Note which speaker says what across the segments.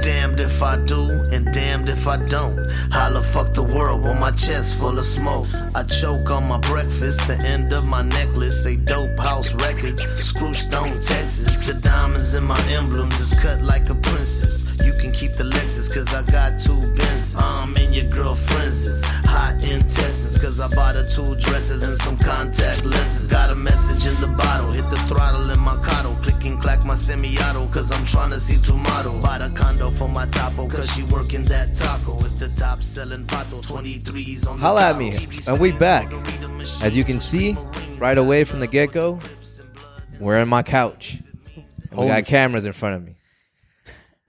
Speaker 1: damned if I do and damned if I don't. Holla, fuck the world with my chest full of smoke. I choke on my breakfast, the end of my necklace. Say dope house records, screw stone Texas. The diamonds in my emblems is cut like a princess. You can keep the Lexus, cause I got two Benzes. I'm in your girlfriend's is hot intestines, cause I bought her two dresses and some contact lenses. Got a message in the bottle, hit the throttle in my coddle. Click and clack my semi auto, cause I'm tryna see tomorrow. Bought a condo for my taco, cause she working that taco. It's the top selling vato, 23s on the
Speaker 2: Holla at
Speaker 1: top.
Speaker 2: me,
Speaker 1: TV
Speaker 2: and we
Speaker 1: screens,
Speaker 2: back.
Speaker 1: margarita machines,
Speaker 2: As you can see, right away from the get go, we're on my couch. And we
Speaker 3: Holy
Speaker 2: got
Speaker 3: shit.
Speaker 2: cameras in front of me.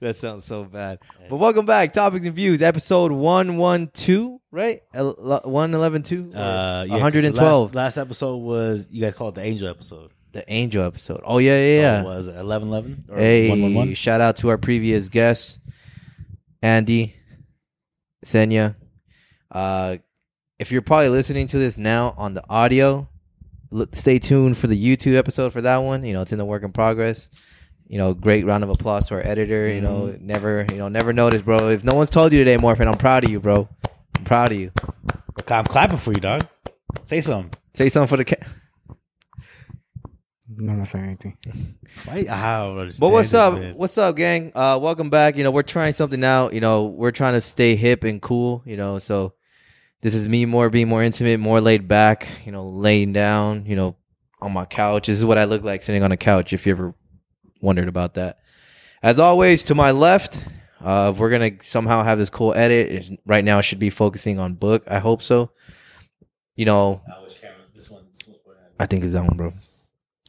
Speaker 2: that sounds so bad. But welcome back, Topics and Views, episode 112, right? El- uh, 1112?
Speaker 3: Uh, yeah, 'cause the
Speaker 2: 112.
Speaker 3: Last, last episode was you guys call it the angel episode.
Speaker 2: the Angel episode. Oh, yeah, yeah, yeah.
Speaker 3: So it was eleven eleven or
Speaker 2: Hey,
Speaker 3: one one one.
Speaker 2: shout out to our previous guests, Andy, Senya. Uh, if you're probably listening to this now on the audio, look, stay tuned for the YouTube episode for that one. You know, it's in the work in progress. You know, great round of applause to our editor. You know,
Speaker 3: Mm-hmm.
Speaker 2: never, you know, never notice, bro. If no one's told you today, Morphin, I'm proud of you, bro. I'm proud of you.
Speaker 3: I'm clapping for you, dog. Say something.
Speaker 2: Say something for the cat.
Speaker 4: No, I'm not saying anything.
Speaker 3: Why? I don't understand.
Speaker 2: But what's
Speaker 3: this,
Speaker 2: up?
Speaker 3: man.
Speaker 2: What's up, gang? Uh, welcome back. You know, we're trying something out. You know, we're trying to stay hip and cool. You know, so this is me more being more intimate, more laid back. You know, laying down. You know, on my couch. This is what I look like sitting on a couch. If you ever wondered about that, as always, to my left, uh, we're gonna somehow have this cool edit. It's- Right now, it should be focusing on book. I hope so. You know,
Speaker 3: Uh, which camera? This one. This one.
Speaker 2: I think it's that one, bro.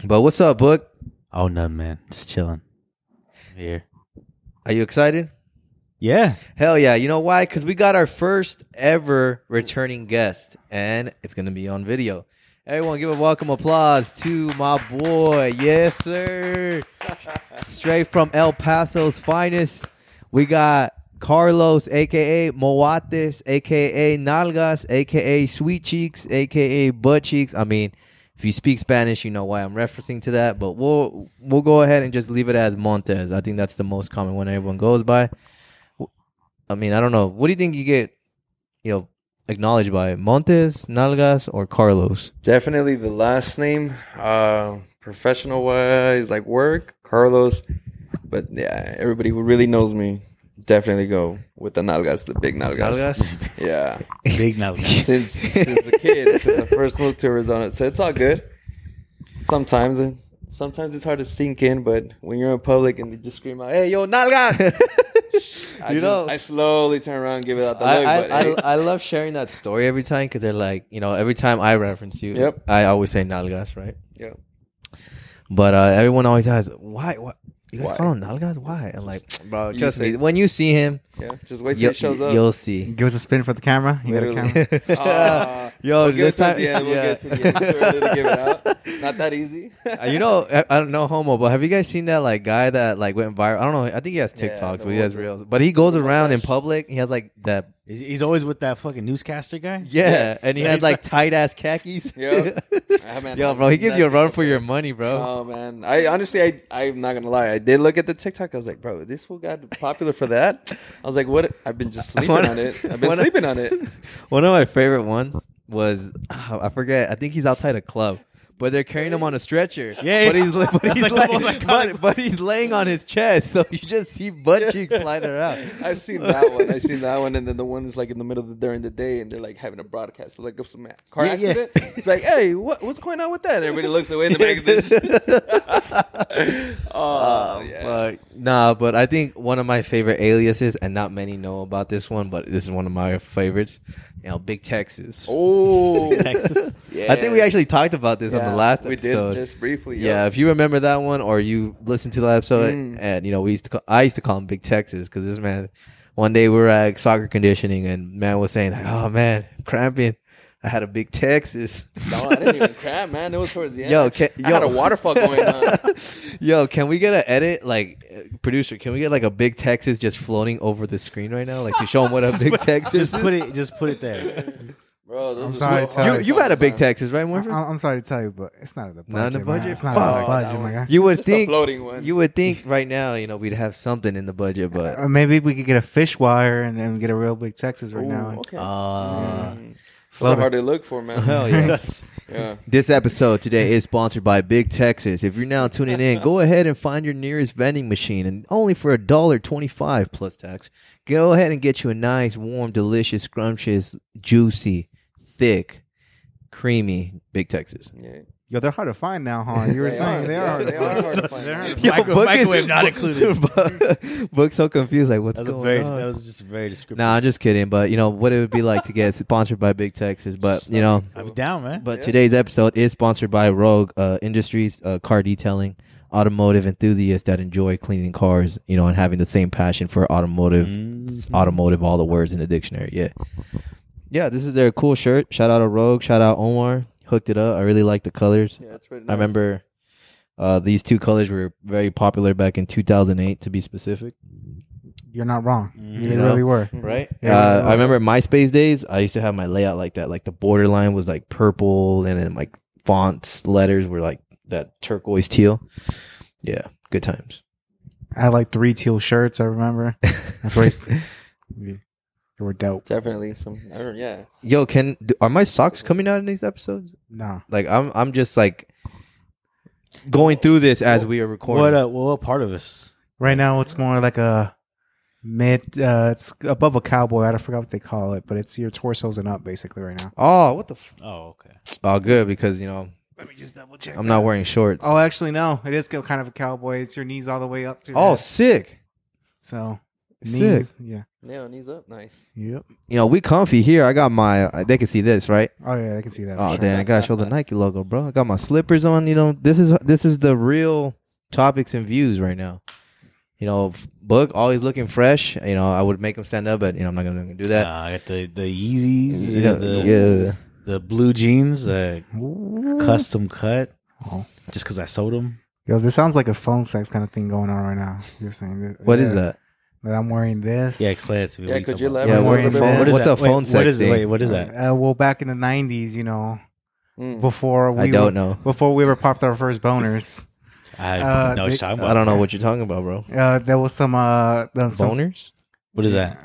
Speaker 2: But what's up, book?
Speaker 3: Oh, none, man. Just chilling. Here.
Speaker 2: Are you excited?
Speaker 3: Yeah.
Speaker 2: Hell yeah. You know why? Because we got our first ever returning guest, and it's going to be on video. Everyone, give a welcome applause to my boy. Yes, sir. Straight from El Paso's finest, we got Carlos, aka Moates, aka Nalgas, aka Sweet Cheeks, aka Butt Cheeks. I mean, if you speak Spanish, you know why I'm referencing to that, but we'll we'll go ahead and just leave it as Montes. I think that's the most common one everyone goes by. I mean, I don't know. What do you think you get, you know, acknowledged by Montes, Nalgas, or Carlos?
Speaker 5: Definitely the last name, uh, professional wise, like work, Carlos. But yeah, everybody who really knows me definitely go with the nalgas, the big nalgas. Yeah,
Speaker 3: Big now.
Speaker 5: since since a kid, since I first moved to Arizona, so it's all good. Sometimes and sometimes it's hard to sink in, but when you're in public and they just scream out, "Hey, yo, nalga!" I,
Speaker 2: You
Speaker 5: just,
Speaker 2: know-
Speaker 5: I slowly turn around, and give it out the
Speaker 2: I,
Speaker 5: look.
Speaker 2: I,
Speaker 5: but,
Speaker 2: I,
Speaker 5: hey.
Speaker 2: I love sharing that story every time because they're like, you know, every time I reference you,
Speaker 5: Yep.
Speaker 2: I always say Nalgas, right?
Speaker 5: Yeah.
Speaker 2: But uh, everyone always asks, why? Why you guys
Speaker 5: Why?
Speaker 2: call him Nalgas? Why? I'm like, bro,
Speaker 5: You
Speaker 2: trust
Speaker 5: say-
Speaker 2: me. When you see him,
Speaker 5: yeah, just wait till
Speaker 2: you'll,
Speaker 5: it shows up.
Speaker 2: you'll see.
Speaker 4: Give us a spin for the camera. You got a
Speaker 5: Literally.
Speaker 4: camera?
Speaker 5: Ah.
Speaker 2: Yo,
Speaker 5: We'll
Speaker 2: this
Speaker 5: get towards
Speaker 2: time-
Speaker 5: the end. We'll get to the end. It's too early to give it out. Not that easy.
Speaker 2: Uh, you know, I, I don't know homo, but have you guys seen that like guy that like went viral? I don't know. I think he has
Speaker 5: Yeah,
Speaker 2: TikToks,
Speaker 5: the
Speaker 2: but he has
Speaker 5: one- Oh
Speaker 2: reels. But he goes
Speaker 5: the
Speaker 2: around in
Speaker 5: mustache.
Speaker 2: public. He has like that,
Speaker 3: He's, he's always with that fucking newscaster guy.
Speaker 2: yeah,
Speaker 5: Yes.
Speaker 2: and he has like tight ass khakis.
Speaker 5: Yeah. Ah, man,
Speaker 2: yo,
Speaker 5: I've
Speaker 2: bro, he
Speaker 5: seen
Speaker 2: gives
Speaker 5: that
Speaker 2: you a run
Speaker 5: TikTok.
Speaker 2: for your money, bro.
Speaker 5: Oh man, I honestly, I, I'm not gonna lie. I did look at the TikTok. I was like, bro, this fool got popular for that. I was like, what? I've been just sleeping
Speaker 2: Wanna-
Speaker 5: on it. I've been
Speaker 2: wanna-
Speaker 5: sleeping on it.
Speaker 2: One of my favorite ones was ah, I forget. I think he's outside a club. But they're carrying him on a stretcher.
Speaker 3: Yeah,
Speaker 2: but
Speaker 3: yeah.
Speaker 2: he's, li- but,
Speaker 3: That's,
Speaker 2: he's
Speaker 3: like, the most
Speaker 2: laying-
Speaker 3: iconic-
Speaker 2: but, but he's laying on his chest, so you just see butt cheeks slide around.
Speaker 5: I've seen that one. I've seen that one, and then the one is like in the middle of the during the day, and they're like having a broadcast, like of some car
Speaker 3: Yeah, yeah.
Speaker 5: accident. It's like, hey, what, what's going on with that? And everybody looks away in the back of this. oh
Speaker 2: Uh,
Speaker 5: yeah.
Speaker 2: but, nah, but I think one of my favorite aliases, and not many know about this one, but this is one of my favorites. You know, Big Texas.
Speaker 5: Oh,
Speaker 3: Texas.
Speaker 2: I think we
Speaker 5: yeah.
Speaker 2: actually talked about this on
Speaker 5: Yeah,
Speaker 2: the last
Speaker 5: we
Speaker 2: episode.
Speaker 5: did just briefly.
Speaker 2: yeah, if you remember that one, or you listened to the episode,
Speaker 5: Mm.
Speaker 2: and you know, we used to call, I used to call him Big Texas because this man. One day we were at soccer conditioning, and man was saying, like, "Oh man, cramping." I had a big Texas.
Speaker 5: No, I didn't even crap, man. It was towards the end.
Speaker 2: Yo, ca-
Speaker 5: I had
Speaker 2: yo.
Speaker 5: a waterfall going on.
Speaker 2: Yo, can we get an edit, like uh, producer? Can we get like a big Texas just floating over the screen right now, like to show them what a big Texas
Speaker 3: Just
Speaker 2: is?
Speaker 3: put it. Just put it there.
Speaker 5: Bro, those
Speaker 4: I'm
Speaker 5: are
Speaker 4: sorry,
Speaker 5: so
Speaker 4: Ty.
Speaker 5: hard
Speaker 2: You, you've had a big
Speaker 5: sometimes.
Speaker 2: Texas, right,
Speaker 4: I-
Speaker 2: Morford?
Speaker 4: I'm sorry to tell you, but it's not in the budget.
Speaker 2: Not in the
Speaker 4: man.
Speaker 2: budget?
Speaker 4: It's not in the
Speaker 2: Fuck.
Speaker 4: budget, my guy.
Speaker 2: you would
Speaker 5: Just a
Speaker 2: think
Speaker 5: floating one.
Speaker 2: you would think right now, you know, we'd have something in the budget, but
Speaker 4: Uh, maybe we could get a fish wire and then get a real big Texas right
Speaker 5: Ooh,
Speaker 4: now.
Speaker 5: Okay.
Speaker 2: uh,
Speaker 4: floating.
Speaker 5: Mm. That's hard to look for, man.
Speaker 3: Oh,
Speaker 2: Hell yeah.
Speaker 5: yeah.
Speaker 2: This episode today is sponsored by Big Texas. If you're now tuning in, go ahead and find your nearest vending machine, and only for a dollar twenty-five plus tax, go ahead and get you a nice, warm, delicious, scrumptious, juicy, thick, creamy Big Texas.
Speaker 5: yeah.
Speaker 4: Yo, they're hard to find now, huh? You were
Speaker 5: They
Speaker 4: saying
Speaker 5: are.
Speaker 4: they
Speaker 5: Yeah,
Speaker 4: are.
Speaker 5: they are hard to find.
Speaker 4: They're hard to
Speaker 5: Yo,
Speaker 4: find.
Speaker 2: Book is-
Speaker 3: microwave not included.
Speaker 2: Book- Book's so confused, like what's
Speaker 3: That was
Speaker 2: going
Speaker 3: a very.
Speaker 2: on?
Speaker 3: That was just a very descriptive.
Speaker 2: nah, I'm just kidding. But you know what it would be like to get sponsored by Big Texas. But you know,
Speaker 3: I'm down, man.
Speaker 2: But
Speaker 5: Yeah.
Speaker 2: today's episode is sponsored by Rogue uh, Industries, uh, car detailing, automotive enthusiasts that enjoy cleaning cars, you know, and having the same passion for automotive,
Speaker 5: Mm-hmm.
Speaker 3: Mm.
Speaker 2: automotive, all the words in the dictionary. Yeah, yeah. This is their cool shirt. Shout out to Rogue. Shout out Omar. Hooked it up. I really like the colors.
Speaker 5: Yeah, it's pretty
Speaker 2: I
Speaker 5: nice.
Speaker 2: remember uh, these two colors were very popular back in 2008, to be specific.
Speaker 4: You're not wrong.
Speaker 3: Mm.
Speaker 4: You
Speaker 2: You know?
Speaker 4: really were.
Speaker 2: Right?
Speaker 4: Yeah.
Speaker 2: Uh, I remember MySpace days. I used to have my layout like that. Like the borderline was like purple, and then like fonts, letters were like that turquoise teal. Yeah, good times.
Speaker 4: I had like three teal shirts. I remember. That's why I used to- they were dope.
Speaker 5: Definitely some. I don't, yeah.
Speaker 2: Yo, can do, are my socks coming out in these episodes?
Speaker 4: No,
Speaker 2: Like I'm, I'm just like going through this as we are recording.
Speaker 3: what? Uh, what part of us?
Speaker 4: right now it's more like a mid. Uh, it's above a cowboy. I forgot what they call it, but it's your torsos and up basically right now.
Speaker 2: oh, what the? F-
Speaker 3: Oh, okay.
Speaker 2: oh, good because you know
Speaker 4: Let me just double check.
Speaker 2: I'm not wearing shorts.
Speaker 4: Oh, actually, no. It is kind of a cowboy. It's your knees all the way up to.
Speaker 2: oh,
Speaker 4: your-
Speaker 2: sick.
Speaker 4: so
Speaker 2: Sick.
Speaker 4: knees. Yeah.
Speaker 5: Yeah, knees up. Nice.
Speaker 4: Yep.
Speaker 2: You know we comfy here. I got my. uh, They can see this, right?
Speaker 4: Oh yeah, I can see that. for
Speaker 2: Oh
Speaker 4: sure.
Speaker 2: damn! I gotta show the Nike logo, bro. I got my slippers on. You know, this is this is the real topics and views right now. You know, book always looking fresh. You know, I would make him stand up, but you know, I'm not gonna do that.
Speaker 3: Uh, I got the the Yeezys,
Speaker 2: You know,
Speaker 3: the
Speaker 2: yeah.
Speaker 3: the blue jeans, uh, custom cut,
Speaker 4: Oh.
Speaker 3: just because I sold them.
Speaker 4: Yo, this sounds like a phone sex kind of thing going on right now. You're saying this,
Speaker 2: What is
Speaker 4: yeah,
Speaker 2: that?
Speaker 4: That I'm wearing this.
Speaker 3: Yeah, explain it to me.
Speaker 5: Yeah,
Speaker 3: What are
Speaker 5: could
Speaker 3: talking
Speaker 5: you
Speaker 3: about?
Speaker 5: elaborate
Speaker 2: Yeah,
Speaker 5: a
Speaker 2: wearing
Speaker 5: little bit
Speaker 2: phone-
Speaker 5: more?
Speaker 3: What is
Speaker 2: What's
Speaker 3: that?
Speaker 2: a phone
Speaker 3: Wait,
Speaker 2: sex
Speaker 3: What is it?
Speaker 2: thing?
Speaker 3: Wait, what is that?
Speaker 4: Uh, well, back in the '90s, you know,
Speaker 5: Mm.
Speaker 4: before we
Speaker 2: I don't
Speaker 4: were-
Speaker 2: know.
Speaker 4: before we ever popped our first boners,
Speaker 3: I
Speaker 4: Uh,
Speaker 3: know what
Speaker 4: they-
Speaker 3: you're talking about.
Speaker 2: I don't know what you're talking about, bro.
Speaker 4: uh, there was some uh, them, some,
Speaker 2: Boners?
Speaker 3: What is that?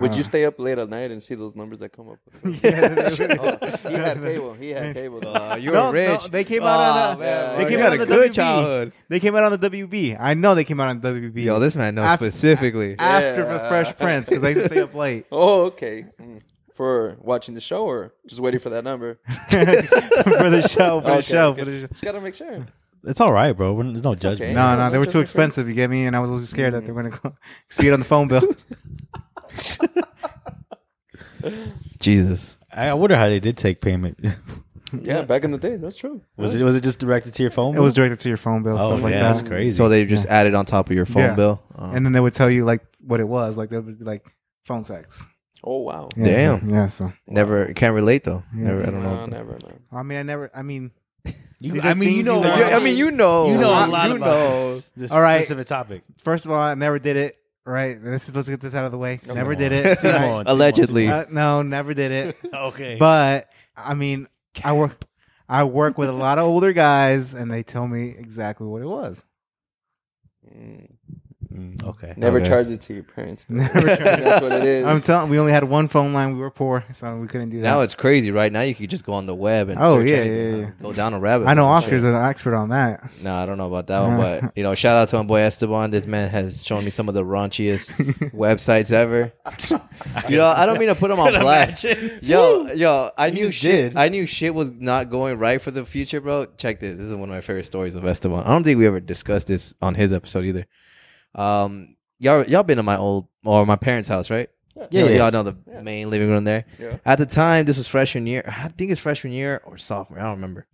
Speaker 5: Would you
Speaker 4: Uh.
Speaker 5: stay up late at night and see those numbers that come up? Oh, he had cable. He had cable. Though.
Speaker 2: you're
Speaker 4: No, no,
Speaker 2: rich.
Speaker 4: they came out on the,
Speaker 5: man,
Speaker 4: they
Speaker 5: oh,
Speaker 4: came
Speaker 5: you
Speaker 4: out
Speaker 5: had
Speaker 4: on the WB. They came out on the WB. I know they came out on the WB.
Speaker 2: Yo, this man knows
Speaker 4: After-
Speaker 2: specifically.
Speaker 4: after the
Speaker 5: Yeah.
Speaker 4: Fresh Prince because I used to stay up late.
Speaker 5: oh, okay. Mm. For watching the show or just waiting for that number?
Speaker 4: for the show, for the
Speaker 5: Okay,
Speaker 4: show,
Speaker 5: okay.
Speaker 4: for the show.
Speaker 5: Just gotta make sure.
Speaker 3: It's all right, bro. We're- There's no judgment.
Speaker 5: okay.
Speaker 4: No,
Speaker 5: so
Speaker 4: no, they were
Speaker 5: much
Speaker 4: too
Speaker 5: of a-
Speaker 4: expensive. You get me? And I was always scared
Speaker 3: Mm.
Speaker 4: that they were gonna go see it on the phone bill.
Speaker 2: Jesus.
Speaker 3: I I wonder how they did take payment.
Speaker 5: Yeah, back in the day, that's true.
Speaker 3: was it was it just directed to your phone?
Speaker 4: It was directed to your phone bill,
Speaker 3: Oh,
Speaker 4: stuff like
Speaker 3: yeah,
Speaker 4: that.
Speaker 3: that's crazy.
Speaker 2: So they just added on top of your phone
Speaker 4: Yeah.
Speaker 2: bill. Oh.
Speaker 4: And then they would tell you like what it was, like they would be like phone sex.
Speaker 5: Oh wow.
Speaker 4: Yeah,
Speaker 2: Damn.
Speaker 4: Yeah. So
Speaker 2: never can't relate though.
Speaker 4: Yeah.
Speaker 2: Never. I don't know.
Speaker 5: No, never. No.
Speaker 4: I mean, I never. I mean,
Speaker 3: you,
Speaker 4: These
Speaker 3: I
Speaker 4: are
Speaker 3: mean, you
Speaker 4: things
Speaker 3: know,
Speaker 4: you
Speaker 3: a
Speaker 4: learn.
Speaker 3: lot-
Speaker 2: I mean, you know.
Speaker 3: Oh, you know a lot
Speaker 2: you
Speaker 3: about
Speaker 2: know.
Speaker 3: this, this
Speaker 4: All right.
Speaker 3: specific topic.
Speaker 4: first of all, I never did it. Right. This is let's get this out of the way.
Speaker 3: Come
Speaker 4: Never
Speaker 3: on,
Speaker 4: did it.
Speaker 3: come
Speaker 4: Right?
Speaker 3: on, come
Speaker 2: Allegedly.
Speaker 3: on.
Speaker 4: Uh, no, never did it.
Speaker 3: Okay,
Speaker 4: But I mean, I work. I work with a lot of older guys, and they tell me exactly what it was.
Speaker 5: Mm.
Speaker 3: Mm, okay.
Speaker 5: Never
Speaker 2: Okay.
Speaker 5: charge it to your parents. bro.
Speaker 4: Never charge it.
Speaker 5: That's what it is.
Speaker 4: I'm telling. We only had one phone line. We were poor, so we couldn't do that.
Speaker 2: Now it's crazy, right? Now you could just go on the web and
Speaker 4: Oh,
Speaker 2: search
Speaker 4: yeah,
Speaker 2: anything,
Speaker 4: yeah,
Speaker 2: huh? go down a rabbit.
Speaker 4: I know
Speaker 2: hole and shit.
Speaker 4: Oscar's an expert on that.
Speaker 2: No, I don't know about that one, but you know, shout out to my boy Esteban. This man has shown me some of the raunchiest websites ever. You know, I don't mean to put him on blast. Yo, yo, I knew shit. I knew shit was not going right for the future, bro. Check this. This is one of my favorite stories of Esteban. I don't think we ever discussed this on his episode either. Um, y'all, y'all been to my old or my parents' house, right?
Speaker 3: Yeah,
Speaker 2: Y'all-
Speaker 3: yeah.
Speaker 2: y'all know the main living room there.
Speaker 5: Yeah.
Speaker 2: At the time, this was freshman year. I think it's freshman year or sophomore. I don't remember.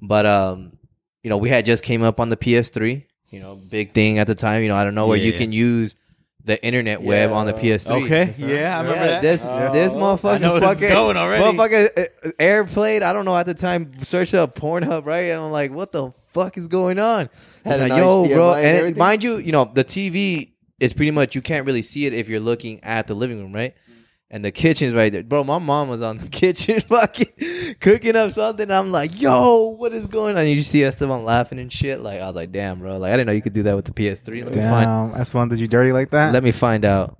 Speaker 2: But um, you know, we had just came up on the PS3. You know, big thing at the time. You know, I don't know where you
Speaker 3: Yeah.
Speaker 2: can use the internet web on the
Speaker 5: Yeah.
Speaker 2: PS3.
Speaker 3: Okay, yeah, I
Speaker 2: Yeah,
Speaker 3: remember that.
Speaker 2: this
Speaker 5: Oh.
Speaker 2: this
Speaker 5: I
Speaker 2: motherfucker
Speaker 3: know where this is
Speaker 2: fucking
Speaker 3: going already.
Speaker 2: motherfucker uh, airplayed. I don't know at the time. Searched up Pornhub, right? And I'm like, what the fuck is going on? And
Speaker 5: Had a
Speaker 2: like,
Speaker 5: nice
Speaker 2: yo,
Speaker 5: DMI
Speaker 2: bro.
Speaker 5: and
Speaker 2: And it,
Speaker 5: everything?
Speaker 2: mind you, you know the TV. It's pretty much you can't really see it if you're looking at the living room, right? and the kitchen's right there. Bro, my mom was on the kitchen fucking cooking up something. I'm like, yo, what is going on? You see Esteban laughing and shit. Like, I was like, damn, bro. Like, I didn't know you could do that with the PS3. Let me find.
Speaker 4: Damn, that's one. Did you dirty like that?
Speaker 2: Let me find out.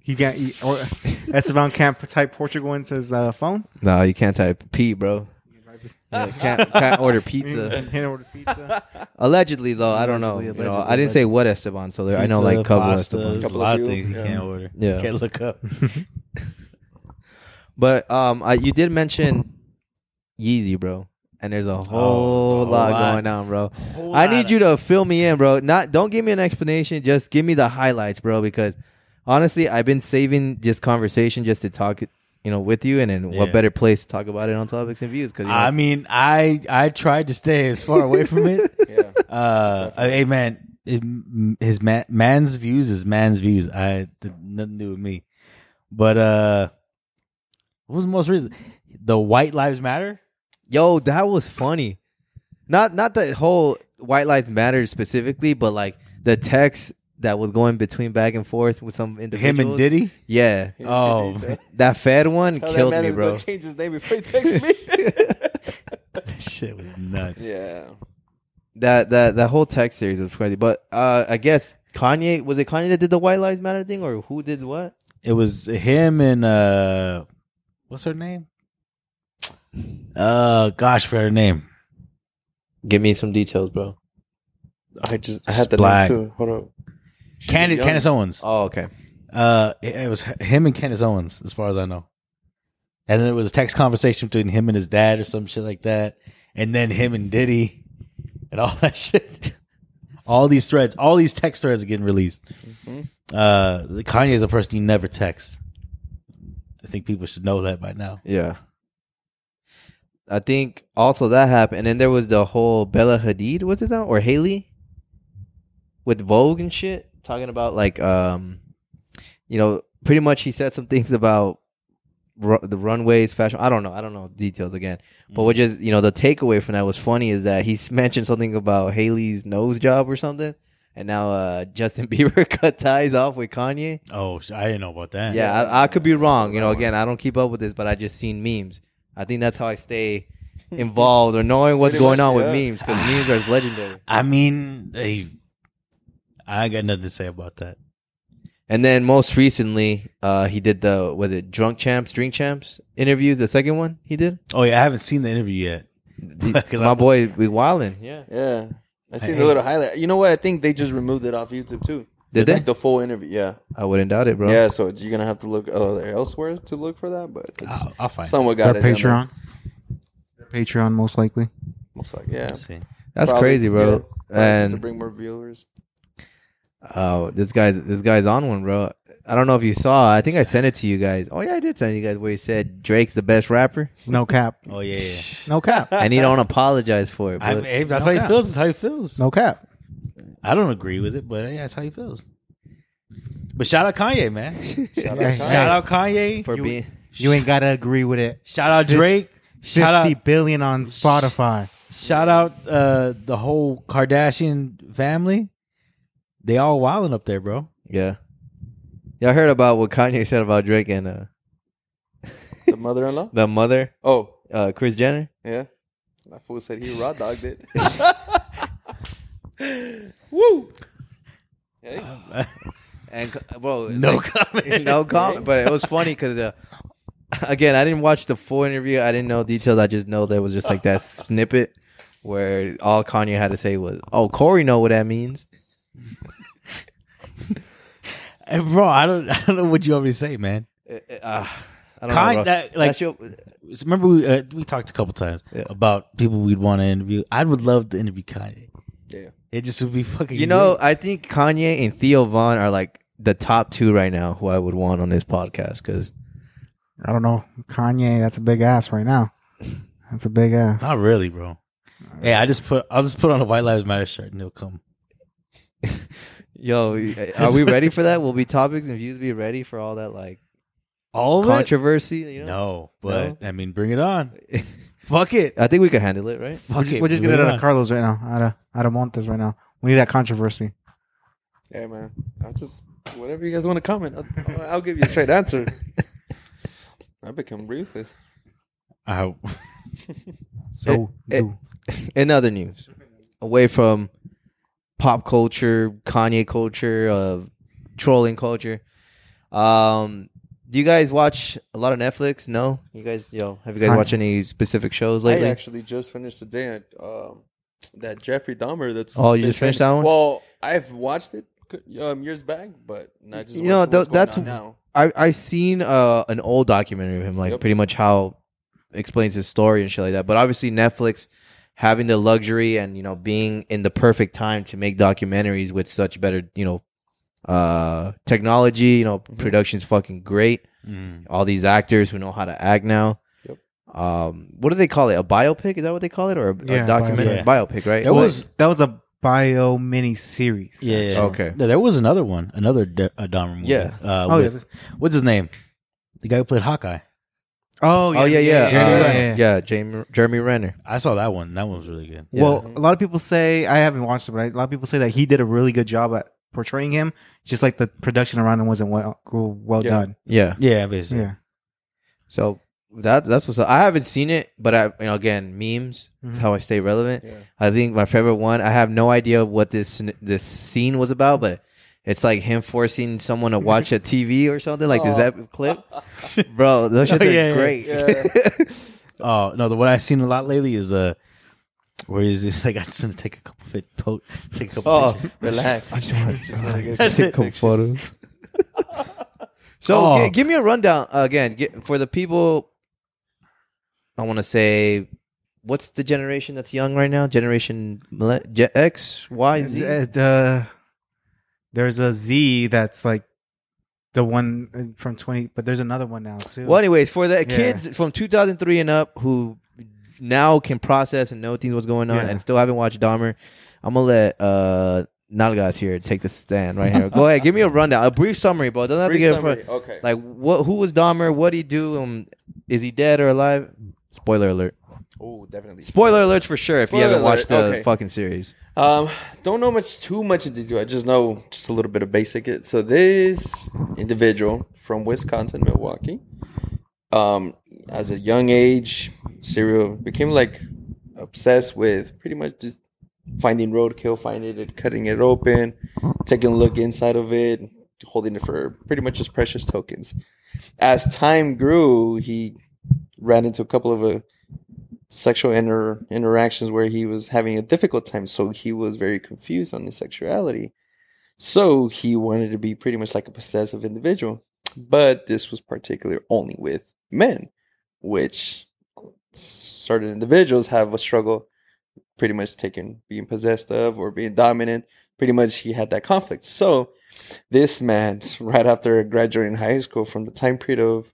Speaker 4: He got he, or, Esteban can't type Portugal into his uh, phone.
Speaker 2: No, you can't type P, bro. Yeah, can't, can't order pizza.
Speaker 4: Hand over the pizza.
Speaker 2: Allegedly, though, I don't know.
Speaker 6: Allegedly,
Speaker 2: you know, I
Speaker 6: allegedly,
Speaker 2: didn't say what Esteban, so there, I know like couple Esteban.
Speaker 6: There's a
Speaker 5: Couple
Speaker 6: lot
Speaker 5: of
Speaker 6: of
Speaker 5: you,
Speaker 6: things you
Speaker 5: yeah.
Speaker 6: can't order.
Speaker 2: Yeah.
Speaker 6: Can't look up.
Speaker 2: But um, I, you did mention Yeezy, bro, and there's a whole
Speaker 6: whole
Speaker 2: lot,
Speaker 6: lot.
Speaker 2: going on, bro. I need you to fill me in, bro. Not don't give me an explanation, just give me the highlights, bro. Because honestly, I've been saving this conversation just to talk, you know, with you, and then what
Speaker 6: Yeah.
Speaker 2: better place to talk about it on topics and views? Because you know,
Speaker 6: I mean, I I tried to stay as far away from it.
Speaker 5: Yeah.
Speaker 6: Uh, hey man, it- m- his man, man's views is man's views. I th- nothing to do with me. But uh, what was the most recent? The White Lives Matter.
Speaker 2: Yo, that was funny. Not not the whole White Lives Matter specifically, but like the text that was going between back and forth with some individuals.
Speaker 6: Him and Diddy.
Speaker 2: Yeah,
Speaker 6: Oh,
Speaker 5: Tell
Speaker 2: that Fed one
Speaker 5: that
Speaker 2: killed
Speaker 5: man
Speaker 2: me,
Speaker 5: he's
Speaker 2: bro.
Speaker 5: gonna Change his name before he texts me.
Speaker 6: That shit was nuts.
Speaker 5: yeah.
Speaker 2: That that that whole text series was crazy. But uh, I guess Kanye was it Kanye that did the White Lives Matter thing, or who did what?
Speaker 6: It was him and uh, what's her name? Uh, gosh, for her name.
Speaker 2: Give me some details, bro.
Speaker 5: I just I had the
Speaker 6: Splag.
Speaker 5: name too. Hold up. She's
Speaker 6: Candace,
Speaker 5: young.
Speaker 6: Candace Owens.
Speaker 2: Oh, okay.
Speaker 6: Uh, it, it was h- him and Candace Owens, as far as I know. And then it was a text conversation between him and his dad, or some shit like that. And then him and Diddy, and all that shit. all these threads, all these text threads are getting released. Uh, Kanye is a person you never text. I think people should know that by now.
Speaker 2: Yeah. I think also that happened, and then there was the whole Bella Hadid was it that or Haley with Vogue and shit talking about like um, you know, pretty much he said some things about ru- the runways, fashion. I don't know, I don't know details again, but what just you know the takeaway from that was funny is that he mentioned something about Haley's nose job or something, and now uh Justin Bieber cut ties off with Kanye.
Speaker 6: Oh, sh- I didn't know about that.
Speaker 2: Yeah, I, I could be wrong. You know, again, I don't keep up with this, but I just seen memes. I think that's how I stay involved or knowing what's
Speaker 5: Pretty
Speaker 2: going
Speaker 5: much,
Speaker 2: on with
Speaker 5: yeah.
Speaker 2: memes because memes are legendary.
Speaker 6: I mean, they, I got nothing to say about that.
Speaker 2: And then most recently, uh, he did the was it Drunk Champs, Drink Champs interviews. The second one he did,
Speaker 6: Oh yeah, I haven't seen the interview yet.
Speaker 2: because
Speaker 6: 'Cause
Speaker 2: my
Speaker 6: I-
Speaker 2: boy we wildin'. Yeah,
Speaker 5: Yeah. I seen
Speaker 6: I-
Speaker 5: the little highlight. You know what? I think they just removed it off YouTube too.
Speaker 2: Did they?
Speaker 5: Like the full interview. Yeah.
Speaker 2: I wouldn't doubt it, bro.
Speaker 5: Yeah. So you're gonna have to look uh, elsewhere to look for that, but it's
Speaker 6: I'll, I'll find.
Speaker 5: someone
Speaker 4: Their
Speaker 5: got it. in there.
Speaker 4: Patreon. Their Patreon, most likely.
Speaker 5: Most like, yeah.
Speaker 6: it. See.
Speaker 2: that's
Speaker 5: Probably,
Speaker 2: crazy, bro.
Speaker 5: yeah. Probably just to
Speaker 2: and
Speaker 5: bring more viewers.
Speaker 2: Oh, this guy's this guy's on one, bro. I don't know if you saw. I think I sent it to you guys. Oh yeah, I did send you guys where he said Drake's the best rapper,
Speaker 4: No cap.
Speaker 6: Oh yeah, yeah.
Speaker 4: No cap.
Speaker 2: and he don't apologize for it.
Speaker 6: I,
Speaker 2: But
Speaker 6: hey, that's
Speaker 4: No
Speaker 6: how he
Speaker 4: doubt.
Speaker 6: feels. That's how he feels.
Speaker 4: No cap.
Speaker 6: I don't agree with it, but yeah, that's how he feels. But shout out Kanye, man.
Speaker 5: Shout
Speaker 4: Hey,
Speaker 5: out
Speaker 4: hey.
Speaker 5: Kanye.
Speaker 6: shout out Kanye.
Speaker 2: for being
Speaker 4: You ain't gotta agree with it.
Speaker 6: shout out Drake.
Speaker 4: Fifty
Speaker 6: Shout out,
Speaker 4: billion on Spotify.
Speaker 6: shout out uh, the whole Kardashian family. They all wilding up there, bro.
Speaker 2: Yeah. Y'all heard about what Kanye said about Drake and uh,
Speaker 5: the mother-in-law.
Speaker 2: the mother,
Speaker 5: Oh,
Speaker 2: uh, Chris Jenner?
Speaker 5: yeah. That fool said he raw dogged it. Woo. Hey.
Speaker 2: And uh, bro,
Speaker 6: no comment.
Speaker 2: no comment. But it was funny because uh, again, I didn't watch the full interview. I didn't know details. I just know there was just like that snippet where all Kanye had to say was, "Oh, Corey know what that means."
Speaker 6: Hey, bro, I don't. I don't know what you already say, man.
Speaker 2: Uh, uh, I don't
Speaker 6: Kanye,
Speaker 2: know. bro.
Speaker 6: that, like,
Speaker 2: That's your-
Speaker 6: remember we uh, we talked a couple times
Speaker 2: Yeah.
Speaker 6: about people we'd want to interview. I would love to interview Kanye.
Speaker 5: Yeah.
Speaker 6: It just would be fucking.
Speaker 2: you know,
Speaker 6: lit.
Speaker 2: I think Kanye and Theo Vaughn are like the top two right now who I would want on this podcast because
Speaker 4: I don't know. Kanye, that's a big ass right now. That's a big ass.
Speaker 6: not really, bro. Hey, I just put I'll just put on a White Lives Matter shirt and he'll come.
Speaker 2: Yo, eh, are we ready for that? Will be topics and views be ready for all that like
Speaker 6: All of it?
Speaker 2: controversy? You know?
Speaker 6: No, but I mean, bring it on. Fuck it.
Speaker 2: I think we could handle it, right?
Speaker 6: Fuck it.
Speaker 4: We're just
Speaker 6: bring it
Speaker 4: getting out
Speaker 6: on.
Speaker 4: of Carlos right now. Out of out of Montes right now. We need that controversy.
Speaker 5: Yeah, man. I just Whatever you guys want to comment, I'll, I'll give you a straight answer. I become ruthless.
Speaker 6: I hope.
Speaker 4: So
Speaker 2: Eh, eh.
Speaker 4: do-
Speaker 2: In other news, away from pop culture, Kanye culture, uh, trolling culture, um, do you guys watch a lot of Netflix? No, you guys, yo, have you guys
Speaker 4: I-
Speaker 2: watched any specific shows lately?
Speaker 5: I actually just finished today um, that Jeffrey Dahmer. That's
Speaker 2: Oh, you
Speaker 5: they
Speaker 2: just finished
Speaker 5: trending.
Speaker 2: that one?
Speaker 5: Well, I've watched it um, years back, but not just
Speaker 2: You know,
Speaker 5: what's- what's
Speaker 2: tho-
Speaker 5: going
Speaker 2: that's-
Speaker 5: on now.
Speaker 2: I I've seen uh, an old documentary of him, like
Speaker 5: Yep.
Speaker 2: pretty much how explains his story and shit like that. But obviously Netflix having the luxury and you know being in the perfect time to make documentaries with such better you know uh technology, you know production's fucking great.
Speaker 6: Mm.
Speaker 2: All these actors who know how to act now.
Speaker 5: Yep.
Speaker 2: Um, what do they call it? A biopic? Is that what they call it, or a, a
Speaker 4: Yeah,
Speaker 2: documentary?
Speaker 6: biopic.
Speaker 2: Biopic, right?
Speaker 6: There
Speaker 2: Well,
Speaker 6: was
Speaker 4: that was a bio mini series.
Speaker 6: yeah, yeah, yeah.
Speaker 2: Okay.
Speaker 6: No, there was another one, another D- uh, Dahmer movie.
Speaker 2: Yeah.
Speaker 6: Uh,
Speaker 4: Oh,
Speaker 6: with-
Speaker 4: yeah.
Speaker 6: What's his name? The guy who played Hawkeye.
Speaker 4: Oh,
Speaker 2: Oh yeah, yeah,
Speaker 4: Jeremy
Speaker 2: uh,
Speaker 4: Renner.
Speaker 2: yeah. Jamie, Jeremy Renner.
Speaker 6: I saw that one. That one was really good.
Speaker 2: Yeah.
Speaker 4: Well, a lot of people say I haven't watched it, but I, a lot of people say that he did a really good job at portraying him. Just like the production around him wasn't well well
Speaker 5: Yeah.
Speaker 4: done.
Speaker 2: Yeah.
Speaker 6: Yeah, basically.
Speaker 4: Yeah,
Speaker 2: So that that's what's up. I haven't seen it, but I you know again memes. That's
Speaker 6: Mm-hmm.
Speaker 4: Mhm.
Speaker 2: how I stay relevant.
Speaker 5: Yeah.
Speaker 2: I think my favorite one. I have no idea what this this scene was about, but it's like him forcing someone to watch a TV or something. Like is
Speaker 5: Oh.
Speaker 2: that clip, bro? Those shits are
Speaker 6: Oh, yeah, yeah.
Speaker 2: great.
Speaker 6: Oh no, the one I've seen a lot lately is uh, where is this? Like I just want to take a couple fit, po- take a couple
Speaker 2: Oh.
Speaker 6: pictures.
Speaker 5: Relax.
Speaker 2: I just wanna-
Speaker 5: Just wanna get
Speaker 6: That's
Speaker 5: some
Speaker 6: it.
Speaker 5: pictures.
Speaker 2: So
Speaker 6: Oh.
Speaker 2: gi- give me a rundown uh, again gi- for the people. I want to say, what's the generation that's young right now? Generation mille- Gen- X, Y,
Speaker 4: Is
Speaker 2: Z.
Speaker 4: it, uh, there's a Z that's like the one uh, from twenty, but there's another one now too.
Speaker 2: Well, anyways, for the
Speaker 4: Yeah.
Speaker 2: kids from 2003 and up who now can process and know things what's going on
Speaker 4: Yeah.
Speaker 2: and still haven't watched Dahmer, I'm gonna let uh Nalgas here take the stand right here. Go ahead, give me a rundown, a brief summary, bro. Doesn't have
Speaker 5: Brief
Speaker 2: to get in
Speaker 5: summary.
Speaker 2: front.
Speaker 5: Okay.
Speaker 2: Like what? Who was Dahmer? What would he do? Um, is he dead or alive? Spoiler alert.
Speaker 5: oh, definitely.
Speaker 2: Spoiler alerts for sure if you
Speaker 5: Spoiler
Speaker 2: haven't watched
Speaker 5: alert,
Speaker 2: the
Speaker 5: okay.
Speaker 2: fucking series.
Speaker 5: Um, don't know much too much detail. I just know just a little bit of basic. It so this individual from Wisconsin, Milwaukee, um, as a young age, serial became like obsessed with pretty much just finding roadkill, finding it, cutting it open, taking a look inside of it, holding it for pretty much just precious tokens. As time grew, he ran into a couple of uh sexual inter- interactions where he was having a difficult time, so he was very confused on his sexuality. So he wanted to be pretty much like a possessive individual, but this was particular only with men, which certain individuals have a struggle pretty much taking being possessed of or being dominant. Pretty much he had that conflict. So this man, right after graduating high school from the time period of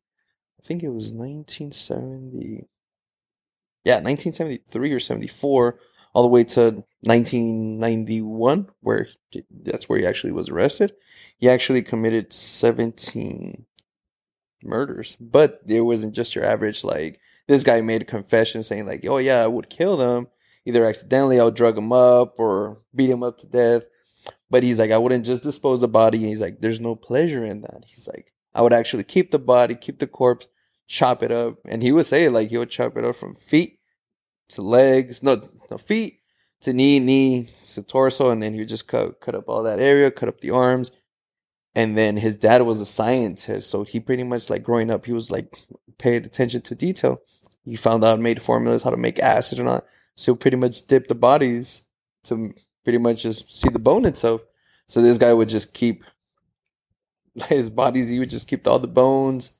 Speaker 5: I think it was 1970 yeah 1973 or 74 all the way to 1991 where he- that's where he actually was arrested he actually committed 17 murders but it wasn't just your average like this guy made a confession saying like oh yeah i would kill them either accidentally i would drug him up or beat him up to death but he's like i wouldn't just dispose the body he's like there's no pleasure in that he's like i would actually keep the body keep the corpse chop it up. And he would say like he would chop it up from feet to legs, no, no feet to knee, knee to torso, and then he would just cut cut up all that area, cut up the arms. And then his dad was a scientist, so he pretty much like growing up, he was like paid attention to detail. He found out made formulas how to make acid or not. So he pretty much dip the bodies to pretty much just see the bone itself. So this guy would just keep his bodies. He would just keep all the bones,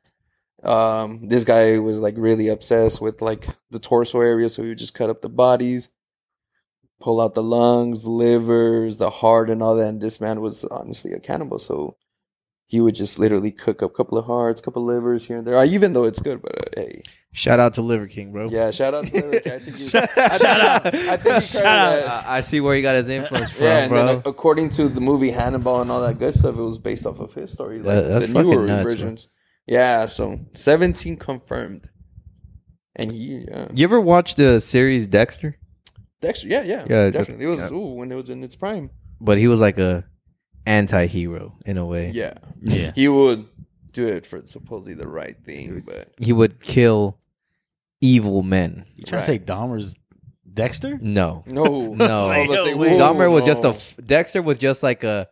Speaker 5: um this guy was like really obsessed with like the torso area so he would just cut up the bodies pull out the lungs livers the heart and all that and this man was honestly a cannibal so he would just literally cook up a couple of hearts couple of livers here and there even though it's good but uh, hey
Speaker 2: Shout out to Liver King, bro.
Speaker 5: yeah shout out to Eric. I think he,
Speaker 2: Shout
Speaker 5: I think-
Speaker 2: out.
Speaker 5: I think he carried
Speaker 2: Shout
Speaker 5: that-
Speaker 2: out. I I see where he got his influence from,
Speaker 5: yeah, and
Speaker 2: bro.
Speaker 5: then uh, according to the movie Hannibal and all that good stuff, it was based off of his story, like
Speaker 2: That- that's
Speaker 5: the newer
Speaker 2: fucking nuts, bro.
Speaker 5: versions. Yeah, so seventeen confirmed, and he, yeah,
Speaker 2: you ever watched the series Dexter?
Speaker 5: Dexter, yeah, yeah,
Speaker 2: Yeah,
Speaker 5: definitely. It was
Speaker 2: that's-
Speaker 5: ooh, when it was in its prime.
Speaker 2: But he was like a anti-hero in a way.
Speaker 5: Yeah.
Speaker 6: Yeah.
Speaker 5: He would do it for supposedly the right thing, but
Speaker 2: He would kill evil men.
Speaker 6: You trying to say Dahmer's Dexter?
Speaker 2: No.
Speaker 5: no,
Speaker 2: No.
Speaker 5: I was gonna say,
Speaker 6: no way.
Speaker 5: whoa,
Speaker 2: Dahmer was just a
Speaker 5: no.
Speaker 2: f- Dexter was just like a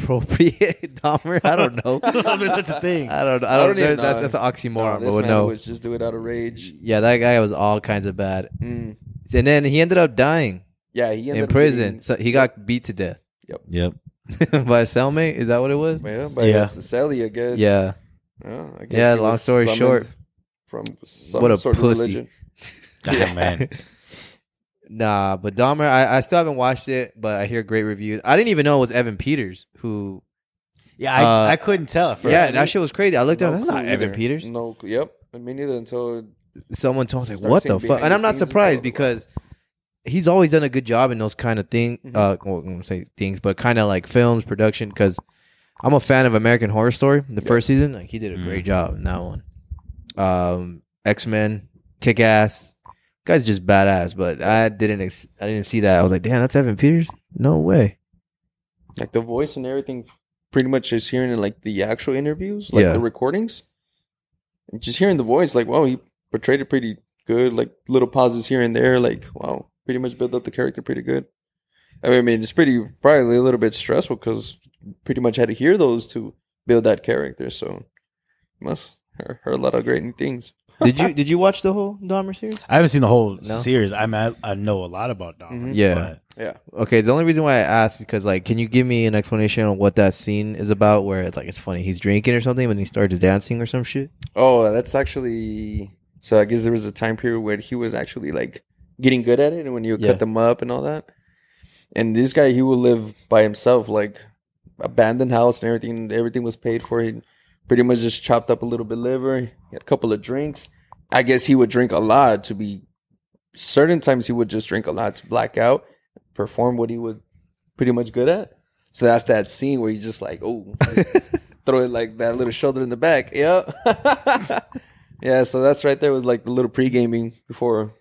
Speaker 2: appropriate Dahmer. I don't know.
Speaker 6: I don't know if there's such a thing.
Speaker 2: I don't know. I
Speaker 5: I
Speaker 2: don't,
Speaker 5: don't even
Speaker 2: there- that's,
Speaker 5: know.
Speaker 2: that's an oxymoron.
Speaker 5: No,
Speaker 2: but
Speaker 5: this
Speaker 2: would
Speaker 5: man
Speaker 2: know.
Speaker 5: was just do it out of rage.
Speaker 2: Yeah, that guy was all kinds of bad.
Speaker 5: Mm.
Speaker 2: And then he ended up dying
Speaker 5: Yeah, he ended
Speaker 2: in
Speaker 5: up
Speaker 2: prison.
Speaker 5: getting-
Speaker 2: So he got beat to death
Speaker 6: Yep.
Speaker 2: by a cellmate. Is that what it was?
Speaker 5: Yeah, by
Speaker 6: Yeah.
Speaker 5: Cecily, I guess.
Speaker 2: Yeah.
Speaker 5: Yeah, I guess
Speaker 2: Yeah,
Speaker 5: he
Speaker 2: long
Speaker 5: was
Speaker 2: story
Speaker 5: summoned
Speaker 2: short.
Speaker 5: From some
Speaker 2: What a
Speaker 5: sort
Speaker 2: pussy.
Speaker 5: of religion.
Speaker 6: Damn, man.
Speaker 2: Nah, but Dahmer, I, I still haven't watched it, but I hear great reviews. I didn't even know it was Evan Peters who.
Speaker 6: Yeah, I,
Speaker 2: Uh,
Speaker 6: I couldn't tell at first.
Speaker 2: Yeah, that shit was crazy. I looked
Speaker 5: No
Speaker 2: up. That's not Mm.
Speaker 5: clue
Speaker 2: Evan
Speaker 5: either.
Speaker 2: Peters.
Speaker 5: No, cl- yep. Me neither until
Speaker 2: Someone told me, I was like,
Speaker 5: Start
Speaker 2: what
Speaker 5: seeing
Speaker 2: the fuck?
Speaker 5: behind
Speaker 2: And
Speaker 5: the
Speaker 2: I'm not
Speaker 5: scenes and
Speaker 2: surprised
Speaker 5: stuff.
Speaker 2: because he's always done a good job in those kind of things.
Speaker 5: Mhm.
Speaker 2: Uh, well, I'm going to say things, but kind of like films, production, because I'm a fan of American Horror Story, the
Speaker 5: Yeah.
Speaker 2: first season. Like, he did a
Speaker 6: Mm.
Speaker 2: great job in that one. Um, X Men, Kick Ass. Guy's just badass, but I didn't ex- I didn't see that. I was like, damn, that's Evan Peters? No way.
Speaker 5: like the voice and everything pretty much is hearing in like the actual interviews like
Speaker 2: Yeah.
Speaker 5: the recordings And just hearing the voice like wow he portrayed it pretty good like little pauses here and there like wow pretty much built up the character pretty good i mean, I mean, it's pretty probably a little bit stressful because pretty much had to hear those to build that character so must heard, heard a lot of great things
Speaker 2: did you did you watch the whole Dahmer series?
Speaker 6: I haven't seen the whole
Speaker 2: No? Mm-hmm.
Speaker 6: series. I mean, I, I know a lot about Dahmer.
Speaker 5: Mhm.
Speaker 2: Yeah.
Speaker 6: but-
Speaker 5: yeah
Speaker 2: Okay, the only reason why I asked is because like, can you give me an explanation on what that scene is about? Where it's like it's funny, he's drinking or something, and he starts dancing or some shit.
Speaker 5: Oh, that's actually so. I guess there was a time period where he was actually like getting good at it, and when you
Speaker 2: Yeah.
Speaker 5: cut them up and all that. And this guy, he would live by himself, like abandoned house and everything. Everything was paid for. He pretty much just chopped up a little bit liver. He had a couple of drinks. I guess he would drink a lot to be. Certain times he would just drink a lot to black out, perform what he was pretty much good at. So that's that scene where he's just like, oh, throw it like that little shoulder in the back. Yeah. yeah, so that's right there was like the little pre gaming before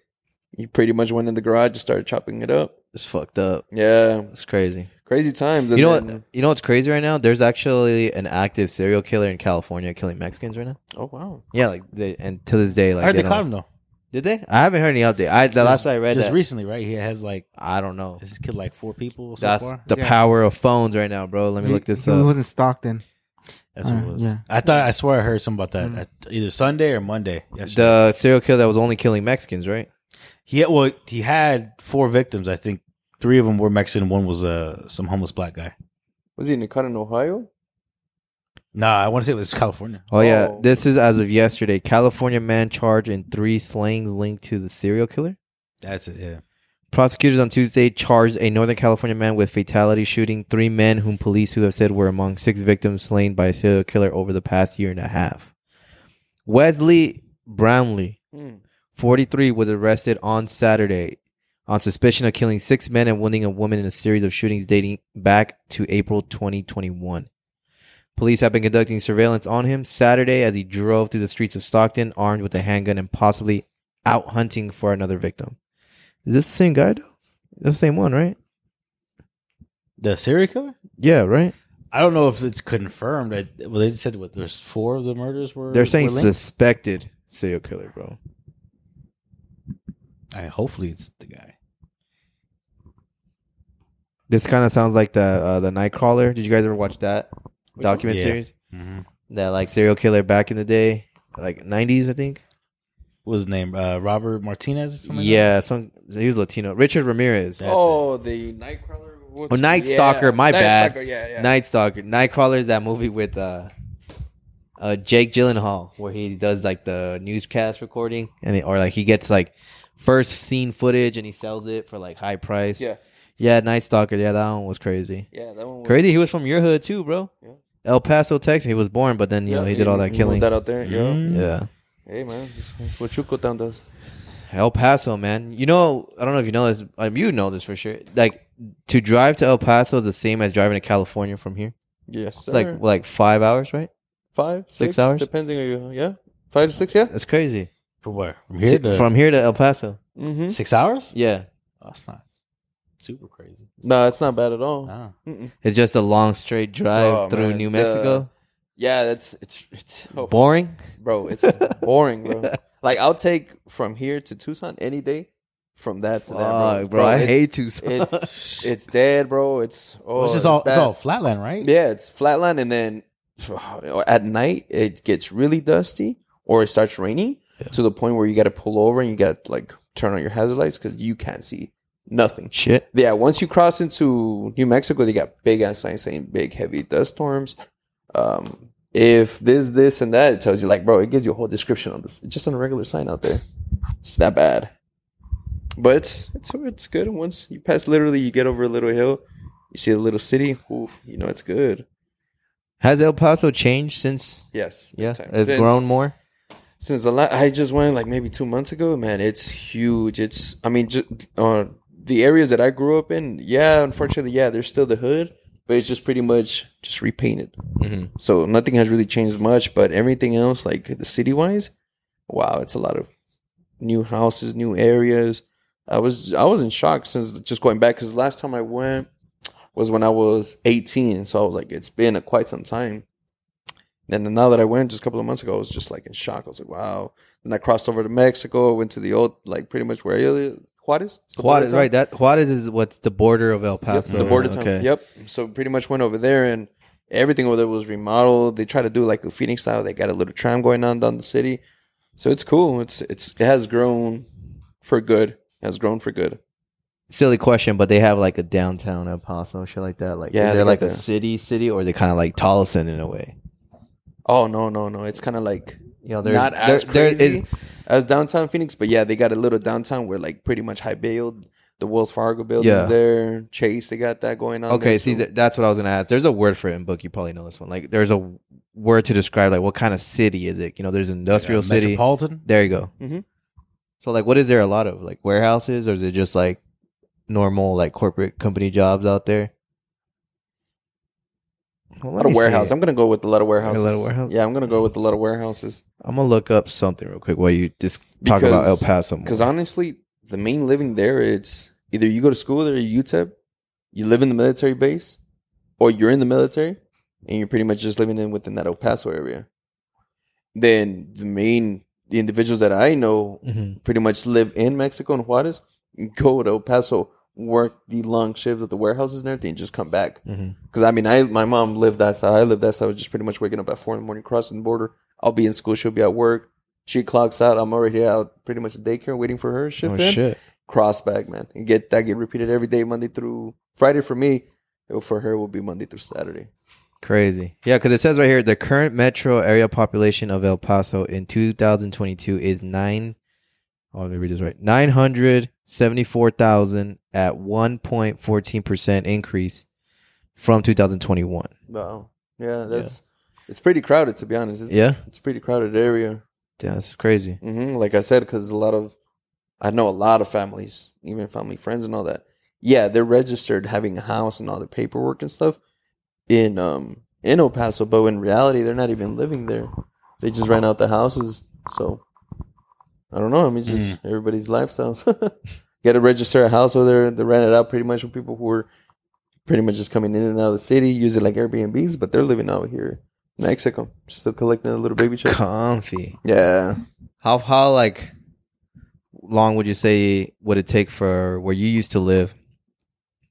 Speaker 5: he pretty much went in the garage and started chopping it up.
Speaker 2: It's fucked up.
Speaker 5: Yeah.
Speaker 2: It's crazy.
Speaker 5: Crazy times. And
Speaker 2: you know
Speaker 5: then-
Speaker 2: what? You know what's crazy right now? There's actually an active serial killer in California killing Mexicans right now.
Speaker 5: Oh wow.
Speaker 2: Yeah, like they, and to this day, like
Speaker 6: I heard they
Speaker 2: don't-
Speaker 6: caught him though.
Speaker 2: Did they? I haven't heard any update. I the last I read
Speaker 6: just
Speaker 2: that.
Speaker 6: recently, right? He has like
Speaker 2: I don't know.
Speaker 6: has killed like four people so
Speaker 2: That's
Speaker 6: far.
Speaker 2: the
Speaker 4: Yeah.
Speaker 2: power of phones right now, bro. Let me
Speaker 4: He-
Speaker 2: look this
Speaker 4: He
Speaker 2: up.
Speaker 4: was in Stockton.
Speaker 6: That's what it
Speaker 4: Uh,
Speaker 6: was.
Speaker 4: yeah.
Speaker 6: I thought I swear I heard something about that
Speaker 4: Mhm.
Speaker 6: at either Sunday or Monday. Yesterday.
Speaker 2: The serial killer that was only killing Mexicans, right?
Speaker 6: He had, well, he had four victims. I think three of them were Mexican. One was uh some homeless black guy.
Speaker 5: Was he in caught in Ohio?
Speaker 6: Nah, I want to say it was California.
Speaker 2: Oh, yeah,
Speaker 5: Oh.
Speaker 2: this is as of yesterday. California man charged in three slayings linked to the serial killer.
Speaker 6: That's it. Yeah.
Speaker 2: Prosecutors on Tuesday charged a Northern California man with fatality shooting three men whom police who have said were among six victims slain by a serial killer over the past year and a half. Wesley Brownlee,
Speaker 5: Hmm.
Speaker 2: 43, was arrested on Saturday on suspicion of killing six men and wounding a woman in a series of shootings dating back to April 2021. Police have been conducting surveillance on him Saturday as he drove through the streets of Stockton armed with a handgun and possibly out hunting for another victim. Is this the same guy, though? The same one, right?
Speaker 6: The serial killer.
Speaker 2: Yeah, right?
Speaker 6: I don't know if it's confirmed. I, well, they said what? There's four of the murders were.
Speaker 2: They're saying
Speaker 6: were linked?
Speaker 2: suspected serial killer, bro.
Speaker 6: I, hopefully, it's the guy.
Speaker 2: This kind of sounds like the uh, the Nightcrawler. Did you guys ever watch that document
Speaker 6: Yeah.
Speaker 2: series?
Speaker 6: Mm-hmm.
Speaker 2: That like serial killer back in the day, like 90s, I think.
Speaker 6: What was his name? Uh, Robert Martinez. Or something like that?
Speaker 2: Yeah, some he was Latino. Richard Ramirez,
Speaker 6: That's
Speaker 5: oh, the Nightcrawler. What's-
Speaker 2: Oh, Night Stalker, my
Speaker 5: Night
Speaker 2: bad.
Speaker 5: Stalker, yeah, yeah.
Speaker 2: Night Stalker, Nightcrawler is that movie with uh, uh Jake Gyllenhaal where he does like the newscast recording and it, or like he gets like first scene footage and he sells it for like high price.
Speaker 5: Yeah.
Speaker 2: yeah, Night Stalker. Yeah, that one was crazy.
Speaker 5: yeah, that one. Was,
Speaker 2: Crazy. He was from your hood too, bro.
Speaker 5: Yeah.
Speaker 2: El Paso, Texas. He was born, but then you
Speaker 5: Yeah,
Speaker 2: know he did all that
Speaker 5: moved
Speaker 2: killing. Mm-hmm.
Speaker 5: That out there. Yeah.
Speaker 6: Mm.
Speaker 2: yeah.
Speaker 5: Hey man, that's- that's what Chuco Town does.
Speaker 2: El Paso, man. You know, I don't know if you know this. Um, you know this for sure. Like to drive to El Paso is the same as driving to California from here.
Speaker 5: Yes, sir.
Speaker 2: It's like like five hours, right?
Speaker 5: five,
Speaker 2: six hours? Uh,
Speaker 5: depending on you. Yeah, five to six. Yeah.
Speaker 2: That's crazy.
Speaker 6: From where? From
Speaker 2: To-
Speaker 6: here to
Speaker 2: from here to El Paso.
Speaker 5: Mm-hmm.
Speaker 6: six hours?
Speaker 2: Yeah,
Speaker 6: Oh, that's not. super crazy.
Speaker 5: No, it's not bad at all.
Speaker 6: Nah.
Speaker 5: Mm-mm.
Speaker 2: It's just a long straight drive
Speaker 5: Oh,
Speaker 2: through
Speaker 5: man.
Speaker 2: New Mexico.
Speaker 5: Yeah, that's it's it's oh,
Speaker 2: Boring.
Speaker 5: bro. It's boring, bro. Like I'll take from here to Tucson any day. From that to that, bro.
Speaker 2: Fuck, Oh, bro, I
Speaker 5: it's-
Speaker 2: hate to.
Speaker 5: it's it's dead, bro. It's oh,
Speaker 6: it's just all it's
Speaker 5: bad.
Speaker 6: all flatland, right?
Speaker 5: Yeah, it's flatline, and then at night it gets really dusty, or it starts raining to the point where you got to pull over and you got to like turn on your hazard lights because you can't see nothing.
Speaker 6: Shit.
Speaker 5: Yeah, once you cross into New Mexico, they got big ass signs saying big heavy dust storms. Um, if this, this, and that, it tells you like, bro, it gives you a whole description on this. It's just on a regular sign out there. It's that bad, but it's it's it's good. Once you pass, literally, you get over a little hill, you see a little city. Oof, you know it's good.
Speaker 2: Has El Paso changed since?
Speaker 5: Yes, big
Speaker 2: Yeah,
Speaker 5: time.
Speaker 2: it's
Speaker 5: Since-
Speaker 2: grown more.
Speaker 5: since a lot i just went like maybe two months ago man it's huge it's i mean ju- uh, the areas that i grew up in yeah unfortunately yeah there's still the hood but it's just pretty much just repainted
Speaker 2: Mhm.
Speaker 5: so nothing has really changed much but everything else like the city wise wow it's a lot of new houses new areas i was i was in shock since just going back because last time i went was when i was 18 so i was like it's been a, quite some time and then now that I went just a couple of months ago, I was just like in shock. I was like, wow. Then I crossed over to Mexico, went to the old, like pretty much where Juarez? Juarez, the border
Speaker 2: Juarez,
Speaker 5: town?
Speaker 2: right? That Juarez is what's the border of El
Speaker 5: Yep,
Speaker 2: Paso.
Speaker 5: the border town.
Speaker 2: Okay.
Speaker 5: Yep. So pretty much went over there and everything over there was remodeled. They try to do like a Phoenix style. They got a little tram going on down the city. So it's cool. It's it's it has grown for good. It has grown for good.
Speaker 2: Silly question, but they have like a downtown El Paso, shit like that. Like,
Speaker 5: Yeah,
Speaker 2: is
Speaker 5: they
Speaker 2: there
Speaker 5: got
Speaker 2: like a
Speaker 5: the-
Speaker 2: city, city, or is it kind of like Tolleson in a way?
Speaker 5: Oh no, no, no. It's kinda like
Speaker 2: You know,
Speaker 5: not
Speaker 2: Oh, there-
Speaker 5: as
Speaker 2: there is-
Speaker 5: crazy as downtown Phoenix, but yeah, they got a little downtown where like pretty much high build the Wells Fargo buildings
Speaker 2: Yeah.
Speaker 5: there, Chase, they got that going on.
Speaker 2: Okay,
Speaker 5: there,
Speaker 2: see,
Speaker 5: too.
Speaker 2: th- that's what I was gonna ask. There's a word for it in book. You probably know this one. Like, there's a word to describe like what kind of city is it? You know, there's an industrial
Speaker 6: Uh,
Speaker 2: city.
Speaker 6: Metropolitan.
Speaker 2: There you go.
Speaker 5: Mhm.
Speaker 2: So, like, what is there a lot of? Like warehouses, or is it just like normal like corporate company jobs out there? Well,
Speaker 5: a
Speaker 2: let
Speaker 5: lot of
Speaker 2: me see.
Speaker 5: warehouse. I'm gonna go with a lot of warehouses.
Speaker 2: lot of warehouse?
Speaker 5: Yeah, I'm gonna go with a lot of warehouses.
Speaker 2: I'm gonna look up something real quick while you just talk about El
Speaker 5: Because-
Speaker 2: Paso. more.
Speaker 5: Because honestly, the main living there, it's either you go to school there, UTEP, you live in the military base, or you're in the military, and you're pretty much just living in within that El Paso area. Then the main the individuals that I know
Speaker 2: Mhm.
Speaker 5: pretty much live in Mexico and Juarez, go to El Paso, work the long shifts at the warehouses and everything, and just come back.
Speaker 2: Mhm.
Speaker 5: Because I mean, I my mom lived that side. I lived that side. I was just pretty much waking up at four in the morning, crossing the border. I'll be in school. She'll be at work. She clocks out. I'm already out, pretty much at daycare, waiting for her shift.
Speaker 2: Oh
Speaker 5: in.
Speaker 2: shit!
Speaker 5: Cross back, man, and get that get repeated every day, Monday through Friday for me. It- For her, it will be Monday through Saturday.
Speaker 2: Crazy. Yeah, because it says right here the current metro area population of El Paso in 2022 is nine. Oh, let me read this right. Nine hundred seventy-four thousand at one point fourteen percent increase from 2021.
Speaker 5: Wow, yeah, that's it's pretty crowded to be honest. It's,
Speaker 2: Yeah,
Speaker 5: it's a pretty crowded area.
Speaker 2: Damn, that's crazy.
Speaker 5: hmm Like I said, because a lot of, I know a lot of families, even family friends and all that. Yeah, they're registered having a house and all their paperwork and stuff in um in El Paso, but in reality, they're not even living there. They just rent out the houses. So I don't know. I mean, it's just everybody's lifestyles. Got to register a house over there. They rent it out pretty much for people who are pretty much just coming in and out of the city, use it like Airbnbs, but they're living out here in Mexico, still collecting a little baby check.
Speaker 2: Comfy.
Speaker 5: Yeah.
Speaker 2: How how like long would you say would it take for where you used to live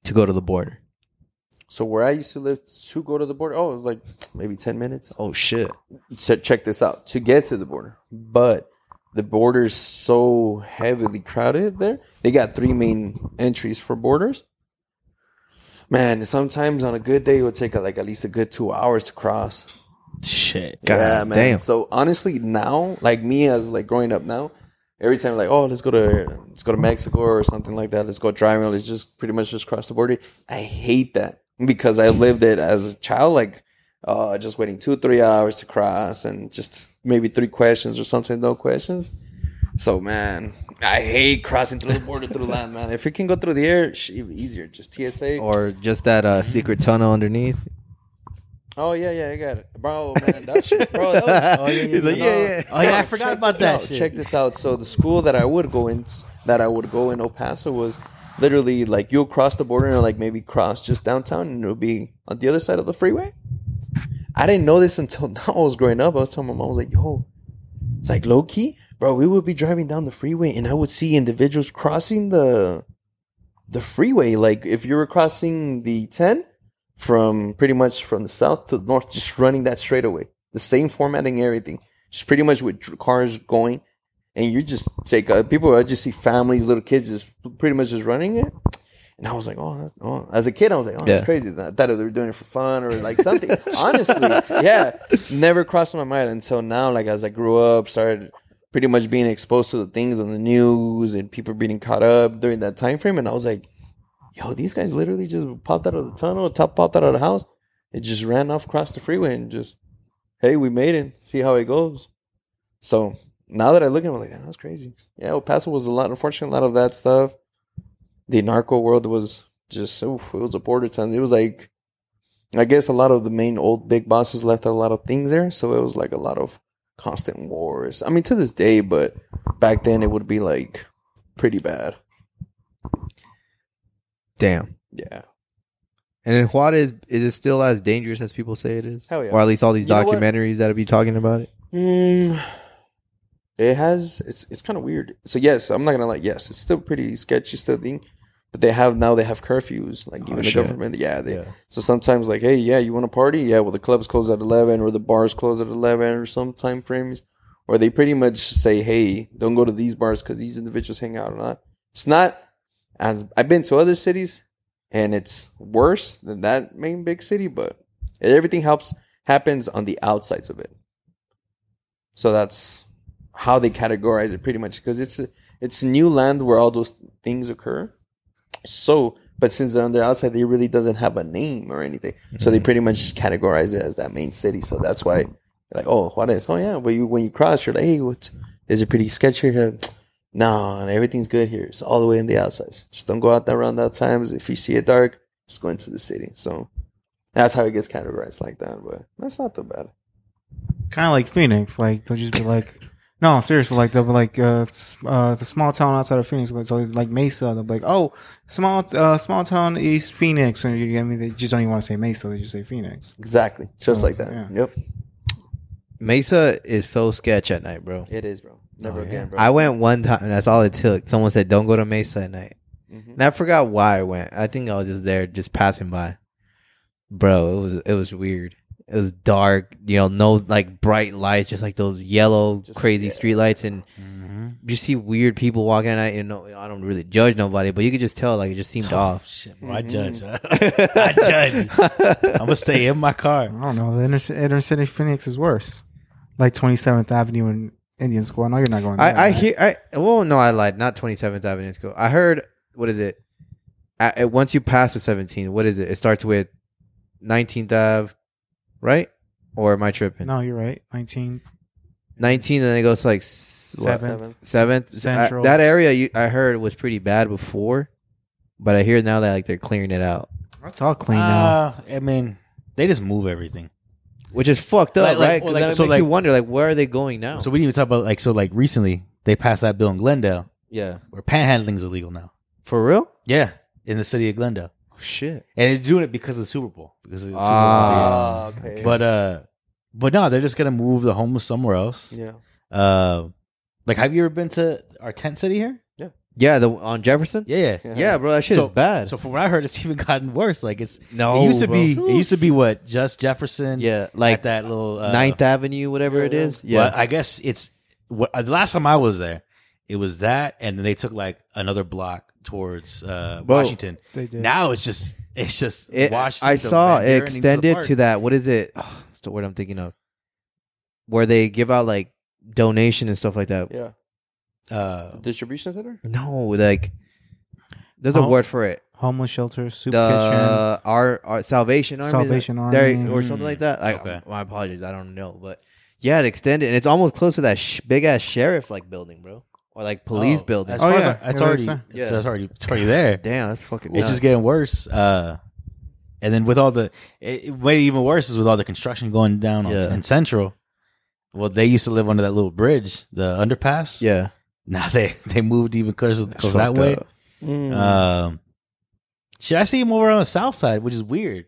Speaker 2: to go to the border?
Speaker 5: So where I used to live to go to the border, oh, it was like maybe ten minutes.
Speaker 2: Oh shit!
Speaker 5: So check this out to get to the border, but the border is so heavily crowded there. They got three main entries for borders. Man, sometimes on a good day it would take uh, like at least a good two hours to cross.
Speaker 6: Shit.
Speaker 2: God damn.
Speaker 5: So honestly, now like me as like growing up now, every time like oh let's go to let's go to Mexico or something like that. Let's go driving. Let's just pretty much just cross the border. I hate that because I lived it as a child. Like uh, just waiting two three hours to cross and just maybe three questions or something. No questions. So man, I hate crossing through the border through land, man. If it can go through the air, sh- even easier. Just TSA.
Speaker 2: Or just that uh, secret tunnel underneath.
Speaker 5: oh yeah, yeah, I got it, bro, man. That shit, bro. That was
Speaker 6: Oh yeah,
Speaker 2: He's like, yeah, yeah.
Speaker 6: Oh yeah, I
Speaker 5: Check
Speaker 6: forgot
Speaker 5: this
Speaker 6: about that
Speaker 5: out.
Speaker 6: shit.
Speaker 5: Check this out. So the school that I would go in, that I would go in El Paso was literally like you'll cross the border and like maybe cross just downtown and it'll be on the other side of the freeway. I didn't know this until now. I was growing up. I was telling my mom, I was like, "Yo, it's like low key, bro. We would be driving down the freeway and I would see individuals crossing the the freeway. Like if you were crossing the ten from pretty much from the south to the north, just running that straightaway, the same formatting, everything, just pretty much with dr- cars going." and you just take uh, people. I just see families, little kids, just pretty much just running it. And I was like, oh, that's, oh. as a kid, I was like, oh, that's
Speaker 2: Yeah.
Speaker 5: crazy. I thought they were doing it for fun or like something. Honestly, yeah, never crossed my mind until now. Like as I grew up, started pretty much being exposed to the things on the news and people being caught up during that time frame, and I was like, yo, these guys literally just popped out of the tunnel, top popped out of the house, it just ran off across the freeway and just, hey, we made it. See how it goes. So now that I look at it, I'm like, "Damn, that's crazy. Yeah, El Paso was a lot. Unfortunately, a lot of that stuff. The narco world was just oof, it was a border town. It was like, I guess a lot of the main old big bosses left a lot of things there, so it was like a lot of constant wars. I mean, to this day, but back then it would be like pretty bad.
Speaker 2: Damn.
Speaker 5: Yeah.
Speaker 2: And in Juarez, is it still as dangerous as people say it is?
Speaker 5: Hell yeah.
Speaker 2: Or at least all these
Speaker 5: You know what?
Speaker 2: documentaries that'll be talking about it.
Speaker 5: Mm, it has. It's it's kind of weird. So yes, I'm not gonna lie. Yes, it's still pretty sketchy still thing, but they have now they have curfews. Like
Speaker 2: Oh,
Speaker 5: even the
Speaker 2: shit.
Speaker 5: government. Yeah, they.
Speaker 2: Yeah.
Speaker 5: So sometimes like, hey, yeah, you want to party? Yeah, well the clubs close at eleven, or the bars close at eleven, or some time frames, or they pretty much say, hey, don't go to these bars because these individuals hang out or not. It's not as I've been to other cities, and it's worse than that main big city, but everything helps happens on the outsides of it. So that's how they categorize it pretty much because it's it's new land where all those things occur. So, but since they're on the outside, they really doesn't have a name or anything. So
Speaker 6: Mm-hmm.
Speaker 5: they pretty much just categorize it as that main city. So that's why, like, oh Juarez, oh yeah. But you when you cross, you're like, hey, what? Is it pretty sketchy here? No, and everything's good here. It's all the way in the outsides. Just don't go out there around that times. If you see it dark, just go into the city. So that's how it gets categorized like that. But that's not too bad.
Speaker 4: kind of like Phoenix. Like they'll just be like, no, seriously, like they'll be like, uh, s- uh the small town outside of Phoenix, like, they'll- like Mesa. They'll be like, oh, small, uh, small town East Phoenix, and you get me. They just don't even want to say Mesa. They just say Phoenix.
Speaker 5: Exactly, just
Speaker 4: So,
Speaker 5: like that.
Speaker 4: yeah.
Speaker 5: Yep,
Speaker 2: Mesa is so sketch at night, bro.
Speaker 5: it is, bro. Never
Speaker 6: Oh, yeah.
Speaker 5: again, bro.
Speaker 2: I went one time, and that's all it took. Someone said, "Don't go to Mesa at night,"
Speaker 5: Mhm.
Speaker 6: uh,
Speaker 2: and I forgot why I went. I think I was just there, just passing by. Bro, it was it was weird. It was dark, you know, no like bright lights, just like those yellow
Speaker 5: Just-
Speaker 2: crazy
Speaker 5: yeah.
Speaker 2: street lights, and
Speaker 6: Mm-hmm.
Speaker 2: you see weird people walking at night. You know, I don't really judge nobody, but you could just tell like it just seemed off.
Speaker 6: Shit, bro, I
Speaker 5: Mm-hmm.
Speaker 6: judge. I
Speaker 2: I
Speaker 6: judge. I'm gonna stay in my
Speaker 4: I
Speaker 6: car.
Speaker 4: don't know. The inner, ci- inner city Phoenix is worse. Like Twenty Seventh Avenue and Indian School. I know you're not going. there,
Speaker 2: I, I
Speaker 4: right?
Speaker 2: hear. I well, no, I lied. Not Twenty Seventh Avenue School. I heard. What is it? At, at- once you pass the 17, what is it? It starts with 19th Ave, right? Or am I tripping?
Speaker 4: No, you're right. Nineteen
Speaker 2: 19, and then it goes to like s- what,
Speaker 4: seventh.
Speaker 5: Seventh.
Speaker 2: seventh. So, I-
Speaker 4: Central.
Speaker 2: that area you, I heard was pretty bad before, but I hear now that like they're clearing it out,
Speaker 4: It's all clean now.
Speaker 6: Uh, I mean, they just move everything.
Speaker 2: which is fucked up,
Speaker 6: Like- like-
Speaker 2: right? 'Cause
Speaker 6: well, like-
Speaker 2: that
Speaker 6: so,
Speaker 2: makes you
Speaker 6: like-
Speaker 2: wonder, like, where are they going now?
Speaker 6: So we didn't even talk about like so like recently they passed that bill in Glendale
Speaker 2: yeah,
Speaker 6: where panhandling's illegal now.
Speaker 2: for real?
Speaker 6: Yeah, in the city of Glendale,
Speaker 2: Oh, Shit.
Speaker 6: and they're doing it because of the Super Bowl. Because of the Super Bowl.
Speaker 2: Ah.
Speaker 5: Ah, okay.
Speaker 6: but uh, but no, they're just gonna move the homeless somewhere else.
Speaker 5: yeah,
Speaker 6: Uh, like, have you ever been to our tent city here?
Speaker 2: Yeah, the on Jefferson.
Speaker 6: Yeah, yeah.
Speaker 2: Yeah, bro, that shit
Speaker 6: So-
Speaker 2: is bad.
Speaker 6: So from what I heard, it's even gotten worse. Like it's
Speaker 2: no,
Speaker 6: it used to
Speaker 2: bro.
Speaker 6: be it used to be what just Jefferson.
Speaker 2: yeah,
Speaker 6: like
Speaker 2: like
Speaker 6: that little uh,
Speaker 2: Ninth Avenue, whatever
Speaker 5: yeah,
Speaker 2: it
Speaker 5: yeah.
Speaker 2: is.
Speaker 6: Yeah, I guess it's what uh, the last time I was there, it was that, and then they took like another block towards uh,
Speaker 2: Bro.
Speaker 6: Washington.
Speaker 4: They did.
Speaker 6: Now it's just it's just
Speaker 2: It-
Speaker 6: Washington.
Speaker 2: I
Speaker 6: to
Speaker 2: saw
Speaker 6: Van
Speaker 2: it
Speaker 6: Buren and the
Speaker 2: extended
Speaker 6: park.
Speaker 2: to that. What is it? Oh, what's the word I'm thinking of? Where they give out like donation and stuff like that.
Speaker 5: yeah.
Speaker 6: Uh,
Speaker 5: Distribution center.
Speaker 2: No, like there's a
Speaker 4: Oh.
Speaker 2: word for it.
Speaker 4: Homeless shelter, soup kitchen.
Speaker 2: The our, our Salvation Army,
Speaker 4: Salvation
Speaker 2: that- there-
Speaker 4: Army. mm.
Speaker 2: or something like that. Like,
Speaker 6: Okay.
Speaker 2: my apologies, I don't know, but yeah, it extended, and it's almost close to that sh- big ass sheriff like building, bro, or like police
Speaker 6: oh,
Speaker 2: building.
Speaker 6: As
Speaker 4: Oh,
Speaker 6: far
Speaker 4: yeah.
Speaker 6: as I- it's
Speaker 4: Yeah,
Speaker 6: already
Speaker 4: that's
Speaker 6: it's,
Speaker 4: there.
Speaker 2: Yeah.
Speaker 6: it's already it's already there.
Speaker 2: Damn, that's fucking.
Speaker 6: It's
Speaker 2: nuts.
Speaker 6: just getting worse. Uh, and then with all the it, it- way even worse is with all the construction going down on,
Speaker 2: Yeah.
Speaker 6: in Central. Well, they used to live under that little bridge, the underpass.
Speaker 2: yeah.
Speaker 6: Now they they moved even closer, closer that way. Um, should I see him over on the south side, which is weird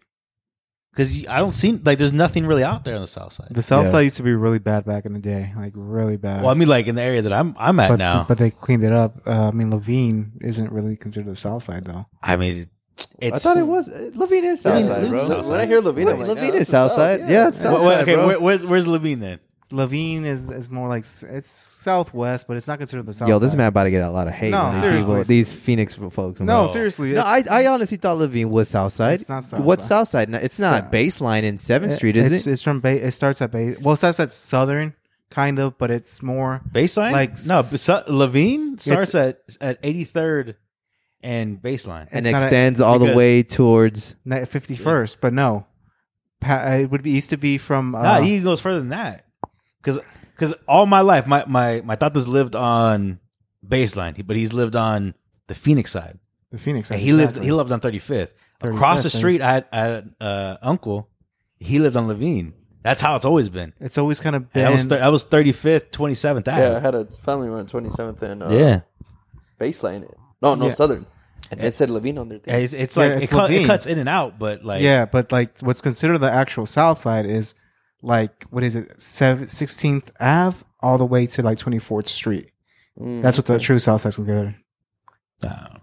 Speaker 6: because I don't see like there's nothing really out there on the south side.
Speaker 4: The South
Speaker 2: Yeah.
Speaker 4: Side used to be really bad back in the day, like really bad.
Speaker 6: Well, I mean, like in the area that I'm I'm at
Speaker 4: but,
Speaker 6: now.
Speaker 4: but they cleaned it up. Uh, I mean, Levine isn't really considered the South Side though.
Speaker 6: I mean, it's,
Speaker 2: I thought it was uh, Levine is
Speaker 6: Levine-
Speaker 2: Southside,
Speaker 6: Levine's
Speaker 2: bro.
Speaker 6: Southside.
Speaker 5: When I hear Levine, I'm like,
Speaker 2: Levine
Speaker 5: oh,
Speaker 2: is
Speaker 5: it's the South,
Speaker 2: Southside.
Speaker 5: yeah.
Speaker 2: Yeah, it's
Speaker 6: Wha- wha-
Speaker 2: Southside,
Speaker 6: okay,
Speaker 2: bro.
Speaker 6: where, where's where's Levine then?
Speaker 4: Levine is is more like s- it's Southwest, but it's not considered the South.
Speaker 2: Yo, this
Speaker 4: Side.
Speaker 2: man about to get a lot of hate.
Speaker 4: No,
Speaker 2: man. these
Speaker 4: seriously.
Speaker 2: people- these Phoenix folks. man.
Speaker 4: No,
Speaker 6: Bro.
Speaker 4: seriously.
Speaker 2: No,
Speaker 4: it's-
Speaker 2: I, I honestly thought Levine was Southside.
Speaker 4: It's not
Speaker 2: What's Southside?
Speaker 4: Southside.
Speaker 2: No, it's not
Speaker 4: South.
Speaker 2: baseline in Seventh
Speaker 4: it-
Speaker 2: Street, is
Speaker 4: it's,
Speaker 2: it?
Speaker 4: It's from Bay. It starts at Bay. Well, it starts at Southern, kind of, but it's more.
Speaker 6: Baseline?
Speaker 4: Like,
Speaker 6: no,
Speaker 4: s-
Speaker 6: so, Levine starts at at 83rd and baseline.
Speaker 2: and
Speaker 4: it's not a-
Speaker 2: extends all the
Speaker 6: because-
Speaker 2: way towards.
Speaker 4: fifty first, but no, Pa- it would be used to be from. Uh,
Speaker 6: nah, he even goes further than that. Cuz all my life my my my tata's lived on baseline, but he's lived on the Phoenix side.
Speaker 4: the Phoenix.
Speaker 6: And
Speaker 4: side,
Speaker 6: he lived
Speaker 4: exactly.
Speaker 6: he lived on 35th. Across the
Speaker 4: 35th,
Speaker 6: street I had, I had uh uncle, he lived on Levine. That's how it's always been.
Speaker 4: It's always kind of
Speaker 6: And
Speaker 4: been.
Speaker 6: I was thir- I was 35th, 27th
Speaker 5: Yeah, I
Speaker 6: Ave.
Speaker 5: had a family run 27th and uh,
Speaker 6: yeah.
Speaker 5: baseline. No, no,
Speaker 4: Yeah.
Speaker 5: Southern. And it said Levine on their
Speaker 6: And
Speaker 5: thing.
Speaker 6: It's, it's
Speaker 4: Yeah,
Speaker 6: like
Speaker 4: it's
Speaker 6: it, cut, it
Speaker 4: Levine.
Speaker 6: cuts in and out, but like
Speaker 4: yeah, but like what's considered the actual South Side is like what is it, seven- 16th Ave all the way to like twenty fourth Street.
Speaker 5: Mm,
Speaker 4: That's what the true South Side's considered.
Speaker 6: I don't know.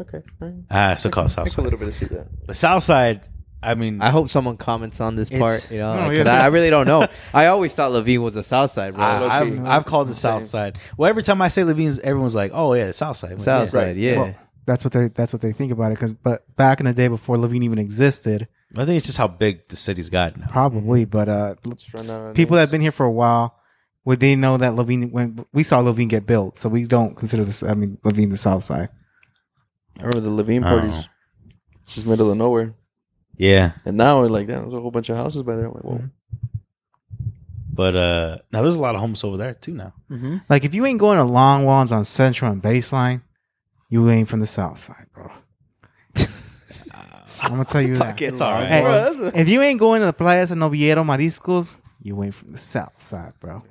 Speaker 5: okay. all right.
Speaker 6: uh, Ah, it's still called
Speaker 5: Take a
Speaker 6: Southside.
Speaker 5: little bit of see that.
Speaker 6: But Southside, I mean,
Speaker 2: I hope someone comments on this
Speaker 6: It's-
Speaker 2: part. You know,
Speaker 4: No,
Speaker 2: like,
Speaker 4: yeah,
Speaker 2: 'cause I,
Speaker 4: that's-
Speaker 2: I really don't know. I always thought Levine was a Southside, bro.
Speaker 5: Ah,
Speaker 6: I,
Speaker 5: low-key.
Speaker 6: have I've called it Southside. Well, every time I say Levine's, everyone's like, "Oh yeah, Southside." I'm like, yeah.
Speaker 2: Southside, yeah.
Speaker 4: Well, that's what they that's what they think about it. Because but back in the day before Levine even existed,
Speaker 6: I think it's just how big the city's gotten. Now.
Speaker 4: probably. But uh,
Speaker 5: Mm-hmm. run out of
Speaker 4: people
Speaker 5: names.
Speaker 4: that've been here for a while would they know that Levine when we saw Levine get built, so we don't consider this. I mean, Levine the South Side.
Speaker 5: I remember the Levine
Speaker 6: Oh.
Speaker 5: parties. It's just middle of nowhere.
Speaker 6: Yeah,
Speaker 5: And now we're like, damn, there's a whole bunch of houses by there. I'm like, whoa.
Speaker 2: Mm-hmm.
Speaker 6: but uh, now there's a lot of homeless over there too. Now
Speaker 5: Mm-hmm.
Speaker 4: Like if you ain't going to long ones on Central and Baseline, you ain't from the South Side, bro. I'm gonna tell you that.
Speaker 6: it's all right.
Speaker 4: Hey,
Speaker 5: Bro, that's a-
Speaker 4: if you ain't going to the playas and Noviero Mariscos, you ain't from the South Side, bro.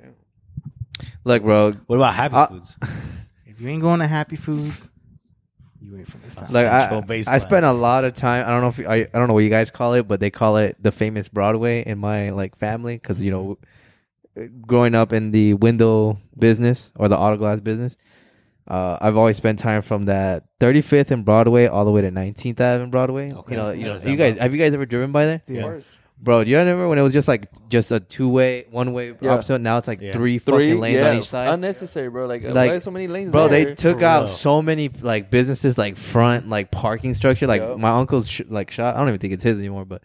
Speaker 2: Look, bro.
Speaker 6: What about Happy
Speaker 2: Uh,
Speaker 6: Foods?
Speaker 4: If you ain't going to Happy Foods, you ain't from the South.
Speaker 2: Like
Speaker 4: Side.
Speaker 2: I,
Speaker 6: Central baseline.
Speaker 2: I spent a lot of time. I don't know if you- I, I don't know what you guys call it, but they call it the famous Broadway in my like family because you know, growing up in the window business or the auto glass business, uh, I've always spent time from that 35th and Broadway all the way to 19th Ave and Broadway.
Speaker 6: Okay.
Speaker 2: You know,
Speaker 6: I
Speaker 2: you
Speaker 6: know
Speaker 2: know,
Speaker 6: what
Speaker 2: you
Speaker 6: you're
Speaker 2: guys
Speaker 6: talking
Speaker 2: have you guys ever driven by there?
Speaker 5: Of
Speaker 6: Yeah.
Speaker 5: course.
Speaker 2: Bro, do you remember when it was just like just a two way, one way
Speaker 5: Yeah.
Speaker 2: option? Now it's like
Speaker 6: Yeah.
Speaker 2: three,
Speaker 5: Three
Speaker 2: fucking lanes
Speaker 5: yeah.
Speaker 2: on each side.
Speaker 5: Unnecessary, bro. Like,
Speaker 2: Like,
Speaker 5: why so many lanes?
Speaker 2: Bro,
Speaker 5: there?
Speaker 2: they took
Speaker 6: For
Speaker 2: out
Speaker 6: real.
Speaker 2: so many like businesses, like front, like parking structure. Like
Speaker 5: Yup.
Speaker 2: my uncle's sh- like shop. I don't even think it's his anymore, but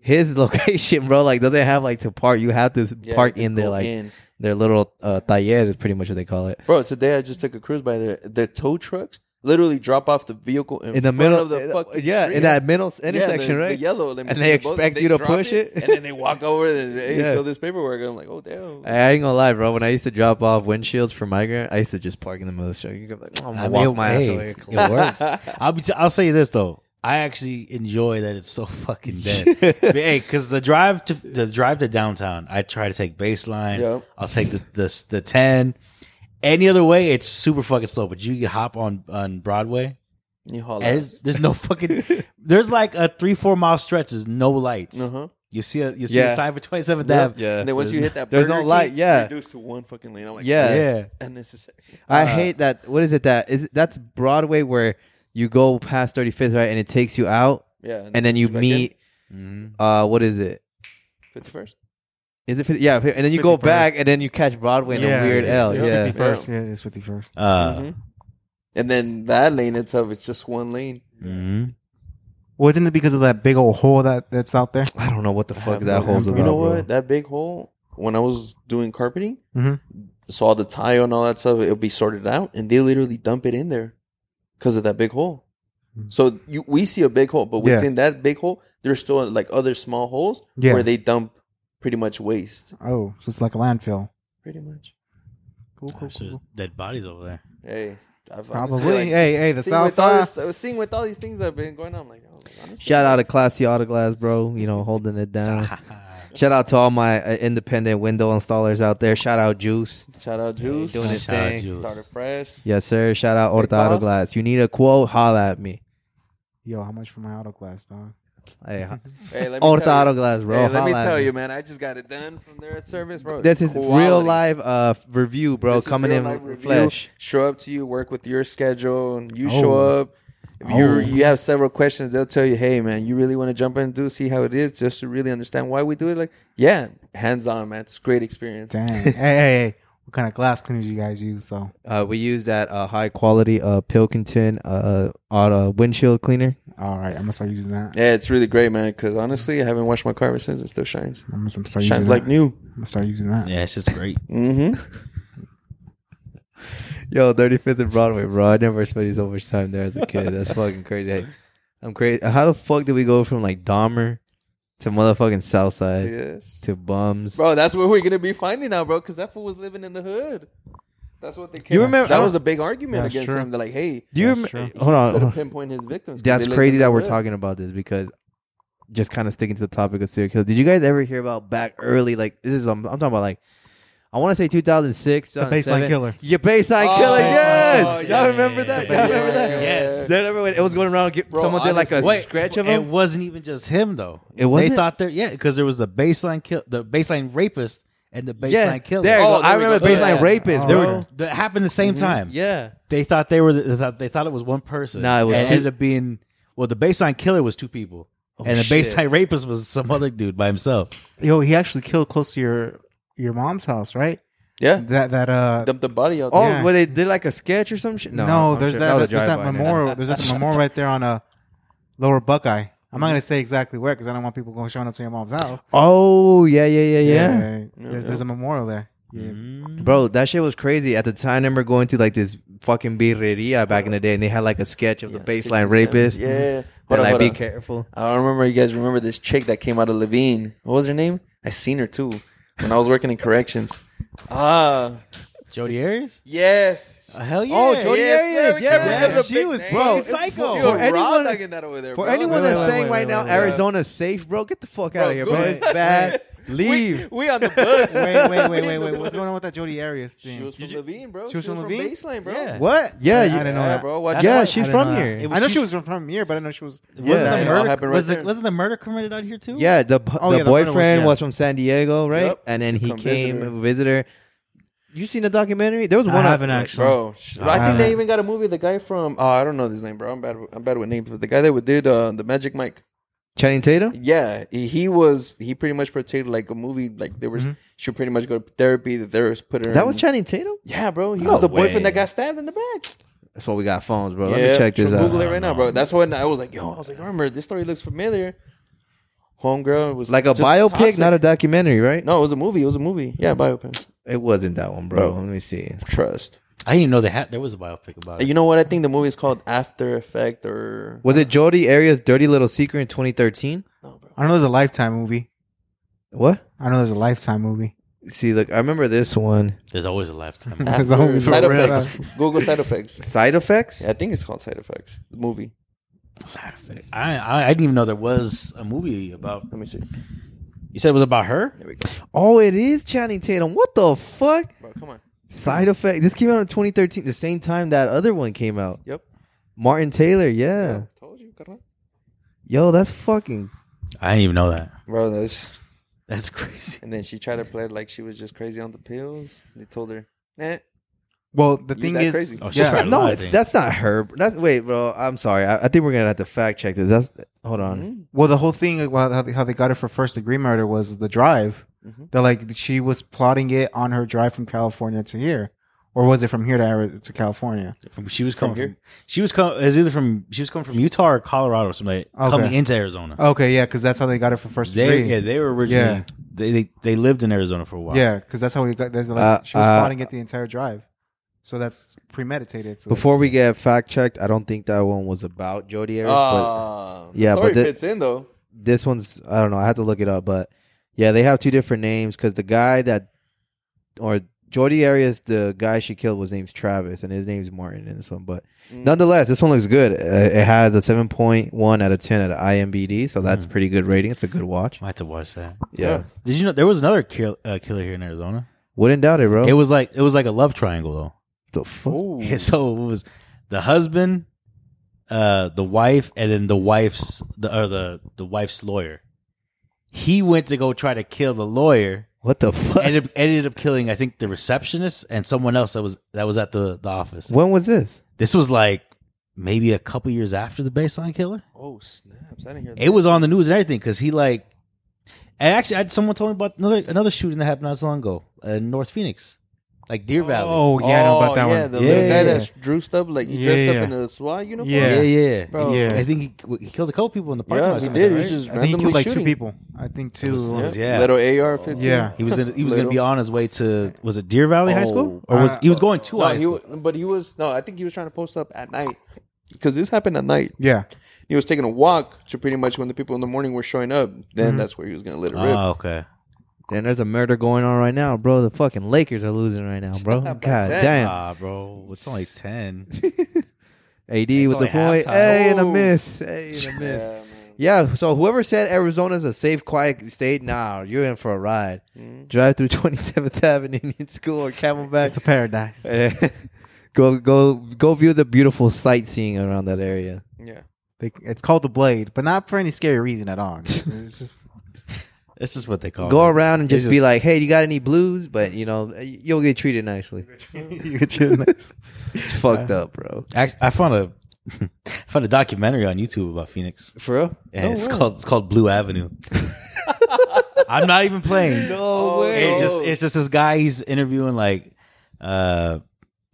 Speaker 2: his location, bro, like doesn't have like to park. You have to s-
Speaker 5: Yeah,
Speaker 2: park
Speaker 5: they
Speaker 2: in their
Speaker 5: go
Speaker 2: like their little uh, taller is pretty much what they call it.
Speaker 5: Bro, today I just took a cruise by there. The tow trucks literally drop off the vehicle in,
Speaker 2: In the
Speaker 5: front
Speaker 2: middle,
Speaker 5: of the
Speaker 2: uh,
Speaker 5: fucking
Speaker 2: yeah,
Speaker 5: street.
Speaker 2: in that middle s-
Speaker 5: Yeah, the-
Speaker 2: intersection,
Speaker 5: the
Speaker 2: right?
Speaker 5: yellow, let me
Speaker 2: And
Speaker 5: see
Speaker 2: they
Speaker 5: the boat.
Speaker 2: expect you to
Speaker 5: drop
Speaker 2: push it.
Speaker 5: and then they walk over and they, hey,
Speaker 2: Yeah.
Speaker 5: fill this paperwork. I'm like, oh damn.
Speaker 2: I ain't gonna lie, bro. When I used to drop off windshields for migrant, I used to just park in the middle of the street. You could, like, I'm gonna
Speaker 6: I mean,
Speaker 2: walk my ass
Speaker 6: hey,
Speaker 2: away.
Speaker 6: it works. I'll be. T- I'll say this though. I actually enjoy that it's so fucking dead. but, hey, because the drive to the drive to downtown, I try to take baseline.
Speaker 5: Yep.
Speaker 6: I'll take the, the the ten. Any other way, it's super fucking slow. But you can hop on on Broadway.
Speaker 5: And you haul
Speaker 6: and it's- there's no fucking. there's like a three four mile stretch. There's no lights.
Speaker 5: Uh huh.
Speaker 6: You see a you see
Speaker 2: Uh-huh. Yeah.
Speaker 6: a sign for twenty seventh
Speaker 5: Yep.
Speaker 6: Ave.
Speaker 2: Yeah,
Speaker 5: And then once you hit that,
Speaker 2: there's
Speaker 5: Burger
Speaker 2: no light.
Speaker 5: King,
Speaker 2: Yeah.
Speaker 5: reduced to one fucking lane. I'm like,
Speaker 2: Yeah.
Speaker 6: Yeah.
Speaker 5: unnecessary.
Speaker 2: I
Speaker 6: Uh,
Speaker 2: hate that. What is it that is? It, that's Broadway where you go past 35th, right, and it takes you out,
Speaker 5: Yeah,
Speaker 2: and then you
Speaker 5: back in.
Speaker 2: meet.
Speaker 6: Mhm.
Speaker 2: Uh, what is it?
Speaker 5: Fifty first.
Speaker 2: Is it? 50, yeah, and then you go back,
Speaker 4: 51st.
Speaker 2: and then you catch Broadway in a weird
Speaker 4: it's,
Speaker 2: L.
Speaker 4: It's
Speaker 2: Yeah,
Speaker 4: 51st. Yeah, it is 51st.
Speaker 6: Uh,
Speaker 5: Mhm. And then that lane itself, it's just one lane.
Speaker 2: Mm-hmm.
Speaker 6: mhm.
Speaker 4: Wasn't it because of that big old hole that, that's out there?
Speaker 2: I don't know what the fuck
Speaker 5: have
Speaker 2: that
Speaker 4: no
Speaker 2: hole's about.
Speaker 4: idea.
Speaker 5: You know
Speaker 2: bro.
Speaker 5: what? That big hole. When I was doing carpeting,
Speaker 4: Mhm.
Speaker 5: so all the tile and all that stuff, it'll be sorted out, and they literally dump it in there because of that big hole. So you, we see a big hole, but
Speaker 4: Mm. Yeah.
Speaker 5: within that big hole, there's still like other small holes
Speaker 4: Yeah.
Speaker 5: where they dump pretty much waste.
Speaker 4: Oh, so it's like a landfill.
Speaker 5: Pretty much.
Speaker 4: Cool,
Speaker 6: Gosh, there's dead bodies over there.
Speaker 5: Hey, I've honestly,
Speaker 4: Probably.
Speaker 5: like,
Speaker 4: hey, hey, the
Speaker 5: seen
Speaker 4: South
Speaker 5: with all
Speaker 4: Side.
Speaker 5: this-
Speaker 2: uh,
Speaker 5: I was seeing with all these things that have been going on. I'm like, oh, honestly,
Speaker 2: Shout out to Classy Auto Glass, bro. You know, holding it down. Shout out to all my uh, independent window installers out there. Shout out Juice.
Speaker 5: shout out Juice.
Speaker 2: doing his
Speaker 6: Shout out
Speaker 2: thing.
Speaker 6: Jules.
Speaker 5: Started fresh.
Speaker 2: Yes, sir. Shout out Orta
Speaker 5: boss.
Speaker 2: Auto Glass. You need a quote? Holla at me.
Speaker 4: Yo, how much for my auto glass, dog?
Speaker 2: Hey, ho-
Speaker 5: Hey, let me
Speaker 2: Orta
Speaker 5: tell
Speaker 2: Auto
Speaker 5: you,
Speaker 2: Glass, bro.
Speaker 5: hey, let me
Speaker 2: Holla at
Speaker 5: tell you, man. I just got it done from there at service, bro.
Speaker 2: This is real
Speaker 5: Quality.
Speaker 2: live uh, f- review, bro.
Speaker 5: This is
Speaker 2: coming
Speaker 5: real
Speaker 2: in
Speaker 5: life review.
Speaker 2: flesh.
Speaker 5: Show up to you, work with your schedule, and you show up. If you
Speaker 4: Oh.
Speaker 5: are you have several questions, they'll tell you, "Hey, man, you really want to jump in and do see how it is, just to really understand why we do it." Like, yeah, hands on, man. It's a great experience.
Speaker 4: Dang. hey, hey, hey, what kind of glass cleaners you guys use? So
Speaker 2: Uh, we use that uh, high quality uh, Pilkington uh, auto windshield cleaner.
Speaker 4: all right, I'm gonna start using that.
Speaker 5: Yeah, it's really great, man. Because honestly, I haven't washed my car ever since. It still shines.
Speaker 4: I'm gonna start using
Speaker 5: Shines
Speaker 4: that.
Speaker 5: like new.
Speaker 4: I'm gonna start using that.
Speaker 6: Yeah, it's just great.
Speaker 5: Mm-hmm.
Speaker 2: Yo, 35th and Broadway, bro. I never spent so much time there as a kid. That's fucking crazy. Hey, I'm crazy. How the fuck did we go from like Dahmer to motherfucking Southside
Speaker 5: Yes,
Speaker 2: to bums?
Speaker 5: bro. That's where we're gonna be finding out, bro. Because that fool was living in the hood. That's what they. Kept.
Speaker 2: remember-
Speaker 5: that was a big argument
Speaker 4: That's
Speaker 5: against
Speaker 4: true.
Speaker 5: him. They're like, "Hey,
Speaker 2: Do you
Speaker 4: That's
Speaker 2: remember?
Speaker 4: true.
Speaker 2: Hold on.
Speaker 5: better
Speaker 2: hold on.
Speaker 5: pinpoint his victims." 'cause
Speaker 2: That's
Speaker 5: they lived
Speaker 2: crazy
Speaker 5: in the
Speaker 2: that we're
Speaker 5: hood.
Speaker 2: talking about this because just kind of sticking to the topic of serial killers. Did you guys ever hear about back early? Like this is I'm, I'm talking about like I want to say 2006,
Speaker 4: The baseline
Speaker 2: 2007.
Speaker 4: killer.
Speaker 2: Your baseline
Speaker 5: Oh,
Speaker 2: killer,
Speaker 5: baseline
Speaker 2: yes.
Speaker 5: killer,
Speaker 2: Y'all
Speaker 5: yeah,
Speaker 2: remember
Speaker 6: yeah,
Speaker 2: that?
Speaker 5: yeah,
Speaker 2: Y'all
Speaker 5: yeah,
Speaker 2: remember that?
Speaker 5: yeah,
Speaker 6: Yes.
Speaker 2: They remember when it was going around. get-
Speaker 5: Bro,
Speaker 2: someone did like a
Speaker 5: honestly-
Speaker 2: scratch of
Speaker 6: it
Speaker 2: him.
Speaker 6: wasn't even just him though.
Speaker 2: It wasn't?
Speaker 6: They thought there, yeah, because there was the baseline kill, the baseline rapist, and the baseline
Speaker 2: yeah,
Speaker 6: killer.
Speaker 2: there. you Mm-hmm.
Speaker 5: Oh,
Speaker 2: go. I
Speaker 5: there we
Speaker 2: remember
Speaker 5: go.
Speaker 2: baseline
Speaker 5: Yeah.
Speaker 2: rapist,
Speaker 4: Oh,
Speaker 6: They
Speaker 2: bro.
Speaker 6: were that happened the same time.
Speaker 2: Yeah,
Speaker 6: They thought they were. They thought, they thought it was one person.
Speaker 2: Nah, it was
Speaker 6: And
Speaker 2: two-
Speaker 6: ended up being well. The baseline killer was two people, and the
Speaker 2: shit.
Speaker 6: baseline rapist was some other dude by himself.
Speaker 4: Yo, he actually killed close to your your mom's house, right?
Speaker 5: Yeah,
Speaker 4: That that uh
Speaker 5: dumped the body out.
Speaker 2: Oh,
Speaker 5: there.
Speaker 4: Yeah.
Speaker 2: well, they did like a sketch or some shit. No,
Speaker 4: no,
Speaker 2: I'm
Speaker 4: there's
Speaker 2: sure-
Speaker 4: that,
Speaker 2: was a
Speaker 4: there's that
Speaker 2: drive-by, nigga.
Speaker 4: memorial there's that memorial right there on a Mm-hmm. lower Buckeye. I'm not gonna say exactly where because I don't want people going showing up to your mom's house. uh,
Speaker 2: Oh yeah, yeah, yeah, yeah.
Speaker 4: There's there's a memorial there. Yeah.
Speaker 2: Bro, that shit was crazy. At the time, I remember going to like this fucking birreria back in the day, and they had like a sketch of the
Speaker 5: Yeah,
Speaker 2: baseline
Speaker 5: 67.
Speaker 2: rapist.
Speaker 5: Yeah,
Speaker 2: but
Speaker 5: Hold on,
Speaker 2: like,
Speaker 5: hold
Speaker 2: be
Speaker 5: on.
Speaker 2: careful.
Speaker 5: I don't remember you guys remember this chick that came out of Levine. What was her name? I seen her too when I was working in corrections. Ah,
Speaker 6: Jody Arias.
Speaker 5: yes.
Speaker 6: Uh, hell yeah!
Speaker 2: Oh, Jody
Speaker 5: Yes, sir,
Speaker 2: Arias.
Speaker 5: we
Speaker 2: Yeah,
Speaker 5: can't
Speaker 2: yeah,
Speaker 5: remember the
Speaker 6: she
Speaker 5: big
Speaker 6: was
Speaker 5: name.
Speaker 6: fucking
Speaker 5: It's-
Speaker 6: psycho.
Speaker 5: She
Speaker 2: For
Speaker 5: was raw
Speaker 2: anyone-
Speaker 5: dogging that over there,
Speaker 2: For
Speaker 5: bro.
Speaker 2: anyone
Speaker 4: wait,
Speaker 2: that's
Speaker 4: wait,
Speaker 2: saying
Speaker 4: wait,
Speaker 2: right
Speaker 4: wait,
Speaker 2: now
Speaker 4: wait.
Speaker 2: Arizona's safe, bro, get the fuck out of here,
Speaker 5: go
Speaker 2: bro.
Speaker 5: ahead.
Speaker 2: It's bad.
Speaker 5: We-
Speaker 2: Leave.
Speaker 5: We, on the books.
Speaker 4: Wait, wait, wait, wait, wait. What's going on with that Jody Arias
Speaker 5: She
Speaker 4: thing?
Speaker 5: was from Levine, bro.
Speaker 4: she was from Levine?
Speaker 5: Baseline, bro.
Speaker 6: Yeah.
Speaker 4: what?
Speaker 2: Yeah,
Speaker 4: I,
Speaker 2: you-
Speaker 4: I didn't know
Speaker 5: Yeah,
Speaker 4: that.
Speaker 5: bro. Watch
Speaker 2: Yeah,
Speaker 5: out.
Speaker 2: she's
Speaker 4: I didn't
Speaker 2: from
Speaker 4: know that.
Speaker 2: here.
Speaker 4: I know she was from here, but I didn't know she was.
Speaker 2: Yeah.
Speaker 6: Wasn't
Speaker 5: It
Speaker 6: the
Speaker 5: all
Speaker 6: murder,
Speaker 5: happened right
Speaker 6: was the,
Speaker 5: there.
Speaker 6: wasn't the murder committed out here too?
Speaker 2: Yeah, the bu-
Speaker 4: Oh,
Speaker 2: the
Speaker 4: yeah, the brother was-
Speaker 2: boyfriend
Speaker 4: yeah.
Speaker 2: was, from San Diego, right?
Speaker 5: Yep.
Speaker 2: And then he
Speaker 5: Come
Speaker 2: came
Speaker 5: visitor.
Speaker 2: visitor. You seen the documentary? There was one.
Speaker 4: I
Speaker 2: of-
Speaker 4: haven't actually.
Speaker 5: Bro, sh- I
Speaker 4: haven't.
Speaker 5: think they even got a movie. The guy from oh, I don't know his name, bro. I'm bad. with- I'm bad with names. But the guy that would did uh, the Magic Mike.
Speaker 2: Channing Tatum.
Speaker 5: Yeah, he he was he pretty much portrayed like a movie. Like there was
Speaker 4: Mm-hmm.
Speaker 5: she would pretty much go to therapy. The therapist put her.
Speaker 2: That
Speaker 5: in-
Speaker 2: was Channing Tatum.
Speaker 5: Yeah, bro. He
Speaker 2: No
Speaker 5: was the
Speaker 2: way.
Speaker 5: boyfriend that got stabbed in the back.
Speaker 2: That's why we got phones, bro. Let
Speaker 5: Yeah,
Speaker 2: me check this
Speaker 5: so
Speaker 2: out.
Speaker 5: Google it right now, bro. That's when I was like, yo, I was like, I remember this story looks familiar. Homegirl was
Speaker 2: Like a
Speaker 5: just
Speaker 2: biopic,
Speaker 5: toxic.
Speaker 2: not a documentary, right?
Speaker 5: no, it was a movie. It was a movie. Yeah, biopic.
Speaker 2: It wasn't that one, bro.
Speaker 5: Bro.
Speaker 2: Let me see.
Speaker 5: Trust.
Speaker 6: I didn't even know they had. There was a biopic about it.
Speaker 5: Uh, You know what? I think the movie is called After Effect or
Speaker 2: Was it Jody Arias' Dirty Little Secret in 2013?
Speaker 4: I know there's a Lifetime movie.
Speaker 2: What?
Speaker 4: I know there's a Lifetime movie.
Speaker 2: See, look, I remember this one.
Speaker 6: There's always a lifetime.
Speaker 4: It's
Speaker 5: After
Speaker 4: always
Speaker 5: Side
Speaker 4: a red
Speaker 5: Effects. Google Side Effects.
Speaker 2: Side effects?
Speaker 5: Yeah, I think it's called Side Effects. The movie.
Speaker 6: Side effect. I, I I didn't even know there was a movie about.
Speaker 5: Let me see.
Speaker 6: You said it was about her.
Speaker 5: There we go.
Speaker 2: Oh, it is Channing Tatum. What the fuck?
Speaker 5: Bro, come on.
Speaker 2: Side effect. This came out in 2013, the same time that other one came out.
Speaker 5: Yep.
Speaker 2: Martin Taylor, yeah.
Speaker 5: Told you, carnal.
Speaker 2: Yo, that's fucking.
Speaker 6: I didn't even know that.
Speaker 5: bro. That's
Speaker 6: That's crazy.
Speaker 5: and then she tried to play it like she was just crazy on the pills. They told her, eh.
Speaker 4: Well, the
Speaker 5: You
Speaker 4: thing
Speaker 5: that
Speaker 4: is,
Speaker 5: crazy?
Speaker 6: Oh, she's
Speaker 4: yeah,
Speaker 6: right.
Speaker 2: No,
Speaker 6: lot of
Speaker 2: it's-
Speaker 6: things.
Speaker 2: that's not her. That's wait, bro. I'm sorry. I, I think we're gonna have to fact check this. That's hold on.
Speaker 5: Mhm.
Speaker 4: Well, the whole thing about how they, how they got her for first degree murder was the drive.
Speaker 5: Mhm.
Speaker 4: They're like she was plotting it on her drive from California to here, or was it from here to Ari- to California?
Speaker 6: From, she was coming
Speaker 5: From
Speaker 6: from,
Speaker 5: here?
Speaker 6: she was coming is either from she was coming from Utah or Colorado or something like
Speaker 4: Okay.
Speaker 6: coming into Arizona.
Speaker 4: Okay, yeah, because that's how they got her for first
Speaker 6: they
Speaker 4: degree.
Speaker 6: yeah, they were originally
Speaker 4: Yeah.
Speaker 6: they, they they lived in Arizona for a while.
Speaker 4: yeah, because that's how we got. That's like,
Speaker 2: Uh,
Speaker 4: she was
Speaker 2: uh,
Speaker 4: plotting it the entire drive, so that's premeditated. So
Speaker 2: Before we get fact checked, I don't think that one was about Jody Arias, but
Speaker 5: Ah,
Speaker 2: yeah,
Speaker 5: yeah, story
Speaker 2: but the-
Speaker 5: fits in though.
Speaker 2: this one's I don't know. I had to look it up, but yeah, they have two different names because the guy that or Jordy Arias, the guy she killed, was named Travis, and his name's Martin in this one. But nonetheless, this one looks good. Uh, It has a 7.1 out of 10 at IMBD, so that's pretty good rating. It's a good watch.
Speaker 6: I had to watch that.
Speaker 2: Yeah.
Speaker 6: Did you know there was another kill, uh, killer here in Arizona?
Speaker 2: Wouldn't doubt it, bro.
Speaker 6: It was like it was like a love triangle though.
Speaker 2: the fuck?
Speaker 6: So it was the husband, uh, the wife, and then the wife's the or the the wife's lawyer. He went to go try to kill the lawyer.
Speaker 2: What the fuck?
Speaker 6: Ended up, ended up killing, I think, the receptionist and someone else that was that was at the, the office.
Speaker 2: when was this?
Speaker 6: This was like maybe a couple years after the baseline killer.
Speaker 5: Oh snaps! I didn't hear.
Speaker 6: It was on the news and everything because he like, and actually, I, someone told me about another another shooting that happened not so long ago uh, in North Phoenix, like Deer Valley.
Speaker 4: Oh yeah, I know about that
Speaker 5: yeah,
Speaker 4: one.
Speaker 5: The little
Speaker 4: Yeah,
Speaker 5: guy
Speaker 4: yeah,
Speaker 5: that's dressed up like he
Speaker 4: Yeah,
Speaker 5: dressed
Speaker 4: yeah.
Speaker 5: up in a SWAT uniform.
Speaker 6: yeah,
Speaker 4: Yeah.
Speaker 6: yeah.
Speaker 5: Bro.
Speaker 4: Yeah.
Speaker 6: I think he, he killed a couple people in the parking
Speaker 5: Yeah,
Speaker 6: lot. or something
Speaker 5: he
Speaker 6: like
Speaker 5: did. He
Speaker 6: that,
Speaker 5: was
Speaker 6: right?
Speaker 5: just
Speaker 4: I think he
Speaker 5: randomly
Speaker 4: killed like
Speaker 5: shooting.
Speaker 4: two people. I think two.
Speaker 6: was-
Speaker 4: uh,
Speaker 6: it was-
Speaker 5: Yeah.
Speaker 6: Yeah.
Speaker 5: Little AR-15.
Speaker 4: Yeah.
Speaker 6: He was in, he was
Speaker 5: Little-
Speaker 6: going to be on his way to was it Deer Valley High School
Speaker 5: Oh.
Speaker 6: or was he was going to
Speaker 5: No,
Speaker 6: high
Speaker 5: he,
Speaker 6: school?
Speaker 5: wa- but he was no. I think he was trying to post up at night because this happened at night.
Speaker 4: yeah.
Speaker 5: He was taking a walk to pretty much when the people in the morning were showing up.
Speaker 2: Mm-hmm.
Speaker 5: Then that's where he was gonna let it
Speaker 2: Ah.
Speaker 5: rip.
Speaker 6: Oh, okay.
Speaker 2: And there's a murder going on right now, bro. The fucking Lakers are losing right now, bro. God
Speaker 5: ten.
Speaker 2: damn.
Speaker 6: Ah, bro, it's only ten.
Speaker 2: AD with the
Speaker 6: only
Speaker 2: point.
Speaker 6: halftime.
Speaker 2: Hey, and a
Speaker 5: Oh.
Speaker 2: miss. Hey, and a miss.
Speaker 5: Yeah,
Speaker 2: Yeah, so whoever said Arizona's a safe, quiet state, nah, you're in for a ride. Drive through 27th Avenue, Indian School, or
Speaker 4: It's a
Speaker 2: Camelback.
Speaker 4: paradise.
Speaker 2: Eh, go, go, go view the beautiful sightseeing around that area.
Speaker 5: man. yeah.
Speaker 4: They, it's called the blade, but not for any scary reason at all. It's, it's just
Speaker 6: This is what they call.
Speaker 2: Go
Speaker 6: it.
Speaker 2: around and
Speaker 6: They
Speaker 2: just, be like, hey, you got any blues? But, you know, eh, you'll get treated nicely.
Speaker 4: you get your next-
Speaker 2: It's fucked up, bro.
Speaker 6: Act- I found a I found a documentary on YouTube about Phoenix.
Speaker 2: For real?
Speaker 6: Yeah, it's called it's called Blue Avenue. I'm not even playing.
Speaker 2: No way.
Speaker 6: It's just it's just this guy. He's interviewing like uh,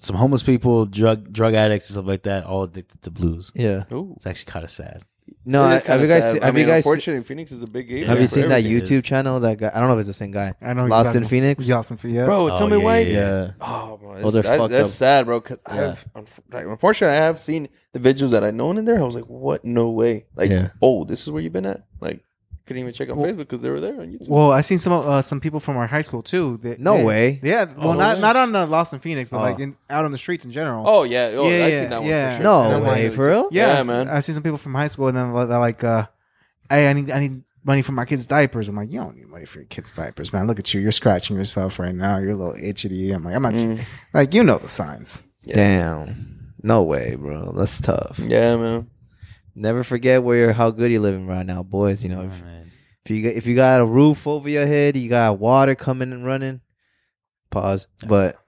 Speaker 6: some homeless people, drug drug addicts, and stuff like that, all addicted to blues.
Speaker 2: yeah.
Speaker 5: Ooh.
Speaker 6: It's actually kind of sad.
Speaker 2: No, I,
Speaker 5: It is
Speaker 2: have
Speaker 5: kinda
Speaker 2: you guys,
Speaker 5: sad.
Speaker 2: se-
Speaker 5: I
Speaker 2: have
Speaker 5: mean,
Speaker 2: you guys, se-
Speaker 5: unfortunately, Phoenix is a big game.
Speaker 2: have you seen that
Speaker 6: everything is.
Speaker 2: YouTube channel? That guy, I don't know if it's the same guy.
Speaker 4: I know
Speaker 2: Lost
Speaker 4: exactly.
Speaker 2: in Phoenix?
Speaker 4: Lost in Phoenix. Yeah.
Speaker 5: Bro,
Speaker 6: Oh,
Speaker 5: tell me
Speaker 6: yeah,
Speaker 5: why.
Speaker 6: yeah,
Speaker 2: yeah.
Speaker 5: Oh, bro,
Speaker 2: Oh,
Speaker 5: that's,
Speaker 2: they're
Speaker 5: that-
Speaker 2: fucked
Speaker 5: that's
Speaker 2: up.
Speaker 5: sad, bro. Because
Speaker 6: Yeah.
Speaker 5: I've unf- like, unfortunately, I have seen the videos that I known in there. I was like, what? No way. Like,
Speaker 6: Yeah.
Speaker 5: oh, this is where you've been at. Like, couldn't even check on Facebook because they were there on YouTube.
Speaker 4: Well, I seen some uh, some people from our high school too. That,
Speaker 2: No
Speaker 4: they-
Speaker 2: way.
Speaker 4: Yeah, well,
Speaker 5: no
Speaker 4: not
Speaker 5: way.
Speaker 4: not on the Lost in Phoenix, but
Speaker 2: Oh.
Speaker 4: like in, out on the streets in general.
Speaker 5: oh yeah, oh,
Speaker 4: Yeah,
Speaker 5: I
Speaker 4: yeah,
Speaker 5: seen that one
Speaker 4: yeah.
Speaker 5: for sure.
Speaker 2: No
Speaker 5: And I'm
Speaker 2: way,
Speaker 5: like,
Speaker 2: for real?
Speaker 5: Yeah,
Speaker 4: yeah,
Speaker 5: man.
Speaker 4: man. I seen some people from high school, and then they're like, uh, "Hey, I need I need money for my kids' diapers." I'm like, "You don't need money for your kids' diapers, man. Look at you, you're scratching yourself right now. You're a little itchy." I'm like, "I'm not
Speaker 5: Mm.
Speaker 4: like you know the signs."
Speaker 2: Damn. No way, bro. That's tough.
Speaker 5: Yeah, man.
Speaker 2: Never forget where you're, how good you're living right now, boys. You know,
Speaker 6: Oh,
Speaker 2: if,
Speaker 6: man.
Speaker 2: if you got- if you got a roof over your head, you got water coming and running. Pause. But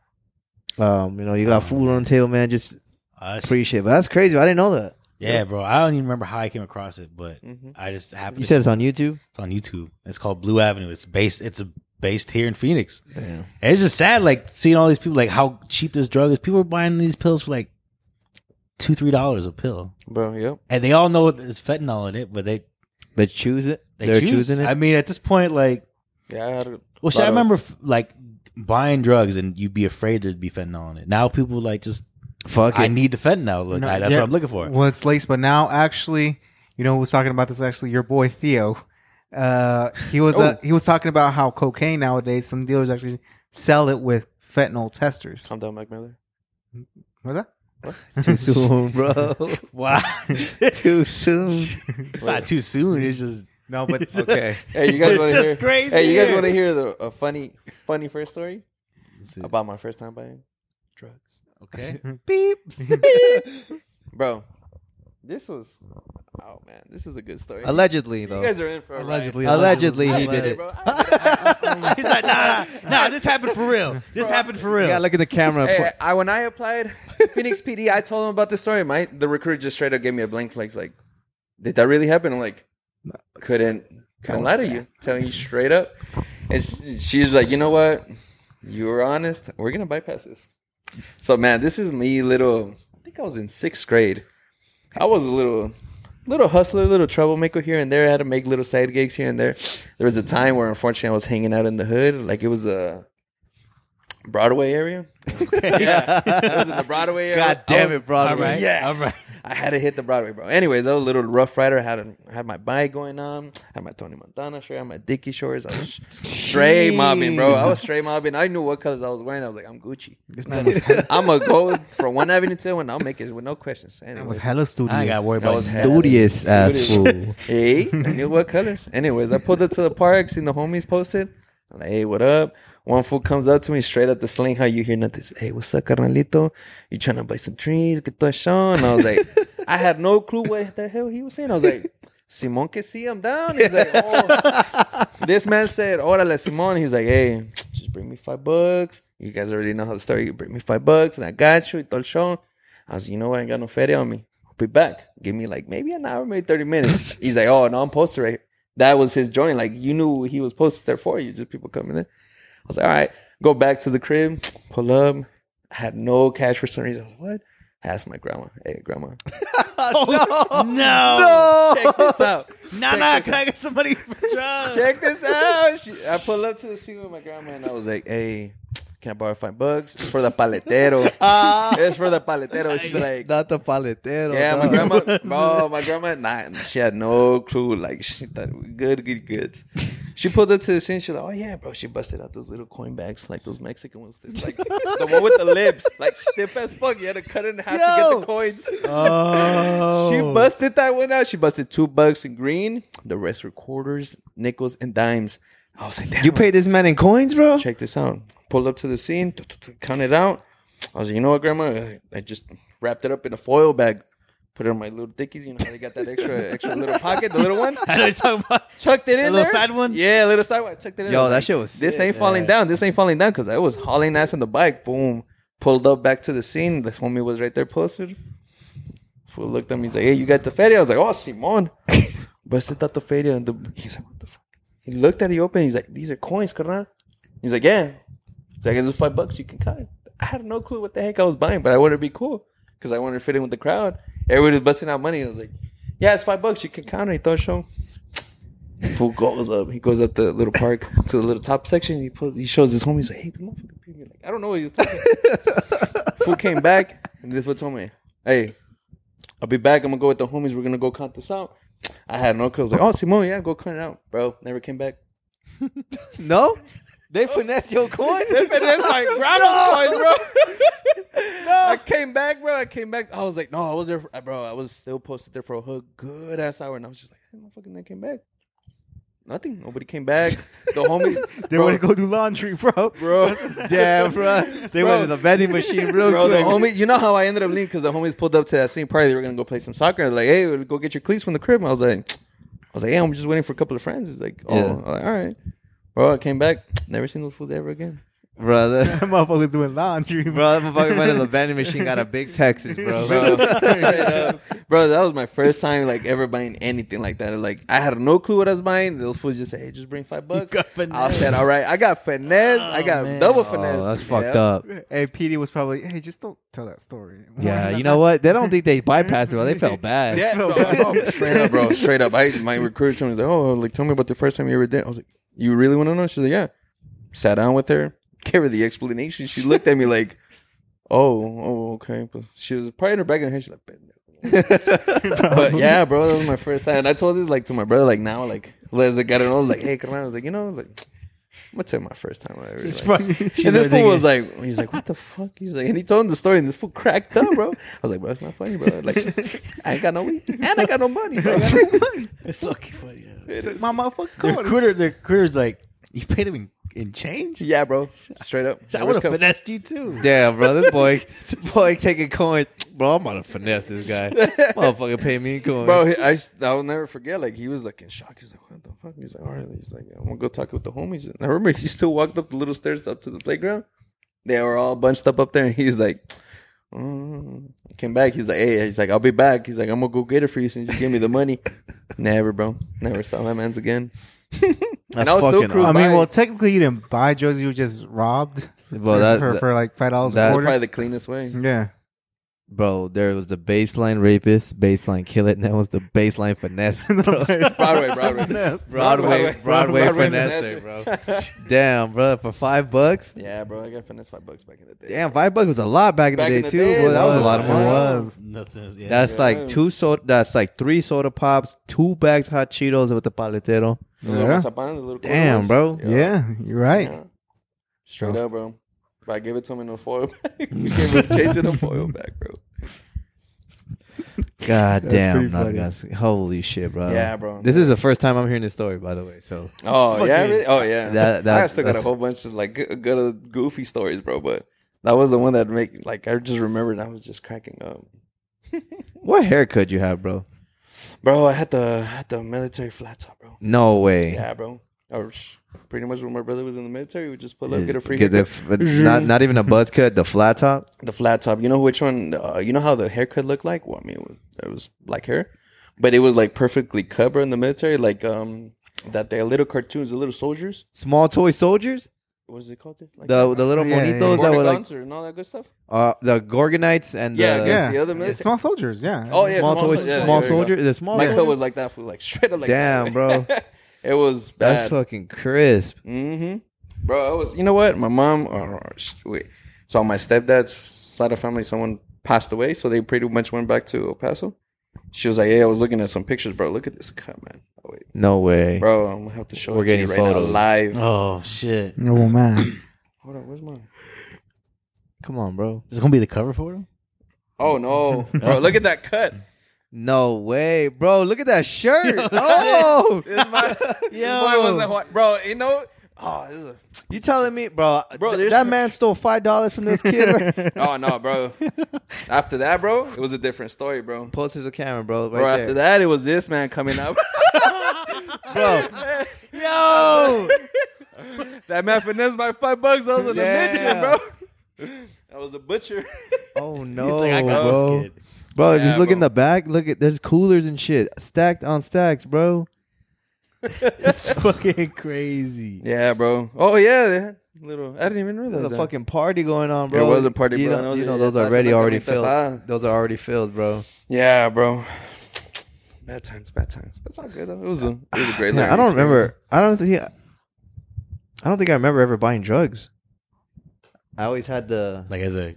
Speaker 2: um, you know, you got food on the table, man. Just
Speaker 6: I just-
Speaker 2: appreciate. it. But that's crazy. I didn't know that.
Speaker 6: Yeah, bro. I don't even remember how I came across it, but
Speaker 5: Mhm.
Speaker 6: I just happened.
Speaker 2: You
Speaker 6: to-
Speaker 2: said it's on YouTube.
Speaker 6: it's on YouTube. It's called Blue Avenue. It's based. It's a, based here in Phoenix.
Speaker 2: Damn.
Speaker 6: And it's just sad, like seeing all these people, like how cheap this drug is. People are buying these pills for like two, three dollars a pill,
Speaker 5: Bro, yep.
Speaker 6: and they all know there's fentanyl in it, but they
Speaker 2: They choose it.
Speaker 6: they
Speaker 2: They are
Speaker 6: choose.
Speaker 2: choosing it.
Speaker 6: I mean, at this point, like,
Speaker 5: Yeah, I had a
Speaker 6: well, shit,
Speaker 5: lot
Speaker 6: I
Speaker 5: of-
Speaker 6: remember f- like buying drugs and you'd be afraid there'd be fentanyl in it. Now people like just
Speaker 2: Fuck
Speaker 6: I
Speaker 2: it.
Speaker 6: need the fentanyl. Look,
Speaker 4: No,
Speaker 6: I- that's
Speaker 4: yeah.
Speaker 6: what I'm looking for.
Speaker 4: Well, it's laced, but now actually, you know, who was talking about this. Actually, your boy Theo, uh, he was uh, he was talking about how cocaine nowadays some dealers actually sell it with fentanyl testers.
Speaker 5: Calm down, Mac Miller.
Speaker 4: What's that?
Speaker 2: Too soon, bro.
Speaker 6: Wow, it's
Speaker 2: Too soon.
Speaker 6: not too soon. It's just
Speaker 4: No, but
Speaker 2: Okay.
Speaker 5: Hey, you guys
Speaker 6: It's
Speaker 5: want to
Speaker 6: just
Speaker 5: hear?
Speaker 6: crazy
Speaker 5: Hey, you guys
Speaker 6: here.
Speaker 5: want to hear the, a funny, funny first story about my first time buying drugs?
Speaker 6: okay.
Speaker 4: beep.
Speaker 5: Bro, this was. Oh man, this is a good story.
Speaker 2: Allegedly,
Speaker 5: You
Speaker 2: though.
Speaker 5: guys are in for a
Speaker 4: Allegedly,
Speaker 5: ride.
Speaker 2: Allegedly,
Speaker 5: I
Speaker 2: he
Speaker 5: did
Speaker 2: did
Speaker 5: it,
Speaker 2: it.
Speaker 5: bro. I did it.
Speaker 6: He's like, nah, nah, nah, this happened for real. This happened for real.
Speaker 2: Yeah, look at the camera.
Speaker 5: Hey, I, when I applied Phoenix PD, I told him about the story. My the recruiter just straight up gave me a blank face, like, did that really happen? I'm like, couldn't couldn't lie to you, telling you straight up. And she- she's like, you know what? You were honest. We're gonna bypass this. So man, this is me, little. I think I was in sixth grade. I was a little. Little hustler, little troublemaker here and there. I had to make little side gigs here and there. There was a time where, unfortunately, I was hanging out in the hood. Like it was a Broadway area. yeah, it was in the Broadway area.
Speaker 2: God damn it, bro.
Speaker 6: all right,
Speaker 5: Yeah.
Speaker 6: all right.
Speaker 5: I had to hit the Broadway, bro. Anyways, I was a little rough rider. I had a, had my bike going on. had my Tony Montana shirt. had my Dickie shorts. I was straight mobbing, bro. I was straight mobbing. I knew what colors I was wearing. I was like, I'm Gucci.
Speaker 4: This man was hella,
Speaker 5: I'm gonna go from one avenue to the other. and I'll make it with no questions.
Speaker 4: man was
Speaker 5: Anyways,
Speaker 4: hella studious.
Speaker 6: I ain't gotta worry
Speaker 5: That
Speaker 6: about
Speaker 5: was
Speaker 6: that.
Speaker 5: hell.
Speaker 2: Studious ass
Speaker 5: Studious.
Speaker 2: fool.
Speaker 5: hey, I knew what colors. Anyways, I pulled up to the park, seen the homies posted. I'm like, hey, what up? One fool comes up to me straight up the sling. How you hear nothing? Says, Hey, what's up, carnalito? You trying to buy some trees? Get that shown? And I was like, I had no clue what the hell he was saying. I was like, Simon que see, I'm down. He's like, oh. this man said, Órale, Simon. He's like, hey, just bring me five bucks. You guys already know how the story. You bring me five bucks, and I got you. Todo el show. I was, you know what? I ain't got no feria on me. I'll be back. Give me like maybe an hour, maybe 30 minutes. He's like, oh, no, I'm posted right here. That was his joint. Like, you knew he was posted there for you. Just people coming there. I was like, all right, go back to the crib, pull up. I had no cash for some reason. I was like, what? I asked my grandma, hey, grandma,
Speaker 6: No,
Speaker 5: check this out.
Speaker 6: nah, nah. Can I get somebody for drugs?
Speaker 5: check this out. She, I pull up to the scene with my grandma and I was like, hey, can I borrow five bucks? It's for the paletero. it's for the paletero. She's like,
Speaker 2: Not the paletero.
Speaker 5: Yeah, my
Speaker 2: dog.
Speaker 5: grandma. Bro, my grandma. Nah, she had no clue. Like she thought we good, good, good. She pulled up to the scene. She's like, "Oh yeah, bro." She busted out those little coin bags, like those Mexican ones. It's like the one with the lips, like stiff as fuck. You had to cut it in half to get
Speaker 2: Yo!
Speaker 5: the coins.
Speaker 4: Oh,
Speaker 5: She busted that one out. She busted two bucks in green. The rest were quarters, nickels, and dimes. I was like, "Damn,
Speaker 2: You paid this man in coins, bro?
Speaker 5: check this out. Pulled up to the scene, t- t- t- count it out. I was like, you know what, grandma? I just wrapped it up in a foil bag, put it in my little dickies. You know how they got that extra extra little pocket, the little one?
Speaker 6: I know you're talking about.
Speaker 5: Chucked it in
Speaker 6: A little
Speaker 5: there.
Speaker 6: side one?
Speaker 5: Yeah, a little side one. I tucked it in.
Speaker 2: Yo,
Speaker 5: I'm
Speaker 2: that
Speaker 5: like,
Speaker 2: shit was
Speaker 5: This
Speaker 2: sick,
Speaker 5: ain't falling
Speaker 2: yeah.
Speaker 5: down. This ain't falling down because I was hauling ass on the bike. Boom. Pulled up back to the scene. This homie was right there posted. Fool looked at me. He's like, hey, you got the feria? I was like, oh, Simon. Busted out the feria. And the, he's like, what the fuck? He looked at it open. He's like, these are coins, carnal. He's like, yeah. He's like, it's five bucks. You can cut it. I had no clue what the heck I was buying, but I wanted to be cool because I wanted to fit in with the crowd. Everybody was busting out money. I was like, yeah, it's five bucks. You can count it. He thought show. Fool goes up. He goes up the little park to the little top section. He pulls, he shows his homies like, hey, the motherfucker paid me. Like, I don't know what he was talking. about. fool came back and this fool told me, hey, I'll be back. I'm gonna go with the homies. We're gonna go count this out. I had no clue. I was like, oh, Simone, yeah, go count it out, bro. Never came back.
Speaker 2: No? They finessed your coin?
Speaker 5: And it's like, grandma's toys, bro. I came back, bro. I came back. I was like, no, I was there, for, bro. I was still posted there for a hook, good ass hour, and I was just like, hey, motherfucking, they came back. Nothing. Nobody came back. The homie,
Speaker 4: they
Speaker 5: bro,
Speaker 4: want to go do laundry, bro.
Speaker 5: bro,
Speaker 2: Damn, bro. They went to the vending machine real
Speaker 5: bro. The
Speaker 2: quick.
Speaker 5: homie, you know how I ended up leaving because the homies pulled up to that same party. They were gonna go play some soccer. I was like, hey, go get your cleats from the crib. I was like, I was like, yeah, I'm just waiting for a couple of friends. He's like, oh,
Speaker 2: Yeah.
Speaker 5: I'm like, all right, bro. I came back. Never seen those fools ever again.
Speaker 2: Brother.
Speaker 4: That motherfucker's doing laundry, bro.
Speaker 2: Bro, that motherfucker went to the vending machine, got a big Texas, bro. Oh,
Speaker 5: bro. Straight up. Bro, that was my first time like ever buying anything like that. Like I had no clue what I was buying. Those fools just said, "Hey, just bring five bucks."
Speaker 6: got
Speaker 5: I
Speaker 6: finessed.
Speaker 5: said, "All right, I got finesse. I got double finesse."
Speaker 2: Oh, that's
Speaker 5: Yeah.
Speaker 2: fucked up.
Speaker 4: Hey, PD was probably, hey, just don't tell that story.
Speaker 2: Yeah, you know what? They don't think they bypassed it, bro. They felt bad.
Speaker 5: Yeah,
Speaker 4: No,
Speaker 5: no,
Speaker 4: bro.
Speaker 5: bro, straight up, bro, straight up. I my recruiter told me he's like, "Oh, like tell me about the first time you ever did." I was like, "You really want to know?" She's like, "Yeah." Sat down with her, gave her the explanation. She looked at me like, "Oh, oh, okay." But she was probably in her back of her head. She's like, "Pendejo." but yeah, bro, that was my first time. And I told this like to my brother, like now, like Les got it on, like, hey, come on. I was like, you know, like I'm gonna tell you my first time. I ever,
Speaker 6: It's
Speaker 5: like-
Speaker 6: fucking- she's
Speaker 5: and this fool
Speaker 6: already-
Speaker 5: was like, he's like, what the fuck? He's like, and he told him the story, and this fool cracked up, bro. I was like, bro, it's not funny, bro. Like, I ain't got no weed, and I got no money, bro. I got no money.
Speaker 6: It's lucky funny. yeah.
Speaker 5: It is.
Speaker 4: my motherfucker.
Speaker 6: Their critter, their critter's like you paid him in, in change.
Speaker 5: Yeah, bro, straight up.
Speaker 6: I
Speaker 5: Never
Speaker 6: would have
Speaker 5: come-
Speaker 6: finessed you too.
Speaker 2: Damn, bro, this boy, this boy taking coins. Bro, I'm gonna finesse this guy. Motherfucker, pay me in coins.
Speaker 5: Bro, he- I s- I'll never forget. Like he was like in shock. He's like, "What the fuck?" He's like, "All right." He's like, "I'm gonna go talk with the homies." And I remember he still walked up the little stairs up to the playground. They were all bunched up up there, and he's like, mm. "Came back." He's like, "Hey," he's like, "I'll be back." He's like, "I'm gonna go get it for you since you gave me the money." never, bro. Never saw that man's again.
Speaker 2: That's
Speaker 5: I was still
Speaker 2: fucking
Speaker 5: cruising
Speaker 4: I mean,
Speaker 5: by.
Speaker 4: well, technically, you didn't buy drugs; you were just robbed
Speaker 2: well,
Speaker 4: for,
Speaker 2: that,
Speaker 4: for, for, like five dollars a
Speaker 2: that-
Speaker 4: quarter.
Speaker 5: probably the cleanest way.
Speaker 4: yeah,
Speaker 2: Bro, there was the baseline rapist, baseline kill it, and that was the baseline finesse. Bro.
Speaker 5: Broadway, Broadway.
Speaker 2: Broadway, Broadway,
Speaker 5: Broadway
Speaker 2: finesse, bro.
Speaker 5: finesse.
Speaker 2: Damn, bro, for five bucks.
Speaker 5: yeah, bro, I got finesse five bucks back in the day.
Speaker 2: Damn, five bucks was a lot back in
Speaker 5: Back
Speaker 2: the day
Speaker 5: in the
Speaker 2: too.
Speaker 5: days,
Speaker 2: bro. That was a lot of
Speaker 5: yeah.
Speaker 2: money.
Speaker 5: was.
Speaker 6: Nothing. is- Yeah.
Speaker 2: That's
Speaker 5: Yeah.
Speaker 2: like two soda. That's like three soda pops, two bags hot Cheetos with the paletero.
Speaker 5: Little
Speaker 4: Yeah.
Speaker 5: mazapan, the little
Speaker 2: Damn,
Speaker 5: corners.
Speaker 2: bro.
Speaker 4: Yeah, you're right.
Speaker 5: Yeah. Straight up, bro. But I give it to him in a foil bag. You can't really change it in a foil bag, bro.
Speaker 2: God damn,
Speaker 4: pretty
Speaker 2: not
Speaker 4: funny.
Speaker 2: guys. Holy shit, bro.
Speaker 5: Yeah, bro.
Speaker 2: This is the first time I'm hearing this story, by the way. So
Speaker 5: Oh yeah,
Speaker 4: fucking-
Speaker 5: really? oh yeah.
Speaker 2: That-
Speaker 5: I
Speaker 2: that's-
Speaker 5: still got a
Speaker 2: that's-
Speaker 5: whole bunch of like good, good goofy stories, bro. But that was the one that make like I just remembered. I was just cracking up,
Speaker 2: what haircut you have, bro?
Speaker 5: bro. I had the had the military flat top, bro.
Speaker 2: No way.
Speaker 5: Yeah, bro. I was- pretty much when my brother was in the military, we just pull up, get a free
Speaker 2: Get the
Speaker 5: haircut.
Speaker 2: f- not not even a buzz cut, the flat top.
Speaker 5: the flat top. You know which one? Uh, you know how the haircut looked like? Well, I mean, it was, it was black hair, but it was like perfectly covered in the military, like um that they little cartoons, the little soldiers.
Speaker 2: Small toy soldiers,
Speaker 5: What is it called? Like,
Speaker 2: the the little
Speaker 4: Yeah, yeah,
Speaker 2: monitos
Speaker 4: yeah.
Speaker 2: that were like
Speaker 5: Morningons and all that good stuff.
Speaker 2: uh, the gorgonites and
Speaker 5: Yeah,
Speaker 2: the
Speaker 5: yeah.
Speaker 4: Yeah,
Speaker 5: the other military-
Speaker 4: small soldiers. Yeah.
Speaker 5: Oh yeah,
Speaker 2: small, toy
Speaker 5: sol- yeah,
Speaker 2: small
Speaker 5: there you go.
Speaker 2: soldier. The small
Speaker 5: My
Speaker 2: soldier?
Speaker 5: cut was like that, fool, like straight up like
Speaker 2: Damn,
Speaker 5: that.
Speaker 2: bro.
Speaker 5: it was
Speaker 2: That's
Speaker 5: bad.
Speaker 2: fucking crisp.
Speaker 5: mm-hmm. Bro, I was. You know what? My mom. Or, wait. So on my stepdad's side of family, someone passed away, so they pretty much went back to El Paso. She was like, "Hey, I was looking at some pictures, bro. Look at this cut, man. Oh, wait,
Speaker 2: No way.
Speaker 5: bro, I'm gonna have to show
Speaker 2: We're
Speaker 5: it to you
Speaker 2: getting
Speaker 5: right
Speaker 2: photos.
Speaker 5: now live.
Speaker 6: Oh shit!
Speaker 4: Oh man.
Speaker 5: Hold on, where's mine?
Speaker 2: Come on, bro.
Speaker 6: Is it gonna be the cover for him?
Speaker 5: Oh no, bro, look at that cut.
Speaker 2: No way, bro. Look at that shirt. oh,
Speaker 5: This my,
Speaker 2: Yo.
Speaker 5: boy was a white- bro. You know, oh, this is a
Speaker 2: you telling me, bro?
Speaker 5: Bro,
Speaker 2: th-
Speaker 5: there's-
Speaker 2: that man stole five dollars from this kid. Right?
Speaker 5: Oh no, bro. after that, bro, it was a different story, bro.
Speaker 2: Post it to the camera, bro. Right
Speaker 5: bro, after
Speaker 2: there.
Speaker 5: that, it was this man coming up.
Speaker 2: that, yo,
Speaker 5: that man finessed my five bucks. I was a
Speaker 2: Yeah.
Speaker 5: butcher, bro. I was a butcher.
Speaker 2: oh no,
Speaker 6: He's like, I got
Speaker 2: bro.
Speaker 6: this kid.
Speaker 2: Bro, if
Speaker 5: Yeah,
Speaker 2: you look in
Speaker 5: bro.
Speaker 2: the back, look at there's coolers and shit stacked on stacks, bro.
Speaker 6: It's fucking crazy.
Speaker 5: yeah, bro. Oh yeah, they had little. I didn't even realize
Speaker 2: There's a
Speaker 5: that.
Speaker 2: fucking party going on, bro.
Speaker 5: There was a party,
Speaker 2: you
Speaker 5: bro.
Speaker 2: Know,
Speaker 5: That
Speaker 2: you
Speaker 5: was
Speaker 2: know
Speaker 5: it.
Speaker 2: those
Speaker 5: That's
Speaker 2: already
Speaker 5: another
Speaker 2: already
Speaker 5: thing. That's
Speaker 2: filled.
Speaker 5: all.
Speaker 2: Those are already filled, bro.
Speaker 5: Yeah, bro. Bad times, bad times. But it's all good though. It was a, it was a great.
Speaker 2: Yeah,
Speaker 5: learning
Speaker 2: I don't
Speaker 5: experience.
Speaker 2: remember. I don't think. I don't think I remember ever buying drugs. I always had the
Speaker 6: Like as
Speaker 2: as
Speaker 6: a,
Speaker 2: a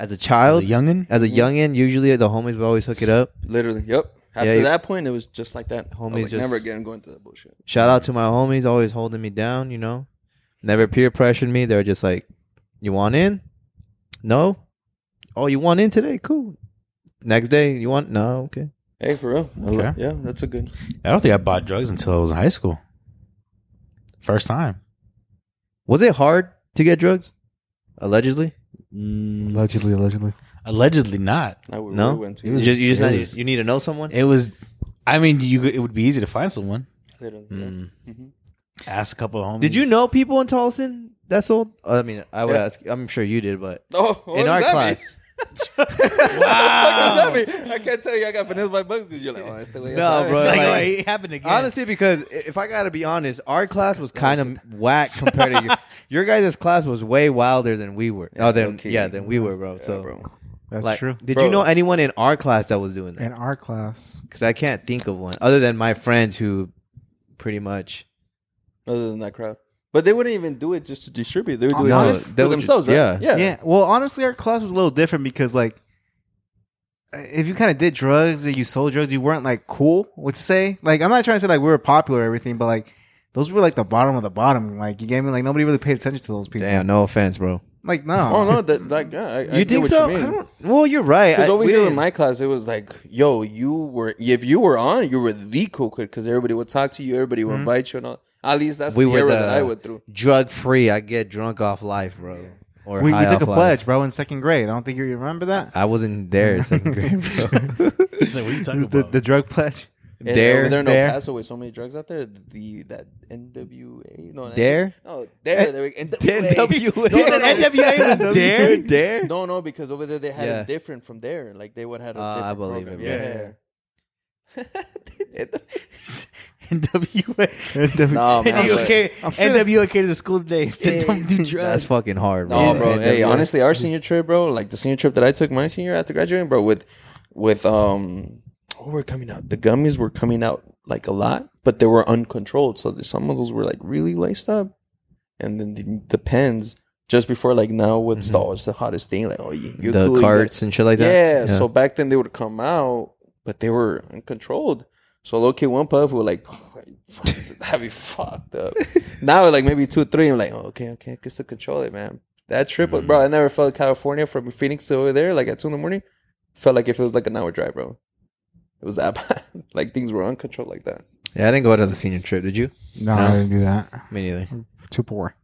Speaker 6: as a
Speaker 2: child,
Speaker 6: youngin.
Speaker 2: as a youngin. Usually the homies would always hook it up.
Speaker 5: Literally, yep. After
Speaker 2: you-
Speaker 5: that point, it was just like that. Homies,
Speaker 2: Homies just-
Speaker 5: never again going through that bullshit.
Speaker 2: Shout out to my homies, always holding me down. You know, never peer pressured me. They're just like, "You want in? No. Oh, you want in today? Cool. Next day, you want? No. Okay.
Speaker 5: Hey, for real.
Speaker 6: Okay.
Speaker 5: Yeah, that's a good.
Speaker 6: I don't think I bought drugs until I was in high school. First time.
Speaker 2: Was it hard to get drugs? Allegedly,
Speaker 4: Allegedly, allegedly.
Speaker 6: Allegedly not.
Speaker 5: I would
Speaker 2: no.
Speaker 5: really went to
Speaker 2: you just, you just
Speaker 6: it
Speaker 2: not-
Speaker 6: was-
Speaker 2: you need to know someone.
Speaker 6: It was. I mean, you could, it would be easy to find someone.
Speaker 5: Literally, yeah.
Speaker 2: Mm.
Speaker 6: Ask a couple of homies.
Speaker 2: Did you know people in Tolson that sold? I mean, I would
Speaker 5: Yeah.
Speaker 2: ask. I'm sure you did, but
Speaker 5: Oh, what
Speaker 2: in
Speaker 5: does
Speaker 2: our
Speaker 5: that
Speaker 2: class,
Speaker 5: mean? wow. I can't tell you I got finessed by bugs because you're like, oh, that's the way
Speaker 2: No,
Speaker 5: I thought it
Speaker 2: bro,
Speaker 6: It's
Speaker 5: was."
Speaker 6: like,
Speaker 2: like-
Speaker 6: oh, it happened again.
Speaker 2: honestly, because i- if I gotta be honest, our class was kind of whack compared to your, your guys' class was way wilder than we were. Oh, than
Speaker 5: okay.
Speaker 2: yeah, than we were, bro.
Speaker 5: Yeah,
Speaker 2: so,
Speaker 5: bro.
Speaker 4: That's
Speaker 2: like,
Speaker 4: true.
Speaker 2: did
Speaker 5: Bro.
Speaker 2: you know anyone in our class that was doing that?
Speaker 4: In our class,
Speaker 2: Because I can't think of one other than my friends who pretty much.
Speaker 5: Other than that crowd. But they wouldn't even do it just to distribute. They would do it
Speaker 2: No,
Speaker 5: just
Speaker 2: they
Speaker 5: for
Speaker 2: would
Speaker 5: themselves,
Speaker 2: ju-
Speaker 5: right?
Speaker 2: yeah.
Speaker 5: Yeah.
Speaker 4: yeah. Well, honestly, our class was a little different because like, if you kind of did drugs and you sold drugs, you weren't like cool. Would say like I'm not trying to say like we were popular or everything, but like those were like the bottom of the bottom. Like you gave me like nobody really paid attention to those people.
Speaker 2: Damn, no offense, bro.
Speaker 4: Like no.
Speaker 5: Oh, no. That, like, yeah, I, I
Speaker 2: you
Speaker 5: get
Speaker 2: think
Speaker 5: what
Speaker 2: so?
Speaker 5: You
Speaker 2: I
Speaker 5: mean.
Speaker 2: don't. Well, you're right.
Speaker 5: Because
Speaker 2: I-
Speaker 5: over
Speaker 2: we
Speaker 5: here in
Speaker 2: didn't-
Speaker 5: my class, it was like, yo, you were if you were on, you were the cool kid because everybody would talk to you, everybody would invite you, and all. At least that's
Speaker 2: We
Speaker 5: the
Speaker 2: were
Speaker 5: era
Speaker 2: the-
Speaker 5: that I went through.
Speaker 2: drug free. I get drunk off life, bro. Or
Speaker 4: We, we
Speaker 2: high
Speaker 4: took a
Speaker 2: off life.
Speaker 4: pledge, bro, in second grade. I don't think you remember that.
Speaker 2: I wasn't there in second grade, bro.
Speaker 6: It's like, what are you talking
Speaker 4: The,
Speaker 6: about?
Speaker 4: the drug pledge.
Speaker 5: And
Speaker 2: Dare,
Speaker 5: over there in
Speaker 2: dare.
Speaker 5: El Paso with so many drugs out there, the that NWA, no, not
Speaker 2: Dare?
Speaker 5: no, dare, there we NWA.
Speaker 2: NWA.
Speaker 4: NWA was
Speaker 2: Dare?
Speaker 4: Dare?
Speaker 5: No, no, because over there they had
Speaker 2: Yeah.
Speaker 5: it different from there. Like they would have had a
Speaker 2: Ah, I
Speaker 5: different
Speaker 2: believe
Speaker 5: program.
Speaker 2: it,
Speaker 5: Yeah.
Speaker 2: bro.
Speaker 6: NWA.
Speaker 5: No, man. but-
Speaker 6: NWA,
Speaker 4: I'm sure-
Speaker 6: NWA came to school today. Said don't do drugs.
Speaker 2: That's fucking hard, bro.
Speaker 5: No,
Speaker 2: Yeah.
Speaker 5: bro. Hey,
Speaker 2: NWA.
Speaker 5: honestly, our senior trip, bro, like the senior trip that I took my senior after graduating, bro, with with um what were coming out? The gummies were coming out like a lot, but they were uncontrolled. So the- some of those were like really laced up. And then the, the pens just before like now what's the what's the hottest thing? Like, oh you
Speaker 2: Mm-hmm.
Speaker 5: you're
Speaker 2: the
Speaker 5: cool, you got-
Speaker 2: carts and shit like that.
Speaker 5: yeah, So back then they would come out, but they were uncontrolled. So low key one puff would like that'd be fucked up. now like maybe two, three, I'm like, oh, okay, okay, I can still control it, man. That trip,
Speaker 2: Mm-hmm.
Speaker 5: bro, I never felt California from Phoenix to over there, like at two in the morning. Felt like if it was like an hour drive, bro. It was that bad. like things were uncontrolled like that.
Speaker 2: yeah, I didn't go out on the senior trip. Did you?
Speaker 4: No, I didn't do that.
Speaker 2: Me neither.
Speaker 4: Too poor.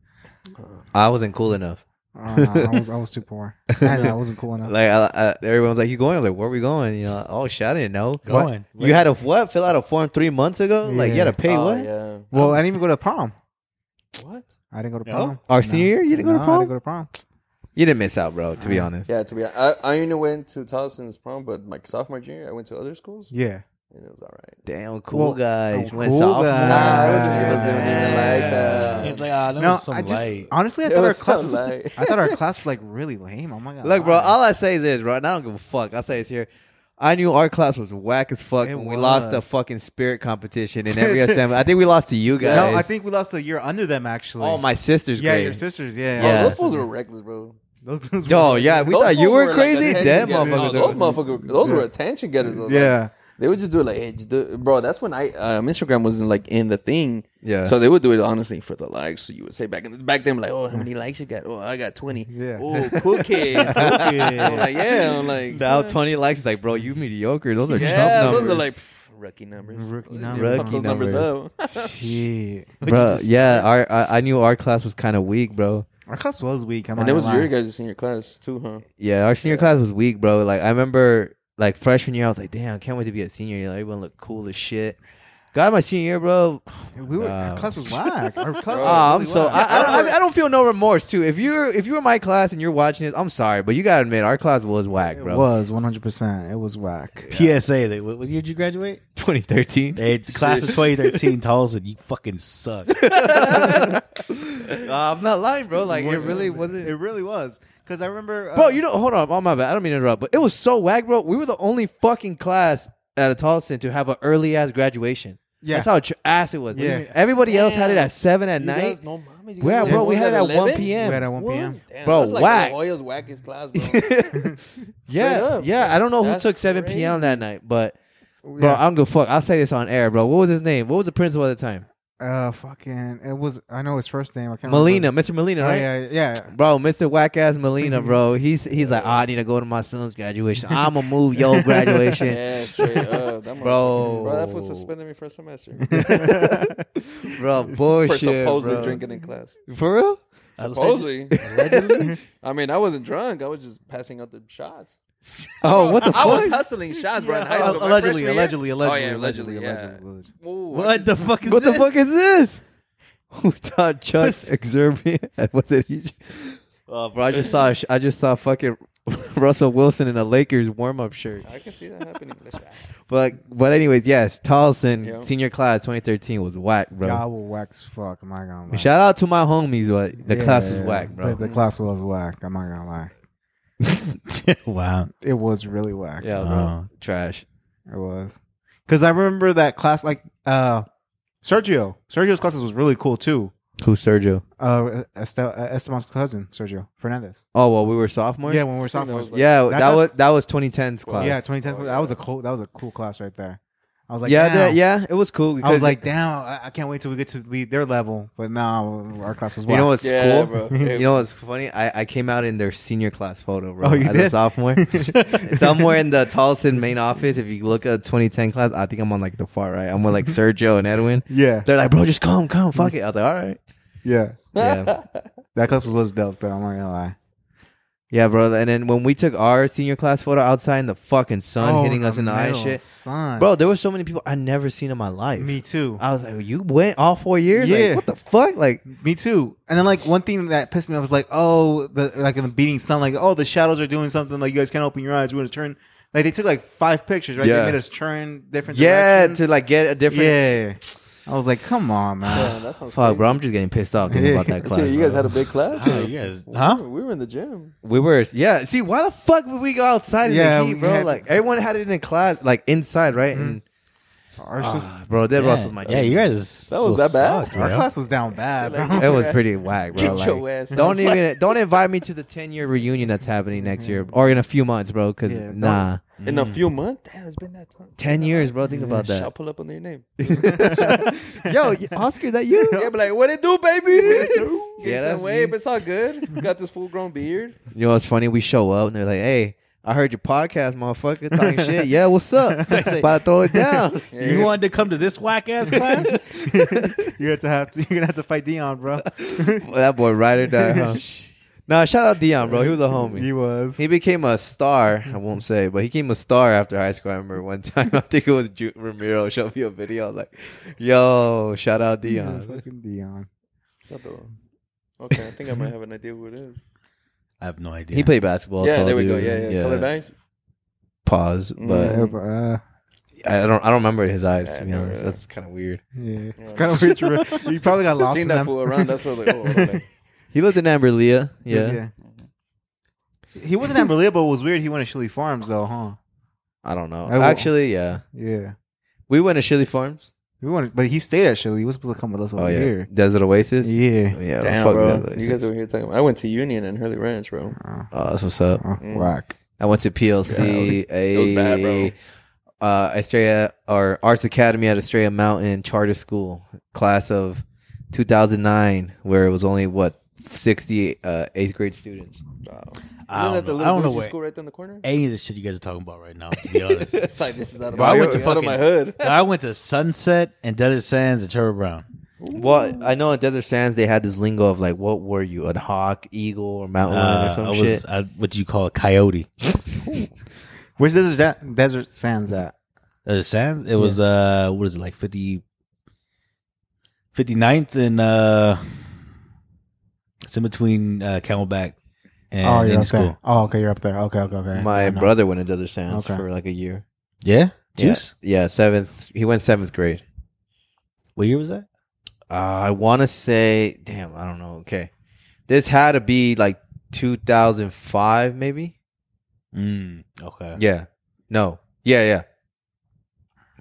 Speaker 2: I wasn't cool enough.
Speaker 4: Uh, I, was, I was too poor. I, I wasn't cool enough.
Speaker 2: Like I, I, everyone was like, "You going?" I was like, "Where are we going?" You know? Oh shit, I didn't know.
Speaker 6: Going.
Speaker 2: What? You had a what? Fill out a form three months ago. Like you had to pay
Speaker 5: Oh,
Speaker 2: what?
Speaker 5: Yeah.
Speaker 4: Well, I didn't even go to prom.
Speaker 5: What?
Speaker 4: I didn't go to
Speaker 6: No?
Speaker 4: prom.
Speaker 2: Our Oh, senior year, you didn't go to
Speaker 4: No, I
Speaker 2: prom?
Speaker 4: didn't go to prom.
Speaker 2: You didn't miss out, bro. To be honest.
Speaker 5: Yeah, to be I, I only went to Towson's prom, but my sophomore junior, I went to other schools
Speaker 4: Yeah.
Speaker 5: and it was all right.
Speaker 2: Damn, cool
Speaker 4: Well,
Speaker 2: guys.
Speaker 4: oh,
Speaker 2: Went
Speaker 4: cool
Speaker 2: sophomore.
Speaker 4: guys.
Speaker 5: Nah, it wasn't, it wasn't even
Speaker 2: Yes.
Speaker 5: like uh, that.
Speaker 6: It's like, ah, that
Speaker 4: No,
Speaker 6: was some
Speaker 4: I just
Speaker 6: light.
Speaker 4: honestly I
Speaker 5: It
Speaker 4: thought our
Speaker 5: was so
Speaker 4: class was,
Speaker 5: light.
Speaker 4: I thought our class was like really lame. Oh I'm like,
Speaker 2: Look, bro. All I say is this, bro, and I don't give a fuck. I say this here. I knew our class was whack as fuck,
Speaker 4: It
Speaker 2: and we lost the
Speaker 4: was.
Speaker 2: fucking spirit competition in every assembly. I think we lost to you guys.
Speaker 4: no, I think we lost a year under them actually.
Speaker 2: Oh, my sister's
Speaker 4: Yeah,
Speaker 2: grade.
Speaker 4: your sisters. Yeah,
Speaker 2: Yeah.
Speaker 5: Oh,
Speaker 4: yeah.
Speaker 5: those fools were reckless, bro.
Speaker 4: Those, those were-
Speaker 2: Oh yeah, we
Speaker 5: Those
Speaker 2: thought you
Speaker 5: fools
Speaker 2: were,
Speaker 5: like,
Speaker 2: crazy.
Speaker 5: attention
Speaker 2: Them
Speaker 5: getters.
Speaker 2: motherfuckers.
Speaker 5: No,
Speaker 2: are-
Speaker 5: Oh, those motherfuckers. Those were attention getters. though. Like,
Speaker 4: yeah.
Speaker 5: they would just do it like, hey, just do it. bro. That's when I um, Instagram wasn't like in the thing.
Speaker 2: Yeah.
Speaker 5: So they would do it honestly for the likes. So you would say back in back then, like, oh, how many likes you got? Oh, I got twenty.
Speaker 4: Yeah.
Speaker 5: Oh, cool kid. I'm like, yeah. I'm like,
Speaker 2: Now
Speaker 5: what?
Speaker 2: twenty likes, it's like, bro, you mediocre. Those are
Speaker 5: Yeah,
Speaker 2: chump
Speaker 5: those
Speaker 2: numbers.
Speaker 5: are like pff, rookie numbers.
Speaker 4: Rookie
Speaker 5: Fuck
Speaker 4: numbers.
Speaker 5: those
Speaker 2: Rookie
Speaker 5: numbers
Speaker 2: numbers.
Speaker 5: up.
Speaker 4: Shit.
Speaker 2: bro, yeah, our, I, I knew our class was kind of weak, bro.
Speaker 4: Our class was weak. I'm
Speaker 5: and
Speaker 4: not
Speaker 5: it was
Speaker 4: gonna
Speaker 5: your
Speaker 4: lie.
Speaker 5: guys' senior class too, huh?
Speaker 2: Yeah, our senior class was weak, bro. Like I remember, like freshman year, I was like, damn, can't wait to be a senior. You know, everyone looked cool as shit. Got my senior year, bro.
Speaker 4: We were, our
Speaker 2: Nah.
Speaker 4: class was whack. Our class.
Speaker 5: Bro.
Speaker 4: was
Speaker 2: Oh, I'm
Speaker 4: really
Speaker 2: so
Speaker 4: whack.
Speaker 2: I, I, I, I don't feel no remorse too. If you're if you're in my class and you're watching this, I'm sorry, but you gotta admit our class was whack,
Speaker 4: It
Speaker 2: bro.
Speaker 4: was 100. percent It was whack.
Speaker 6: PSA. Like, what, what year did you graduate?
Speaker 2: 2013.
Speaker 6: Hey, it's class of 2013, Tolson, you fucking suck.
Speaker 2: Nah, I'm not lying, bro. Like it really wasn't.
Speaker 4: It really was. Because I remember, uh,
Speaker 2: Bro, you know, hold on. Oh, my bad. I don't mean to interrupt, but it was so whack, bro. We were the only fucking class at Atolson to have an early ass graduation.
Speaker 4: Yeah.
Speaker 2: That's how tr- ass it was.
Speaker 4: Yeah.
Speaker 2: Everybody else had it
Speaker 5: Damn.
Speaker 2: at 7 at
Speaker 5: You
Speaker 2: night.
Speaker 5: guys- no, mama, you
Speaker 2: yeah,
Speaker 5: guys
Speaker 2: bro,
Speaker 5: did
Speaker 2: we
Speaker 5: one
Speaker 2: had it at 1
Speaker 4: we had
Speaker 2: p.m.
Speaker 4: at 1 p.m.
Speaker 5: Damn,
Speaker 2: Bro,
Speaker 5: that's like
Speaker 2: whack.
Speaker 5: La Jolla's wackest class, bro. Straight
Speaker 2: yeah,
Speaker 5: up.
Speaker 2: yeah. I don't know who
Speaker 5: That's
Speaker 2: took 7
Speaker 5: crazy.
Speaker 2: p.m. that night, but,
Speaker 4: Yeah.
Speaker 2: bro, I don't give a fuck. I'll say this on air, bro. What was his name? What was the principal at the time?
Speaker 4: uh, fucking, it was. I know his first name. I can't
Speaker 2: Molina,
Speaker 4: remember.
Speaker 2: Mr. Molina,
Speaker 4: his-
Speaker 2: right?
Speaker 4: Oh, yeah, yeah.
Speaker 2: Bro, Mr. Whack Ass Molina, bro. He's he's like, oh, I need to go to my son's graduation. I'm going to move your graduation.
Speaker 5: Yeah, straight up. That
Speaker 2: Bro.
Speaker 5: motherfucker. Bro, that fool suspended me for a semester.
Speaker 2: Bro,
Speaker 5: for
Speaker 2: bullshit.
Speaker 5: supposedly
Speaker 2: bro.
Speaker 5: drinking in class.
Speaker 2: For real?
Speaker 5: Supposedly. I mean, I wasn't drunk. I was just passing out the shots.
Speaker 2: Oh, what the
Speaker 5: I was
Speaker 2: fuck?
Speaker 5: hustling shots, bro. in high school. My
Speaker 4: Allegedly,
Speaker 5: freshman year-
Speaker 4: allegedly, allegedly,
Speaker 5: Oh, yeah,
Speaker 4: allegedly,
Speaker 5: allegedly,
Speaker 4: allegedly, allegedly.
Speaker 5: yeah. Ooh, I
Speaker 6: what the fuck is
Speaker 2: What the
Speaker 6: this?
Speaker 2: fuck is this? Who taught Chuck Exurbian? Was it he? Oh, bro, I just saw. a sh- I just saw fucking Russell Wilson in a Lakers warm up shirt.
Speaker 5: can see that happening. Let's try.
Speaker 2: But but anyways, yes, Tolson
Speaker 5: Yeah.
Speaker 2: senior class 2013 was whack, bro.
Speaker 4: Y'all were whack as fuck. Am I gonna lie?
Speaker 2: Shout out to my homies, but the
Speaker 4: Yeah,
Speaker 2: class was
Speaker 4: yeah,
Speaker 2: whack, bro.
Speaker 4: but The class was whack. I'm not gonna lie.
Speaker 6: wow.
Speaker 4: It was really whack.
Speaker 2: yeah, bro,
Speaker 6: Wow.
Speaker 2: trash.
Speaker 4: It was. Because I remember that class, like uh Sergio. Sergio's classes was really cool too.
Speaker 2: Who's Sergio?
Speaker 4: Uh, Este- uh, Esteban's cousin, Sergio Fernandez.
Speaker 2: Oh well, we were sophomores.
Speaker 4: Yeah, when we were sophomores.
Speaker 5: like-
Speaker 2: yeah,
Speaker 4: That
Speaker 2: that, was
Speaker 4: class-
Speaker 2: that was 2010's class.
Speaker 4: yeah, 2010.
Speaker 5: Oh,
Speaker 4: that was a cool. That was a cool class right there. I was like,
Speaker 2: yeah,
Speaker 4: damn.
Speaker 2: that- yeah. It was cool. Because
Speaker 4: I was like, damn, I, I can't wait till we get to be their level. But now our class was.
Speaker 2: You know
Speaker 4: whack.
Speaker 2: what's
Speaker 5: Yeah,
Speaker 2: cool?
Speaker 5: bro.
Speaker 2: You know what's funny? I, I came out in their senior class photo, bro.
Speaker 4: Oh, you
Speaker 2: as a
Speaker 4: did?
Speaker 2: sophomore. Somewhere in the Tolson main office, if you look at 2010 class, I think I'm on like the far right. I'm with like Sergio and Edwin.
Speaker 4: Yeah,
Speaker 2: They're like, bro, just come, come, fuck it. I was like, all right.
Speaker 4: yeah.
Speaker 2: Yeah,
Speaker 4: That class was dope though. I'm not gonna lie.
Speaker 2: yeah, bro. And then when we took our senior class photo outside in the fucking sun,
Speaker 4: Oh,
Speaker 2: hitting us in the eye and
Speaker 4: middle,
Speaker 2: shit,
Speaker 4: Son.
Speaker 2: bro, there were so many people I never seen in my life.
Speaker 4: me too.
Speaker 2: I was like, you went all four years? Like,
Speaker 4: Yeah.
Speaker 2: what the fuck? Like,
Speaker 4: Me too. And then like one thing that pissed me off was like, oh, the like in the beating sun, like oh the shadows are doing something. Like you guys can't open your eyes. We're gonna turn Like they took like five pictures, right?
Speaker 7: Yeah.
Speaker 4: They made us turn different.
Speaker 2: yeah,
Speaker 4: directions.
Speaker 2: to like get a different.
Speaker 4: yeah. I was like, come on, man.
Speaker 5: Yeah, that sounds
Speaker 2: Fuck,
Speaker 5: crazy.
Speaker 2: bro, I'm just getting pissed off thinking about that
Speaker 5: That's
Speaker 2: class.
Speaker 5: it, you guys
Speaker 2: bro.
Speaker 5: had a big class.
Speaker 6: Oh, you guys, huh?
Speaker 5: We were in the gym.
Speaker 2: we were, yeah. See, why the fuck would we go outside in
Speaker 4: Yeah,
Speaker 2: the heat,
Speaker 4: we
Speaker 2: bro?
Speaker 4: had-
Speaker 2: like everyone had it in class, like inside, right? And
Speaker 4: Our, s-
Speaker 2: ah, bro, that rustled my.
Speaker 6: yeah,
Speaker 2: jeans.
Speaker 6: you guys.
Speaker 5: That was
Speaker 6: little
Speaker 5: that bad?
Speaker 6: suck,
Speaker 4: our
Speaker 6: bro.
Speaker 4: class was down bad, bro.
Speaker 5: Like,
Speaker 2: It was pretty whack, bro.
Speaker 5: Get
Speaker 2: Like,
Speaker 5: your ass
Speaker 2: don't
Speaker 5: outside.
Speaker 2: even don't invite me to the ten year reunion that's happening next year or in a few months, bro. Cause
Speaker 4: Mm-hmm. Yeah, don't-
Speaker 2: nah,
Speaker 5: In a few months, damn, it's been that time.
Speaker 2: Mm. ten years, bro. Think about
Speaker 5: I'll
Speaker 2: that.
Speaker 5: pull up on your name.
Speaker 2: Yo, y- Oscar, that you?
Speaker 5: Yeah, but like, what it do, baby?
Speaker 2: Yeah,
Speaker 5: yeah,
Speaker 2: that's
Speaker 5: that's way,
Speaker 2: me.
Speaker 5: but it's all good. Got this full grown beard.
Speaker 2: You know what's funny? We show up and they're like, "Hey, I heard your podcast, motherfucker, talking shit. Yeah, what's up?
Speaker 6: Say- say-
Speaker 2: About to throw it down.
Speaker 6: You wanted to come to this whack ass class?
Speaker 4: you're gonna have to, you're gonna have to fight Dion, bro.
Speaker 2: Well, that boy ride or die. Huh? nah, shout out Dion, bro. He was a homie.
Speaker 4: he was.
Speaker 2: He became a star. I won't say, but he became a star after high school. I remember one time. I think it was Ju- Ramiro showed me a video. I was like, "Yo, shout out Dion."
Speaker 4: Fucking Dion.
Speaker 5: It's not the Okay, I think I might have an idea who it is.
Speaker 6: I have no idea.
Speaker 2: He played basketball.
Speaker 5: yeah,
Speaker 2: tall
Speaker 5: there we go.
Speaker 2: dude.
Speaker 5: Yeah, yeah. Colored eyes.
Speaker 2: Pause, but
Speaker 5: Mm.
Speaker 4: Uh,
Speaker 2: I don't. I don't remember his eyes.
Speaker 5: Yeah,
Speaker 2: to be
Speaker 5: I remember
Speaker 2: honest,
Speaker 5: that.
Speaker 2: that's kind of weird.
Speaker 4: yeah.
Speaker 5: Yeah.
Speaker 4: Kind of weird. to- You probably got lost
Speaker 5: Seeing
Speaker 4: in
Speaker 5: that
Speaker 4: them.
Speaker 5: fool around, that's what I was like, oh, hold on,
Speaker 2: He lived in Amberlea. Yeah,
Speaker 4: He wasn't at Berlin, but it was weird. He went to Shilly Farms, though, huh?
Speaker 2: I don't know.
Speaker 4: I will-
Speaker 2: Actually, yeah,
Speaker 4: Yeah.
Speaker 2: we went to Shilly Farms.
Speaker 4: We wanted, but he stayed at Shilly. He was supposed to come with us over
Speaker 2: Oh yeah,
Speaker 4: here.
Speaker 2: Desert Oasis.
Speaker 4: Yeah.
Speaker 2: Yeah,
Speaker 5: Damn,
Speaker 2: fuck
Speaker 5: bro.
Speaker 2: Desert
Speaker 5: You guys
Speaker 2: Oasis.
Speaker 5: over here talking. About, I went to Union and Hurley Ranch, bro.
Speaker 4: Uh,
Speaker 2: Oh, that's what's up.
Speaker 4: uh,
Speaker 5: Mm.
Speaker 4: Rock.
Speaker 2: I went to PLC.
Speaker 5: It was bad, bro.
Speaker 2: a- uh, Estrella or Arts Academy at Estrella Mountain Charter School, class of 2009, where it was only what 60 uh, eighth grade students.
Speaker 5: Wow.
Speaker 6: I
Speaker 5: Isn't that
Speaker 6: don't
Speaker 5: the
Speaker 6: know. I
Speaker 5: little
Speaker 6: don't know
Speaker 5: bougie
Speaker 6: what
Speaker 5: school right down the corner?
Speaker 6: any of the shit you guys are talking about right now. To be honest,
Speaker 5: It's like this is out of,
Speaker 6: Bro,
Speaker 5: my,
Speaker 6: I went to
Speaker 5: out of my hood.
Speaker 6: I went to Sunset and Desert Sands and Trevor Brown.
Speaker 2: Well, I know at Desert Sands they had this lingo of like, what were you, a hawk, eagle, or mountain lion, Oh, or
Speaker 6: Uh,
Speaker 2: some
Speaker 6: I was
Speaker 2: shit?
Speaker 6: I, what do you call a coyote?
Speaker 4: Where's Desert, that, Desert Sands at?
Speaker 6: Desert Sands. It was uh, what is it like 50, 59th and uh, it's in between uh, Camelback and
Speaker 4: oh, you're
Speaker 6: Indian
Speaker 4: up
Speaker 6: School.
Speaker 4: there. Oh, okay. You're up there. Okay, okay, okay.
Speaker 2: My
Speaker 4: I know.
Speaker 2: brother went to Desert Sands
Speaker 4: Okay.
Speaker 2: for like a year.
Speaker 6: Yeah, Juice.
Speaker 2: Yeah, yeah, seventh. He went seventh grade.
Speaker 6: What year was that?
Speaker 2: Uh, I want to say, damn, I don't know. Okay, this had to be like 2005, maybe.
Speaker 6: Mm, okay.
Speaker 2: Yeah. No. Yeah, yeah.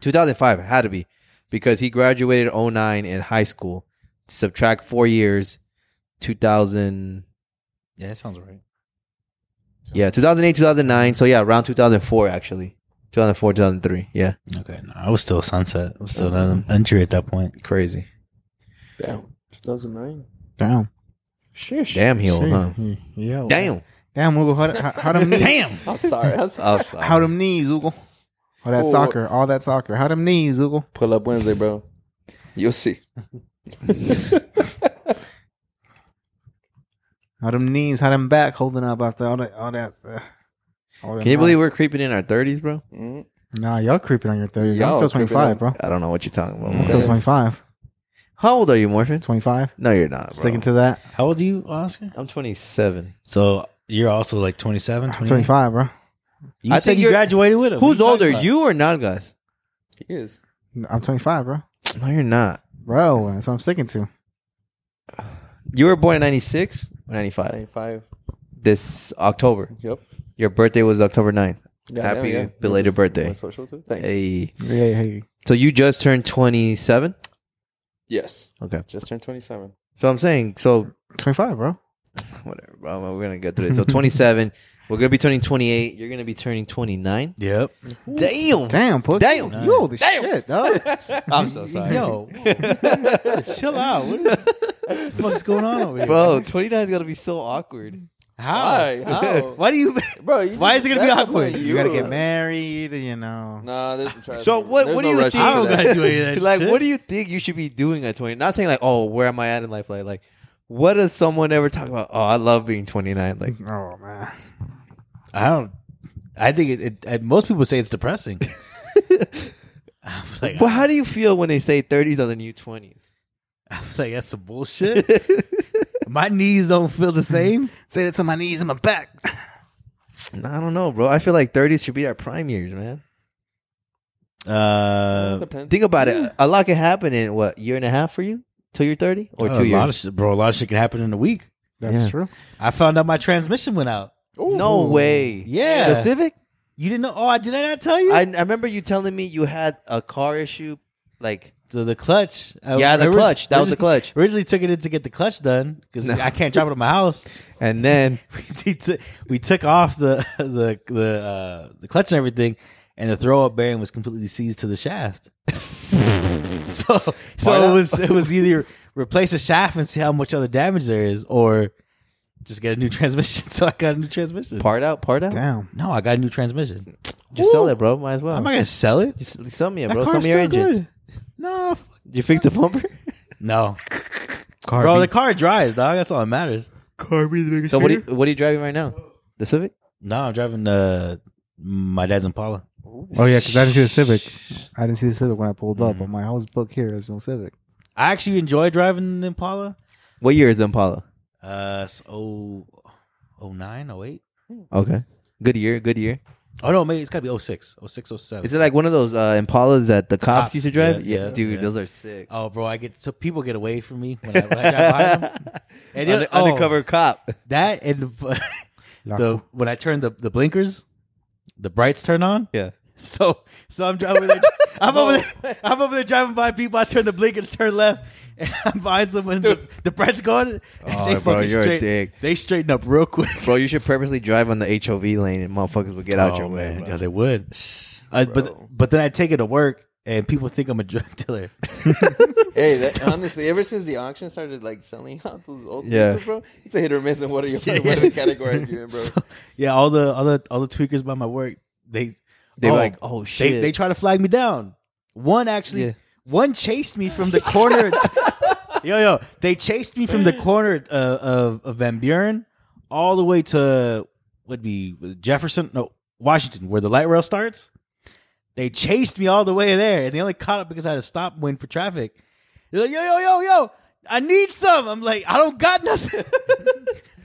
Speaker 2: 2005 had to be because he graduated 09 in high school. Subtract 4 years 2000
Speaker 6: Yeah, that sounds right.
Speaker 2: Yeah, 2008, 2009. So yeah, around 2004 actually. 2004, 2003. Yeah.
Speaker 6: Okay, no, I was still Sunset. I was still an entry at that point.
Speaker 2: Crazy.
Speaker 5: Damn, 2009.
Speaker 4: Damn.
Speaker 5: Sheesh.
Speaker 2: Damn, he old, huh?
Speaker 4: Shit. Yeah.
Speaker 2: Damn.
Speaker 4: Damn, Ugo. How, how, how them knees?
Speaker 6: Damn.
Speaker 5: I'm sorry. I'm sorry.
Speaker 2: Oh, sorry.
Speaker 4: How them knees, Ugo? All that
Speaker 5: Oh.
Speaker 4: soccer. All that soccer. How them knees, Ugo?
Speaker 5: Pull up Wednesday, bro. You'll see.
Speaker 4: How them knees? How them back holding up after all that? All that. Uh, all that
Speaker 2: Can you believe we're creeping in our 30s, bro?
Speaker 5: Mm.
Speaker 4: Nah, y'all creeping on your 30s. I'm
Speaker 5: Y'all
Speaker 4: still
Speaker 5: creeping
Speaker 4: 25,
Speaker 5: up.
Speaker 4: bro.
Speaker 2: I don't know what you're talking about.
Speaker 4: I'm still 25.
Speaker 2: Mm. How old are you, Morphin?
Speaker 4: 25.
Speaker 2: No, you're not. Bro.
Speaker 4: Sticking to that.
Speaker 6: How old are you, Oscar?
Speaker 2: I'm 27.
Speaker 6: So you're also like 27,
Speaker 4: I'm
Speaker 6: 28?
Speaker 4: 25, bro.
Speaker 6: You
Speaker 2: I
Speaker 6: said
Speaker 2: think
Speaker 6: you
Speaker 2: you're-
Speaker 6: graduated with him.
Speaker 2: Who's
Speaker 6: What
Speaker 2: older,
Speaker 6: you? talking
Speaker 2: you or Nalgas?
Speaker 5: He is.
Speaker 4: I'm 25, bro.
Speaker 2: No, you're not.
Speaker 4: Bro, that's what I'm sticking to.
Speaker 2: You were born in 96 or 95?
Speaker 5: 95.
Speaker 2: This October.
Speaker 5: Yep.
Speaker 2: Your birthday was October 9th.
Speaker 5: Yeah,
Speaker 2: Happy
Speaker 5: yeah, yeah.
Speaker 2: belated
Speaker 5: Just-
Speaker 2: birthday.
Speaker 5: my Social too. Thanks.
Speaker 2: Hey.
Speaker 4: Hey, hey.
Speaker 2: So you just turned 27?
Speaker 5: Yes.
Speaker 2: Okay.
Speaker 5: Just turned 27.
Speaker 2: So I'm saying, so
Speaker 4: 25, bro.
Speaker 2: whatever, bro. We're going to get through this. So 27, we're going to be turning 28. You're going to be turning 29.
Speaker 6: about? Yep.
Speaker 2: Damn.
Speaker 4: Damn, put
Speaker 2: Damn.
Speaker 4: You old as shit, dog.
Speaker 2: I'm so sorry.
Speaker 6: Yo, chill out. What the fuck's going on over here?
Speaker 2: Bro, 29 is going to be so awkward.
Speaker 6: how?
Speaker 5: Why? How?
Speaker 2: Oh,
Speaker 6: Why do you?
Speaker 5: Bro, you
Speaker 6: Why is it gonna be
Speaker 5: that's up
Speaker 6: awkward?
Speaker 5: on
Speaker 4: You gotta get married, you know.
Speaker 5: Nah, there's,
Speaker 2: So what-
Speaker 5: There's
Speaker 2: what do
Speaker 5: no
Speaker 2: you
Speaker 5: rush
Speaker 2: think-
Speaker 5: into
Speaker 6: I don't
Speaker 5: that.
Speaker 6: gotta do any of that
Speaker 2: like,
Speaker 6: shit.
Speaker 2: what do you think you should be doing at 20? Not saying, like, oh, where am I at in life? Like, like, what does someone ever talk about? Oh, I love being 29. Like,
Speaker 4: Oh man,
Speaker 6: I don't. I think it, it, uh, most people say it's depressing. I'm like,
Speaker 2: well, how do you feel when they say 30s are the new 20s?
Speaker 6: I'm like, that's some bullshit. My knees don't feel the same.
Speaker 4: say that to my knees and my back.
Speaker 2: I don't know, bro. I feel like 30s should be our prime years, man.
Speaker 6: Uh,
Speaker 5: Depends.
Speaker 2: Think about it. A lot can happen in what year and a half for you till you're 30 or two
Speaker 6: oh, a lot of
Speaker 2: years.
Speaker 6: shit, bro. A lot of shit can happen in a week.
Speaker 4: That's
Speaker 2: Yeah.
Speaker 4: true.
Speaker 6: I found out my transmission went out.
Speaker 2: no way.
Speaker 6: Yeah.
Speaker 2: the Civic.
Speaker 6: You didn't know? Oh, I did I not tell you?
Speaker 2: I, I remember you telling me you had a car issue, like
Speaker 6: so the clutch. I-
Speaker 2: yeah, the
Speaker 6: orig-
Speaker 2: clutch. That Oh, was the
Speaker 6: orig-
Speaker 2: clutch.
Speaker 6: Originally took it in to get the clutch done because I can't drop it at my house.
Speaker 2: And then
Speaker 6: we, t- t- we took off the the the uh, the clutch and everything, and the throw up bearing was completely seized to the shaft. so so it was it was either replace the shaft and see how much other damage there is, or just get a new transmission. So I got a new transmission.
Speaker 2: part out, part out.
Speaker 4: Damn.
Speaker 6: no, I got a new transmission.
Speaker 2: Just sell it, bro. Might as well.
Speaker 6: I'm not gonna sell it.
Speaker 2: Just sell me it,
Speaker 6: That
Speaker 2: Oh. bro. Sell
Speaker 6: car's
Speaker 2: me your
Speaker 6: still
Speaker 2: engine.
Speaker 6: good. No, fuck-
Speaker 2: Did you fix the bumper?
Speaker 6: no,
Speaker 4: Car
Speaker 6: bro.
Speaker 4: beat-
Speaker 6: The car drives, dog. That's all that matters.
Speaker 2: so what? Are you, what are you driving right now? The Civic.
Speaker 6: No, I'm driving uh, my dad's Impala.
Speaker 4: Oh yeah, because I didn't see the Civic. I didn't see the Civic when I pulled
Speaker 5: Mm.
Speaker 4: up. I'm like, I was booked here. There's no Civic.
Speaker 6: I actually enjoy driving the Impala.
Speaker 2: What year is the Impala?
Speaker 6: Uh, it's oh, oh nine, oh eight.
Speaker 2: Okay, good year, good year.
Speaker 6: Oh no, maybe it's gotta be 06, 06, 07.
Speaker 2: Is it like one of those uh, Impalas that the cops,
Speaker 6: Cops,
Speaker 2: used to drive?
Speaker 6: yeah, yeah,
Speaker 2: dude,
Speaker 6: yeah.
Speaker 2: those are sick.
Speaker 6: Oh, bro, I get so people get away from me when I, when I drive behind them. And
Speaker 2: Under-
Speaker 6: it- oh,
Speaker 2: Undercover cop.
Speaker 6: that and the,
Speaker 4: Lock-
Speaker 6: the when I turn the the blinkers, the brights turn on.
Speaker 2: Yeah.
Speaker 6: So so I'm driving. There, I'm over there. I'm over there driving by people. I turn the blinker to turn left, and I'm behind someone. and The, the brights going. And
Speaker 2: Oh,
Speaker 6: they
Speaker 2: bro,
Speaker 6: fucking
Speaker 2: you're a
Speaker 6: straight,
Speaker 2: dick.
Speaker 6: They straighten up real quick.
Speaker 2: Bro, you should purposely drive on the HOV lane and motherfuckers will get out
Speaker 6: Oh,
Speaker 2: your way.
Speaker 6: man.
Speaker 2: bro.
Speaker 6: Yeah, they would. I,
Speaker 5: Bro.
Speaker 6: but but then I take it to work and people think I'm a drug dealer.
Speaker 5: Hey, that, honestly, ever since the auction started, like selling out those old
Speaker 2: Yeah.
Speaker 5: papers, bro, it's a hit or miss on what are you, what are the categories you're in, bro.
Speaker 6: So, yeah, all the all the all the tweakers by my work, they
Speaker 2: They
Speaker 6: oh,
Speaker 2: like, oh shit.
Speaker 6: they they try to flag me down. One actually,
Speaker 2: Yeah.
Speaker 6: one chased me from the corner. yo yo, they chased me from the corner uh, of of Van Buren all the way to would be Jefferson, no Washington, where the light rail starts. They chased me all the way there, and they only caught up because I had to stop waiting for traffic. They're like, yo yo yo yo, I need some. I'm like, I don't got nothing.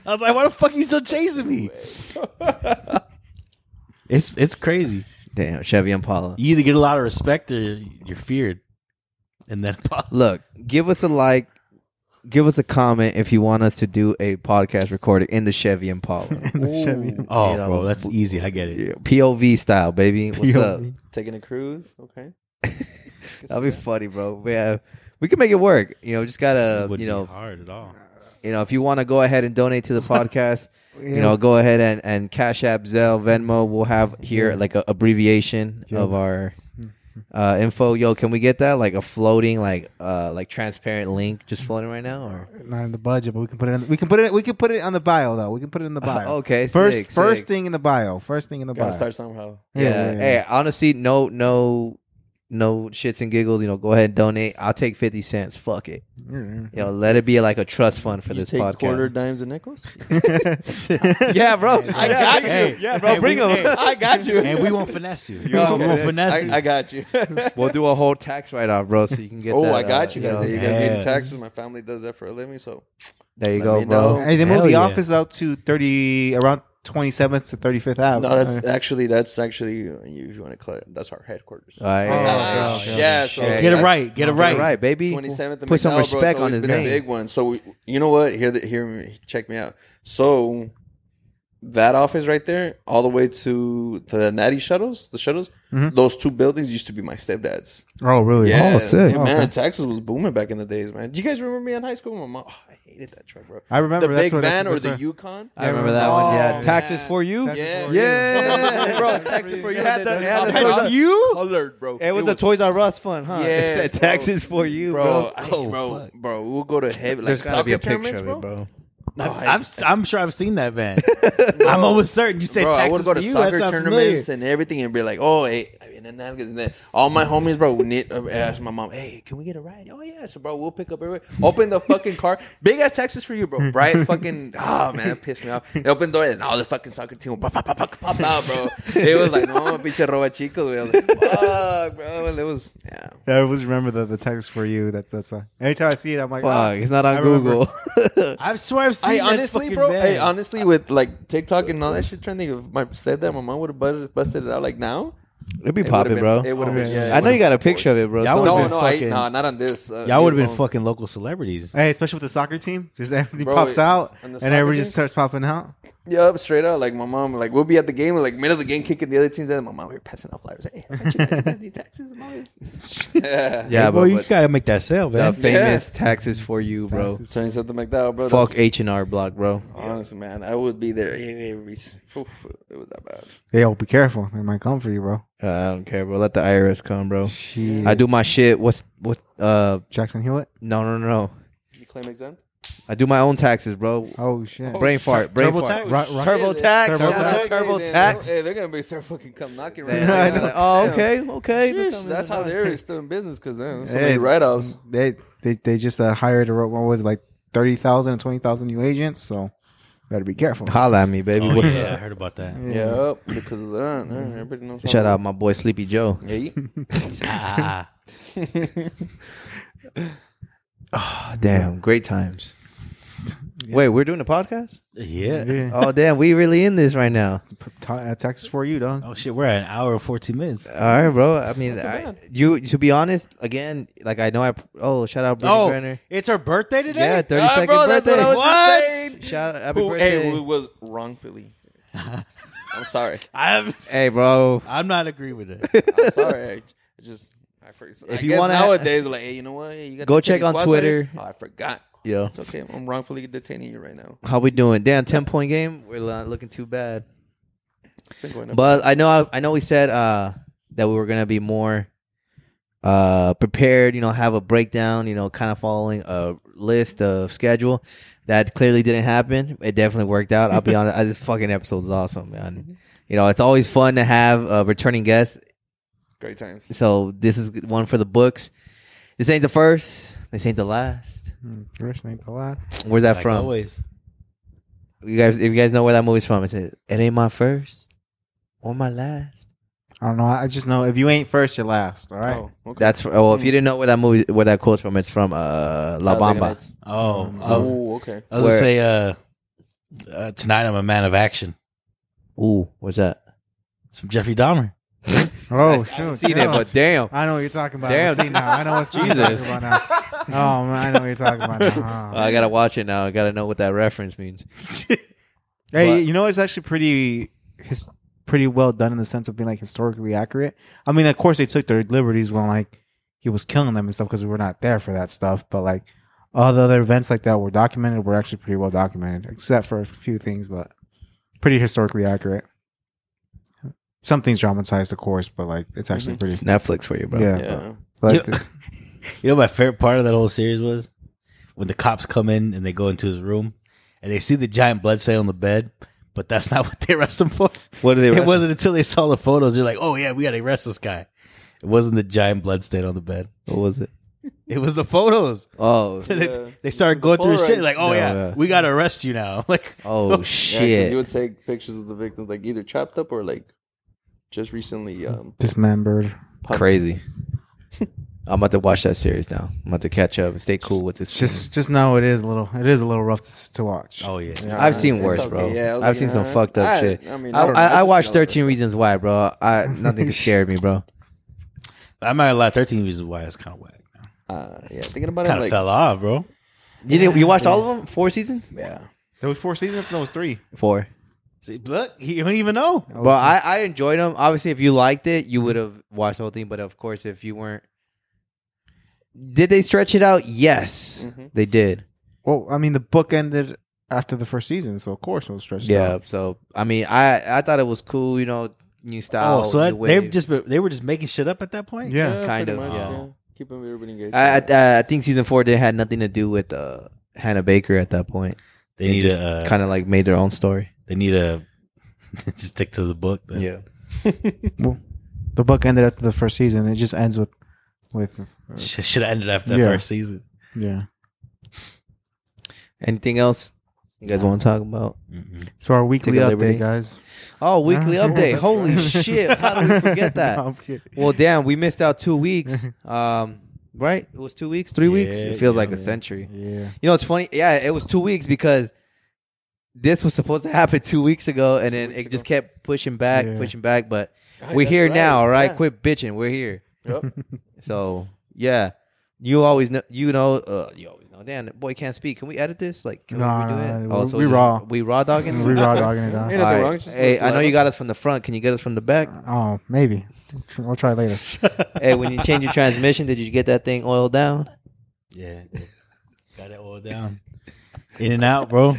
Speaker 6: I was like, why the fuck you still chasing me? it's it's crazy
Speaker 2: Damn, Chevy Impala.
Speaker 6: you either get a lot of respect or you're feared. And then
Speaker 2: Look, give us a like, give us a comment if you want us to do a podcast recorded in the Chevy Impala.
Speaker 4: the Chevy.
Speaker 6: oh,
Speaker 2: You know,
Speaker 6: bro, that's easy. I get it.
Speaker 2: Yeah, POV style, baby. What's up?
Speaker 5: Taking a cruise, okay.
Speaker 2: That'll be funny, bro. Yeah. We can make it work. You know, just gotta
Speaker 6: Wouldn't
Speaker 2: you
Speaker 6: be
Speaker 2: know,
Speaker 6: hard at all.
Speaker 2: you know, if you wanna go ahead and donate to the podcast, you know, go ahead and, and Cash App, Zelle, Venmo. We'll have here like a abbreviation of our
Speaker 4: Mm-hmm.
Speaker 2: uh, info. Yo, can we get that like a floating, like uh, like transparent link
Speaker 4: Mm.
Speaker 2: just floating right now? Or
Speaker 4: Not in the budget, but we can put it. In, we can put it. We can put it on the bio though. We can put it in the bio.
Speaker 2: okay,
Speaker 4: First,
Speaker 2: sick,
Speaker 4: first
Speaker 2: sick.
Speaker 4: thing in the bio. First thing in the bio.
Speaker 5: Gotta start somehow.
Speaker 2: yeah, Hey, honestly, no, no, no shits and giggles. You know, go ahead, donate. I'll take fifty cents. Fuck it.
Speaker 4: yeah.
Speaker 2: You know, let it be like a trust fund for
Speaker 5: You
Speaker 2: this
Speaker 5: take
Speaker 2: podcast.
Speaker 5: quarter dimes and nickels.
Speaker 2: yeah, bro.
Speaker 5: I got you.
Speaker 6: yeah, bro, bring them.
Speaker 5: I got you.
Speaker 6: and we won't finesse you.
Speaker 5: Okay.
Speaker 6: we won't finesse you.
Speaker 5: I, I got you.
Speaker 2: We'll do a whole tax write off, bro, so you can get.
Speaker 5: oh,
Speaker 2: that,
Speaker 5: I
Speaker 2: uh,
Speaker 5: got you guys.
Speaker 2: know,
Speaker 5: you guys
Speaker 6: Yeah.
Speaker 5: need taxes. My family does that for a living, so
Speaker 2: there you
Speaker 5: Let
Speaker 2: go,
Speaker 5: me
Speaker 2: bro.
Speaker 5: know.
Speaker 4: Hey, they moved
Speaker 6: Hell
Speaker 4: the
Speaker 6: yeah.
Speaker 4: office out to thirty around twenty seventh to thirty fifth Ave.
Speaker 5: no, that's actually that's actually if you want to call it, that's our headquarters.
Speaker 2: All right.
Speaker 5: Ah,
Speaker 4: yeah.
Speaker 5: yeah, so
Speaker 2: Shit.
Speaker 6: get it
Speaker 5: that's-
Speaker 6: right. Get it
Speaker 2: Right,
Speaker 6: right.
Speaker 2: right, baby.
Speaker 5: 27th.
Speaker 2: Put some respect on his
Speaker 5: been A
Speaker 2: name.
Speaker 5: big one. So we, you know what? Here, the, here, me- check me out. So that office right there, all the way to the Natty shuttles, the shuttles. Those two buildings used to be my stepdad's.
Speaker 4: oh really?
Speaker 5: Yeah,
Speaker 2: sick.
Speaker 5: Yeah, man, Texas was booming back in the days, man. Do you guys remember me in high school? My mom, oh, I hated that truck, bro.
Speaker 4: I remember
Speaker 5: the
Speaker 4: that's
Speaker 5: big
Speaker 4: where- that's
Speaker 5: van
Speaker 4: where-
Speaker 5: or the
Speaker 4: that's where-
Speaker 5: Yukon.
Speaker 2: I remember that one. Yeah,
Speaker 4: Oh,
Speaker 2: taxes
Speaker 5: man.
Speaker 2: for you.
Speaker 4: Taxes
Speaker 5: Yeah,
Speaker 4: for
Speaker 2: Yeah.
Speaker 5: bro, taxes for you.
Speaker 2: It had
Speaker 5: They-
Speaker 2: the-
Speaker 5: they
Speaker 2: it had the
Speaker 5: called
Speaker 2: Toys
Speaker 5: us
Speaker 2: R-
Speaker 6: You?
Speaker 5: Colored, bro.
Speaker 2: It was a Toys R Us fund, huh?
Speaker 5: Yeah,
Speaker 2: It said
Speaker 5: bro.
Speaker 2: taxes for you, bro.
Speaker 5: I- bro, bro, we'll go to heavy. Like,
Speaker 2: There's gotta be a
Speaker 5: soccer
Speaker 2: picture of
Speaker 5: tournaments,
Speaker 2: it, bro.
Speaker 5: No, I-
Speaker 6: I'm, I'm sure I've seen that van. I'm almost certain. You said
Speaker 5: bro, I
Speaker 6: taxes
Speaker 5: would go
Speaker 6: for
Speaker 5: to
Speaker 6: you. That
Speaker 5: soccer
Speaker 6: sounds
Speaker 5: tournaments and everything and be like, oh, hey, and then Nalgas, and then all my homies, bro, knit, uh, asked my mom, "Hey, can we get a ride?" Oh yeah, so bro, we'll pick up everywhere. Open the fucking car, big ass Texas for you, bro. Bright fucking, oh man, that pissed me off. They opened the door and all the fucking soccer team pop pop pop pop pop out, bro. It was like no, pinche roba chico. güey. I was like, fuck, bro. It was yeah.
Speaker 4: I always remember the, the text for you. That, that's why. Every time I see it, I'm like,
Speaker 2: Fuck,
Speaker 4: oh.
Speaker 2: it's not on
Speaker 4: I remember.
Speaker 2: Google.
Speaker 6: I swear I've seen
Speaker 5: I
Speaker 6: that
Speaker 5: honestly,
Speaker 6: fucking
Speaker 5: bro.
Speaker 6: van.
Speaker 5: Hey, honestly, with like TikTok and all that shit trending, if my said that my mom would have busted, busted it out like now.
Speaker 2: It'd be
Speaker 5: it
Speaker 2: popping,
Speaker 5: would've
Speaker 2: bro.
Speaker 5: been- It
Speaker 6: Oh,
Speaker 5: would have been. Yeah, it
Speaker 2: I know
Speaker 5: would've
Speaker 2: you got a
Speaker 5: been
Speaker 2: picture of it, bro.
Speaker 6: Y'all
Speaker 2: so-
Speaker 6: would've
Speaker 5: No,
Speaker 6: been
Speaker 5: no, I,
Speaker 6: fucking-
Speaker 5: no, not on this. Uh,
Speaker 6: Y'all would have
Speaker 5: your
Speaker 6: been
Speaker 5: phone.
Speaker 6: fucking local celebrities.
Speaker 4: Hey, especially with the soccer team, just everything
Speaker 5: Bro,
Speaker 4: pops out,
Speaker 5: and
Speaker 4: and,
Speaker 5: the soccer
Speaker 4: everybody
Speaker 5: team?
Speaker 4: just starts popping out.
Speaker 5: Yup, straight up. Like my mom, like we'll be at the game, like middle of the game, kicking the other teams. And my mom, we were passing out flyers. Hey, how about you guys, You guys need taxes and all this.
Speaker 2: Yeah,
Speaker 5: Yeah,
Speaker 6: Hey,
Speaker 2: but,
Speaker 6: boy, you
Speaker 2: but
Speaker 6: gotta make that sale, man.
Speaker 2: the famous taxes for you, bro.
Speaker 5: Turning something like that, bro.
Speaker 2: Fuck
Speaker 5: that's-
Speaker 2: H and R Block, bro.
Speaker 5: Honestly, man, I would be there every. Oof, it was that bad.
Speaker 4: Hey, yo, be careful. It might come for you, bro.
Speaker 2: Uh, I don't care, bro. Let the IRS come, bro.
Speaker 4: Shit.
Speaker 2: I do my shit. What's what? Uh,
Speaker 4: Jackson Hewitt.
Speaker 2: no, no, no, no.
Speaker 5: You claim exempt?
Speaker 2: I do my own taxes, bro.
Speaker 4: Oh shit.
Speaker 2: brain fart, brain
Speaker 6: Turbo
Speaker 2: fart.
Speaker 6: tax?
Speaker 4: Ro- ro-
Speaker 2: Turbo tax,
Speaker 4: Turbo
Speaker 2: shout out
Speaker 4: tax.
Speaker 2: turbo
Speaker 5: Hey,
Speaker 2: tax.
Speaker 5: Hey, they're gonna be start fucking come knocking right
Speaker 2: Then
Speaker 5: now.
Speaker 2: I'd be like, oh,
Speaker 5: Damn.
Speaker 2: okay, okay.
Speaker 5: Sheesh,
Speaker 2: Look, I'm
Speaker 5: that's
Speaker 2: in
Speaker 5: how
Speaker 2: the-
Speaker 5: they're still in business because man, so
Speaker 4: Hey.
Speaker 5: many write-offs.
Speaker 4: They they they just uh, hired a what was it, like 30,000 and 20,000 new agents, so better be careful.
Speaker 2: Holla at me, baby.
Speaker 6: Oh,
Speaker 2: What's
Speaker 6: yeah, I heard about that.
Speaker 5: Yep, because of that, man, everybody knows.
Speaker 2: Shout out my boy Sleepy Joe.
Speaker 5: Hey,
Speaker 6: Ah,
Speaker 2: Oh, damn, great times. Wait, we're doing a podcast?
Speaker 6: yeah.
Speaker 4: Yeah.
Speaker 2: Oh damn, we really in this right now.
Speaker 4: Ta- uh, Texas for you, dog.
Speaker 6: Oh shit, we're at an hour and fourteen minutes.
Speaker 2: All right, bro. I mean,
Speaker 5: Not too
Speaker 2: I,
Speaker 5: bad.
Speaker 2: you to be honest, again, like I know I. Oh, shout out Brittany Brenner.
Speaker 6: it's her birthday today.
Speaker 2: Yeah, thirty
Speaker 5: Ah,
Speaker 2: second
Speaker 5: bro, that's
Speaker 2: birthday.
Speaker 5: what I was just
Speaker 6: What?
Speaker 5: saying.
Speaker 2: Shout out, happy
Speaker 5: Who,
Speaker 2: birthday.
Speaker 5: hey, who was wrongfully? I'm sorry.
Speaker 6: I'm
Speaker 2: Hey, bro.
Speaker 6: I'm not agreeing with it.
Speaker 5: I'm sorry. I, I just I forgot.
Speaker 2: If
Speaker 5: If
Speaker 2: you
Speaker 5: you want
Speaker 2: wanna-
Speaker 5: nowadays, like, hey, you know what? You got
Speaker 2: Go
Speaker 5: the
Speaker 2: check
Speaker 5: kidney
Speaker 2: on
Speaker 5: squad
Speaker 2: Twitter.
Speaker 5: started? Oh, I forgot.
Speaker 2: Yo,
Speaker 5: It's okay. I'm wrongfully detaining you right now.
Speaker 2: how we doing? Damn, ten point game. We're not looking too bad.
Speaker 5: It's been going up.
Speaker 2: But I know I, I know we said uh, that we were gonna be more uh, prepared. You know, have a breakdown. You know, kind of following a list of schedule. That clearly didn't happen. It definitely worked out. I'll be honest. I, this fucking episode is awesome, man. You know, it's always fun to have uh, returning guests.
Speaker 5: Great times.
Speaker 2: So this is one for the books. This ain't the first. This ain't the last.
Speaker 4: Hmm, First name the last.
Speaker 2: Where's that
Speaker 6: Like
Speaker 2: from?
Speaker 6: always.
Speaker 2: You guys, if you guys know where that movie's from, it says, "It ain't my first or my last."
Speaker 4: I don't know. I just know if you ain't first, you're last. All right.
Speaker 5: Oh, okay.
Speaker 2: That's fr- oh, if you didn't know where that movie, where that quote's from, it's from uh, La
Speaker 5: Talladega
Speaker 2: Bamba.
Speaker 5: Nights.
Speaker 6: Oh, I was,
Speaker 5: Oh, okay.
Speaker 6: I was
Speaker 2: Where-
Speaker 6: gonna say uh, uh, tonight I'm a man of action.
Speaker 2: Ooh, what's that?
Speaker 6: It's from Jeffrey Dahmer.
Speaker 4: Oh, shoot.
Speaker 2: Seen it,
Speaker 4: yeah.
Speaker 2: but damn,
Speaker 4: I know what you're talking about.
Speaker 2: Damn.
Speaker 4: Damn. now. I know what you're
Speaker 2: Jesus.
Speaker 4: talking about now. Oh, man, I know what you're talking about now.
Speaker 2: Oh,
Speaker 4: Oh,
Speaker 2: I gotta watch it now. I gotta know what that reference means.
Speaker 4: Hey,
Speaker 2: But-
Speaker 4: you know it's actually pretty his pretty well done in the sense of being like historically accurate. I mean, of course they took their liberties when like he was killing them and stuff because we were not there for that stuff. But like all the other events like that were documented were actually pretty well documented, except for a few things, but pretty historically accurate. Some things dramatized, of course, but like it's actually
Speaker 2: It's
Speaker 4: pretty.
Speaker 2: Netflix for you, bro.
Speaker 4: Yeah.
Speaker 5: Yeah.
Speaker 4: Like,
Speaker 6: Yeah. You know, my favorite part of that whole series was when the cops come in and they go into his room and they see the giant blood stain on the bed, but that's not what they arrest him for.
Speaker 2: What do they?
Speaker 6: It wasn't until they saw the photos they're like, "Oh yeah, we gotta arrest this guy." It wasn't the giant blood stain on the bed.
Speaker 2: What was it?
Speaker 6: It was the photos.
Speaker 2: Oh,
Speaker 5: Yeah.
Speaker 6: they, they started going through his shit. Like, oh
Speaker 2: No,
Speaker 6: yeah,
Speaker 2: yeah.
Speaker 6: we gotta arrest you now. Like,
Speaker 2: oh
Speaker 5: Yeah, 'cause
Speaker 2: shit.
Speaker 5: you would take pictures of the victims, like either chopped up or like just recently. Um,
Speaker 4: dismembered.
Speaker 5: pub-
Speaker 2: Crazy. I'm about to watch that series now. I'm about to catch up and stay cool with this.
Speaker 4: Just, just know it is a little. It is a little rough to, to watch.
Speaker 6: oh yeah,
Speaker 5: Yeah,
Speaker 2: I've seen
Speaker 5: it's
Speaker 2: worse,
Speaker 5: okay.
Speaker 2: bro.
Speaker 5: Yeah, I
Speaker 2: I've
Speaker 5: was like,
Speaker 2: seen some
Speaker 5: uh,
Speaker 2: fucked up
Speaker 5: I-
Speaker 2: shit.
Speaker 5: I mean,
Speaker 2: I,
Speaker 5: I don't know. I
Speaker 2: I, I
Speaker 5: just
Speaker 2: watched
Speaker 5: know that
Speaker 2: 13
Speaker 5: stuff.
Speaker 2: Reasons Why, bro. I nothing scared me, bro.
Speaker 6: I'm not gonna lie. Thirteen Reasons Why is kind of whack.
Speaker 5: Uh, yeah, thinking about
Speaker 6: Kind
Speaker 5: it,
Speaker 6: of
Speaker 5: like,
Speaker 6: fell off, bro.
Speaker 2: You didn't, you watched all of them? Four seasons?
Speaker 5: yeah,
Speaker 4: There was four seasons. No, it was three.
Speaker 2: Four.
Speaker 6: See, look, he don't even know.
Speaker 5: Oh,
Speaker 2: But I, I enjoyed them. Obviously, if you liked it, you would have watched the whole thing. But of course, if you weren't, did they stretch it out? Yes,
Speaker 5: Mhm.
Speaker 2: they did.
Speaker 4: Well, I mean, the book ended after the first season, so of course it was stretched
Speaker 2: Yeah.
Speaker 4: out.
Speaker 2: So I mean, I I thought it was cool. You know, new style.
Speaker 6: Oh, so that,
Speaker 2: new
Speaker 6: they
Speaker 2: wave.
Speaker 6: just they were just making shit up at that point.
Speaker 4: Yeah.
Speaker 2: kind
Speaker 5: pretty
Speaker 2: of,
Speaker 5: much,
Speaker 2: yeah.
Speaker 5: Keeping everybody engaged.
Speaker 2: I, I I think season four did had nothing to do with uh, Hannah Baker at that point.
Speaker 6: They need
Speaker 2: just
Speaker 6: to uh,
Speaker 2: kind of like made their own story.
Speaker 6: they need to stick to the book. Then.
Speaker 2: Yeah.
Speaker 4: The book ended after the first season. It just ends with, with
Speaker 6: Should should have ended after that
Speaker 4: Yeah.
Speaker 6: first season.
Speaker 4: yeah.
Speaker 2: Anything else you guys want to talk about?
Speaker 6: Mm-hmm.
Speaker 4: So our weekly
Speaker 2: Take a
Speaker 4: update,
Speaker 2: liberty.
Speaker 4: guys.
Speaker 2: Oh, weekly
Speaker 4: Yeah.
Speaker 2: update. Holy shit! How did we forget
Speaker 4: No,
Speaker 2: that?
Speaker 4: I'm kidding.
Speaker 2: Well, damn, we missed out two weeks. Um, right? It was two weeks, three weeks.
Speaker 6: Yeah,
Speaker 2: It feels like
Speaker 6: yeah.
Speaker 2: a century.
Speaker 4: yeah.
Speaker 2: You know, it's funny. Yeah, it was two weeks because this was supposed to happen two weeks ago, and then it just kept pushing back,
Speaker 4: Yeah.
Speaker 2: pushing back. But
Speaker 5: Right,
Speaker 2: we're
Speaker 5: that's
Speaker 2: here
Speaker 5: right.
Speaker 2: now, all right?
Speaker 5: Yeah.
Speaker 2: Quit bitching. We're here.
Speaker 5: Yep.
Speaker 2: So yeah, you always know. You know. Uh, you always know. Dan, boy can't speak. Can we edit this? Like, can
Speaker 4: Nah,
Speaker 2: we redo it? Oh,
Speaker 4: nah, we-
Speaker 2: so
Speaker 4: we
Speaker 2: just-
Speaker 4: raw.
Speaker 2: We raw dogging.
Speaker 4: We raw dogging it
Speaker 5: Ain't
Speaker 4: out.
Speaker 5: nothing
Speaker 2: All right.
Speaker 5: wrong, it's just
Speaker 2: Hey,
Speaker 5: low
Speaker 2: I know you
Speaker 5: level.
Speaker 2: got us from the front. Can you get us from the back?
Speaker 4: Oh, maybe. We'll try it later.
Speaker 2: hey, when you change your transmission, did you get that thing oiled down?
Speaker 6: Yeah. Got it all down. In and out, bro.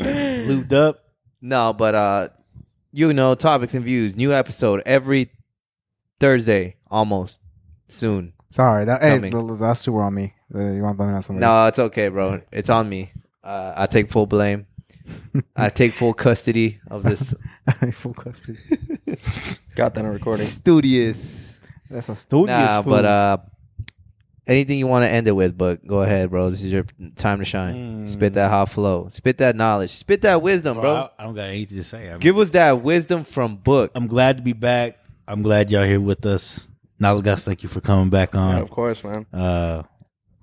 Speaker 6: Lubed up.
Speaker 2: No, but uh, you know, topics and views. New episode every Thursday, almost soon.
Speaker 4: Sorry. That, hey,
Speaker 2: Coming.
Speaker 4: the, the- that's too were on me. Uh, you want to blame it on somebody?
Speaker 2: No, it's okay, bro. It's on me. Uh, I take full blame. I take full custody of this
Speaker 4: Full custody.
Speaker 5: Got that on recording.
Speaker 2: studious.
Speaker 4: That's a studio.
Speaker 2: Nah, but uh, anything you want to end it with, but go ahead, bro. This is your time to shine. Spit that hot flow. Spit that knowledge. Spit that wisdom,
Speaker 6: Bro,
Speaker 2: Hmm. bro.
Speaker 6: I, I don't got anything to say. I'm,
Speaker 2: Give us that wisdom from book.
Speaker 6: I'm glad to be back. I'm glad y'all here with us. Nalagas, thank you for coming back
Speaker 5: Yeah,
Speaker 6: on.
Speaker 5: of course, man.
Speaker 6: uh,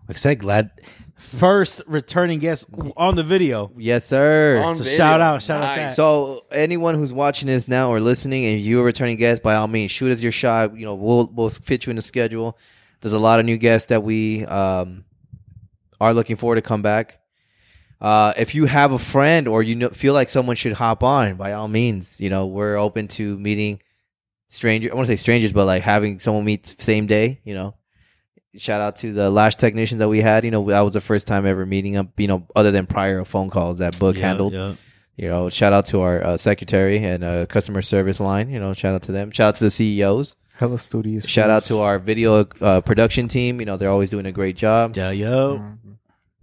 Speaker 6: like I said, glad first returning guest on the video.
Speaker 2: Yes, sir.
Speaker 5: On
Speaker 6: So
Speaker 5: video.
Speaker 6: shout out, shout out that.
Speaker 2: So anyone who's watching this now or listening, and you're a returning guest, by all means, shoot us your shot. You know, we'll we'll fit you in the schedule. There's a lot of new guests that we um, are looking forward to come back. Uh, if you have a friend or you know, feel like someone should hop on, by all means, you know we're open to meeting stranger. I want to say strangers, but like having someone meet same day. You know, shout out to the lash technicians that we had. You know, that was the first time ever meeting up. You know, other than prior phone calls that book
Speaker 6: Yeah,
Speaker 2: handled
Speaker 6: yeah.
Speaker 2: you know, shout out to our uh, secretary and uh, customer service line. You know, shout out to them. Shout out to the CEOs.
Speaker 4: Hella studious.
Speaker 2: Shout out to our video uh, production team. You know, they're always doing a great job.
Speaker 6: Yeah, yo.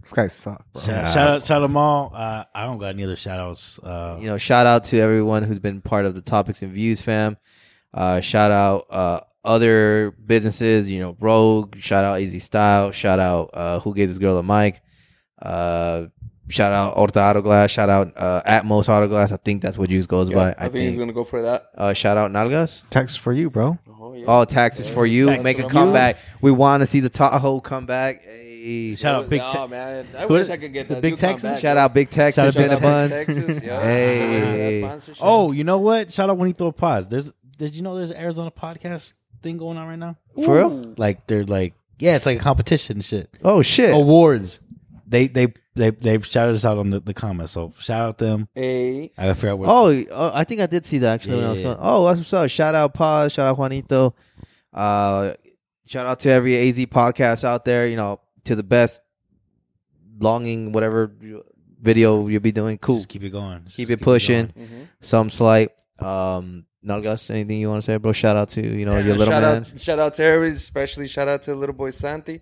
Speaker 4: This guy sucks, bro.
Speaker 6: Shout, shout out, shout them all. Uh, I don't got any other shout outs. Uh,
Speaker 2: You know, shout out to everyone who's been part of the Topics and Views fam. Uh, shout out uh, other businesses. You know, Rogue. Shout out Easy Style. Shout out uh, who gave this girl a mic. Uh, shout out Orta Auto Glass. Shout out uh, Atmos Auto Glass. I think that's what Juice goes
Speaker 5: Yeah,
Speaker 2: by.
Speaker 5: I, think, he's gonna go for that.
Speaker 2: uh, shout out Nalgas.
Speaker 4: Text for you, bro.
Speaker 5: Oh
Speaker 2: All taxes for you.
Speaker 6: Taxes
Speaker 2: Make a
Speaker 6: for you.
Speaker 2: comeback. We want to see the Tahoe come back. Hey.
Speaker 6: Shout out Big
Speaker 5: Nah,
Speaker 6: Te-
Speaker 5: man. I
Speaker 6: Who-
Speaker 5: wish I could get
Speaker 6: the
Speaker 5: that
Speaker 6: Big
Speaker 5: dude come
Speaker 6: Texas?
Speaker 5: back.
Speaker 2: Shout out Big Texas
Speaker 6: Shout out
Speaker 2: in
Speaker 6: Big
Speaker 2: the buns.
Speaker 5: Texas, yeah.
Speaker 2: Hey.
Speaker 5: That sponsorship.
Speaker 6: Oh, you know what? Shout out Juanito Paz. There's did you know there's an Arizona podcast thing going on right now?
Speaker 2: For real?
Speaker 6: Like they're like yeah, it's like a competition and shit.
Speaker 2: Oh shit.
Speaker 6: Awards. They they they they've shouted us out on the, the comments. So shout out them.
Speaker 5: hey,
Speaker 6: I gotta figure out what
Speaker 2: Oh, oh, I think I did see that actually when I was
Speaker 6: Yeah.
Speaker 2: going. Oh, that's what's up. Shout out Paz. Shout out Juanito. Uh, shout out to every AZ podcast out there. You know, to the best longing whatever you- video you'll be doing. Cool.
Speaker 6: Just keep it going. Just
Speaker 2: Keep it pushing.
Speaker 6: going.
Speaker 5: Mhm.
Speaker 2: Some slight. Um, Nalgas, anything you want to say, bro? Shout out to you know
Speaker 5: Yeah,
Speaker 2: Oh, your little
Speaker 5: shout
Speaker 2: man.
Speaker 5: Out, shout out to everybody, especially shout out to little boy Santi.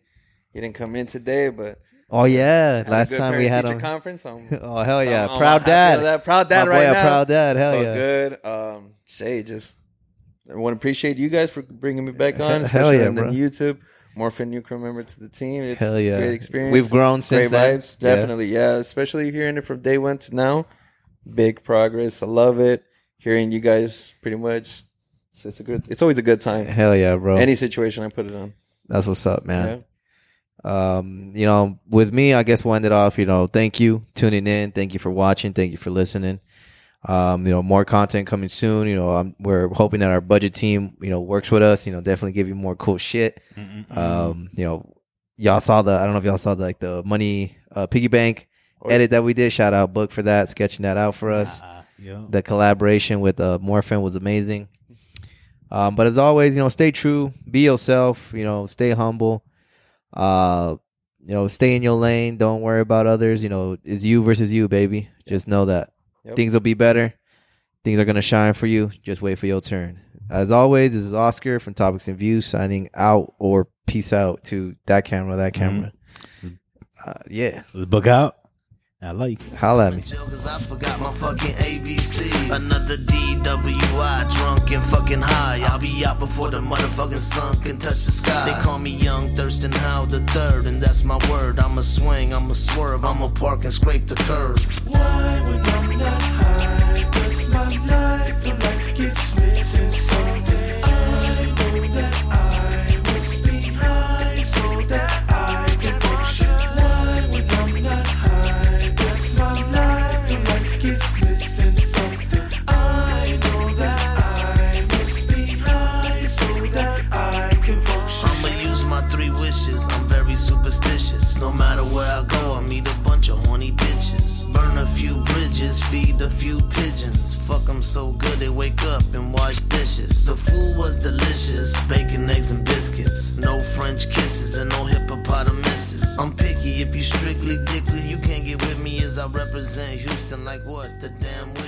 Speaker 5: He didn't come in today, but
Speaker 2: Oh yeah,
Speaker 5: had a
Speaker 2: last
Speaker 5: good
Speaker 2: time we had
Speaker 5: parent-teacher
Speaker 2: him.
Speaker 5: conference. I'm,
Speaker 2: Oh hell yeah,
Speaker 5: I'm- I'm
Speaker 2: proud
Speaker 5: happy
Speaker 2: dad,
Speaker 5: of that. Proud dad
Speaker 2: my
Speaker 5: right
Speaker 2: boy, a
Speaker 5: now.
Speaker 2: proud dad. Hell
Speaker 5: Felt
Speaker 2: yeah,
Speaker 5: good. Um, say just I want to appreciate you guys for bringing me back on,
Speaker 2: Hell
Speaker 5: especially
Speaker 2: yeah,
Speaker 5: on the
Speaker 2: bro.
Speaker 5: YouTube. Morphin new crew member to the team. It's,
Speaker 2: hell
Speaker 5: it's a
Speaker 2: yeah.
Speaker 5: great experience.
Speaker 2: We've grown
Speaker 5: great
Speaker 2: since then.
Speaker 5: vibes, definitely. Yeah. especially hearing it from day one to now. Big progress. I love it. Hearing you guys pretty much. So it's a good. It's always a good
Speaker 2: Yeah.
Speaker 5: time.
Speaker 2: Hell yeah, bro.
Speaker 5: Any situation I put it on.
Speaker 2: That's what's up, man.
Speaker 5: Yeah.
Speaker 2: um, you know, with me, I guess we'll end it off. You know, thank you tuning in. Thank you for watching. Thank you for listening. Um, you know, more content coming soon. You know, um we're hoping that our budget team, you know, works with us. You know, definitely give you more cool shit.
Speaker 5: Mm-hmm.
Speaker 2: Um, you know, y'all saw the. I don't know if y'all saw the, like the money uh, piggy bank
Speaker 5: Oh, yeah.
Speaker 2: edit that we did. Shout out Book for that, sketching that out for us.
Speaker 6: Uh, yeah.
Speaker 2: The collaboration with uh, Morphin was amazing. Um, but as always, you know, stay true, be yourself, you know, stay humble. Uh, you know, stay in your lane. Don't worry about others. You know, it's you versus you, baby. Just know that
Speaker 5: Yep.
Speaker 2: things will be better. Things are gonna shine for you. Just wait for your turn. As always, this is Oscar from Topics and Views signing out or
Speaker 5: Mm-hmm.
Speaker 2: peace out to that camera, that camera. Uh, yeah.
Speaker 6: Let's book out. I like.
Speaker 2: Holla at me.
Speaker 1: jail 'cause I forgot my fucking ABC. Another DWI, drunk and fucking high. I'll be out before the motherfucking sun can touch the sky. They call me Young Thurston Howe the third, and that's my word. I'ma swing, I'ma swerve, I'ma park and scrape the curb. I'ma use my three wishes. I'm very superstitious. No matter where I go, I meet a bunch of horny bitches. Burn a few bridges, feed a few pigeons. Fuck 'em so good they wake up and wash dishes. The food was delicious, bacon, eggs, and biscuits. No French kisses and no hippopotamuses. I'm picky if you strictly dickly. You can't get with me as I represent Houston like what? The damn. Wizards.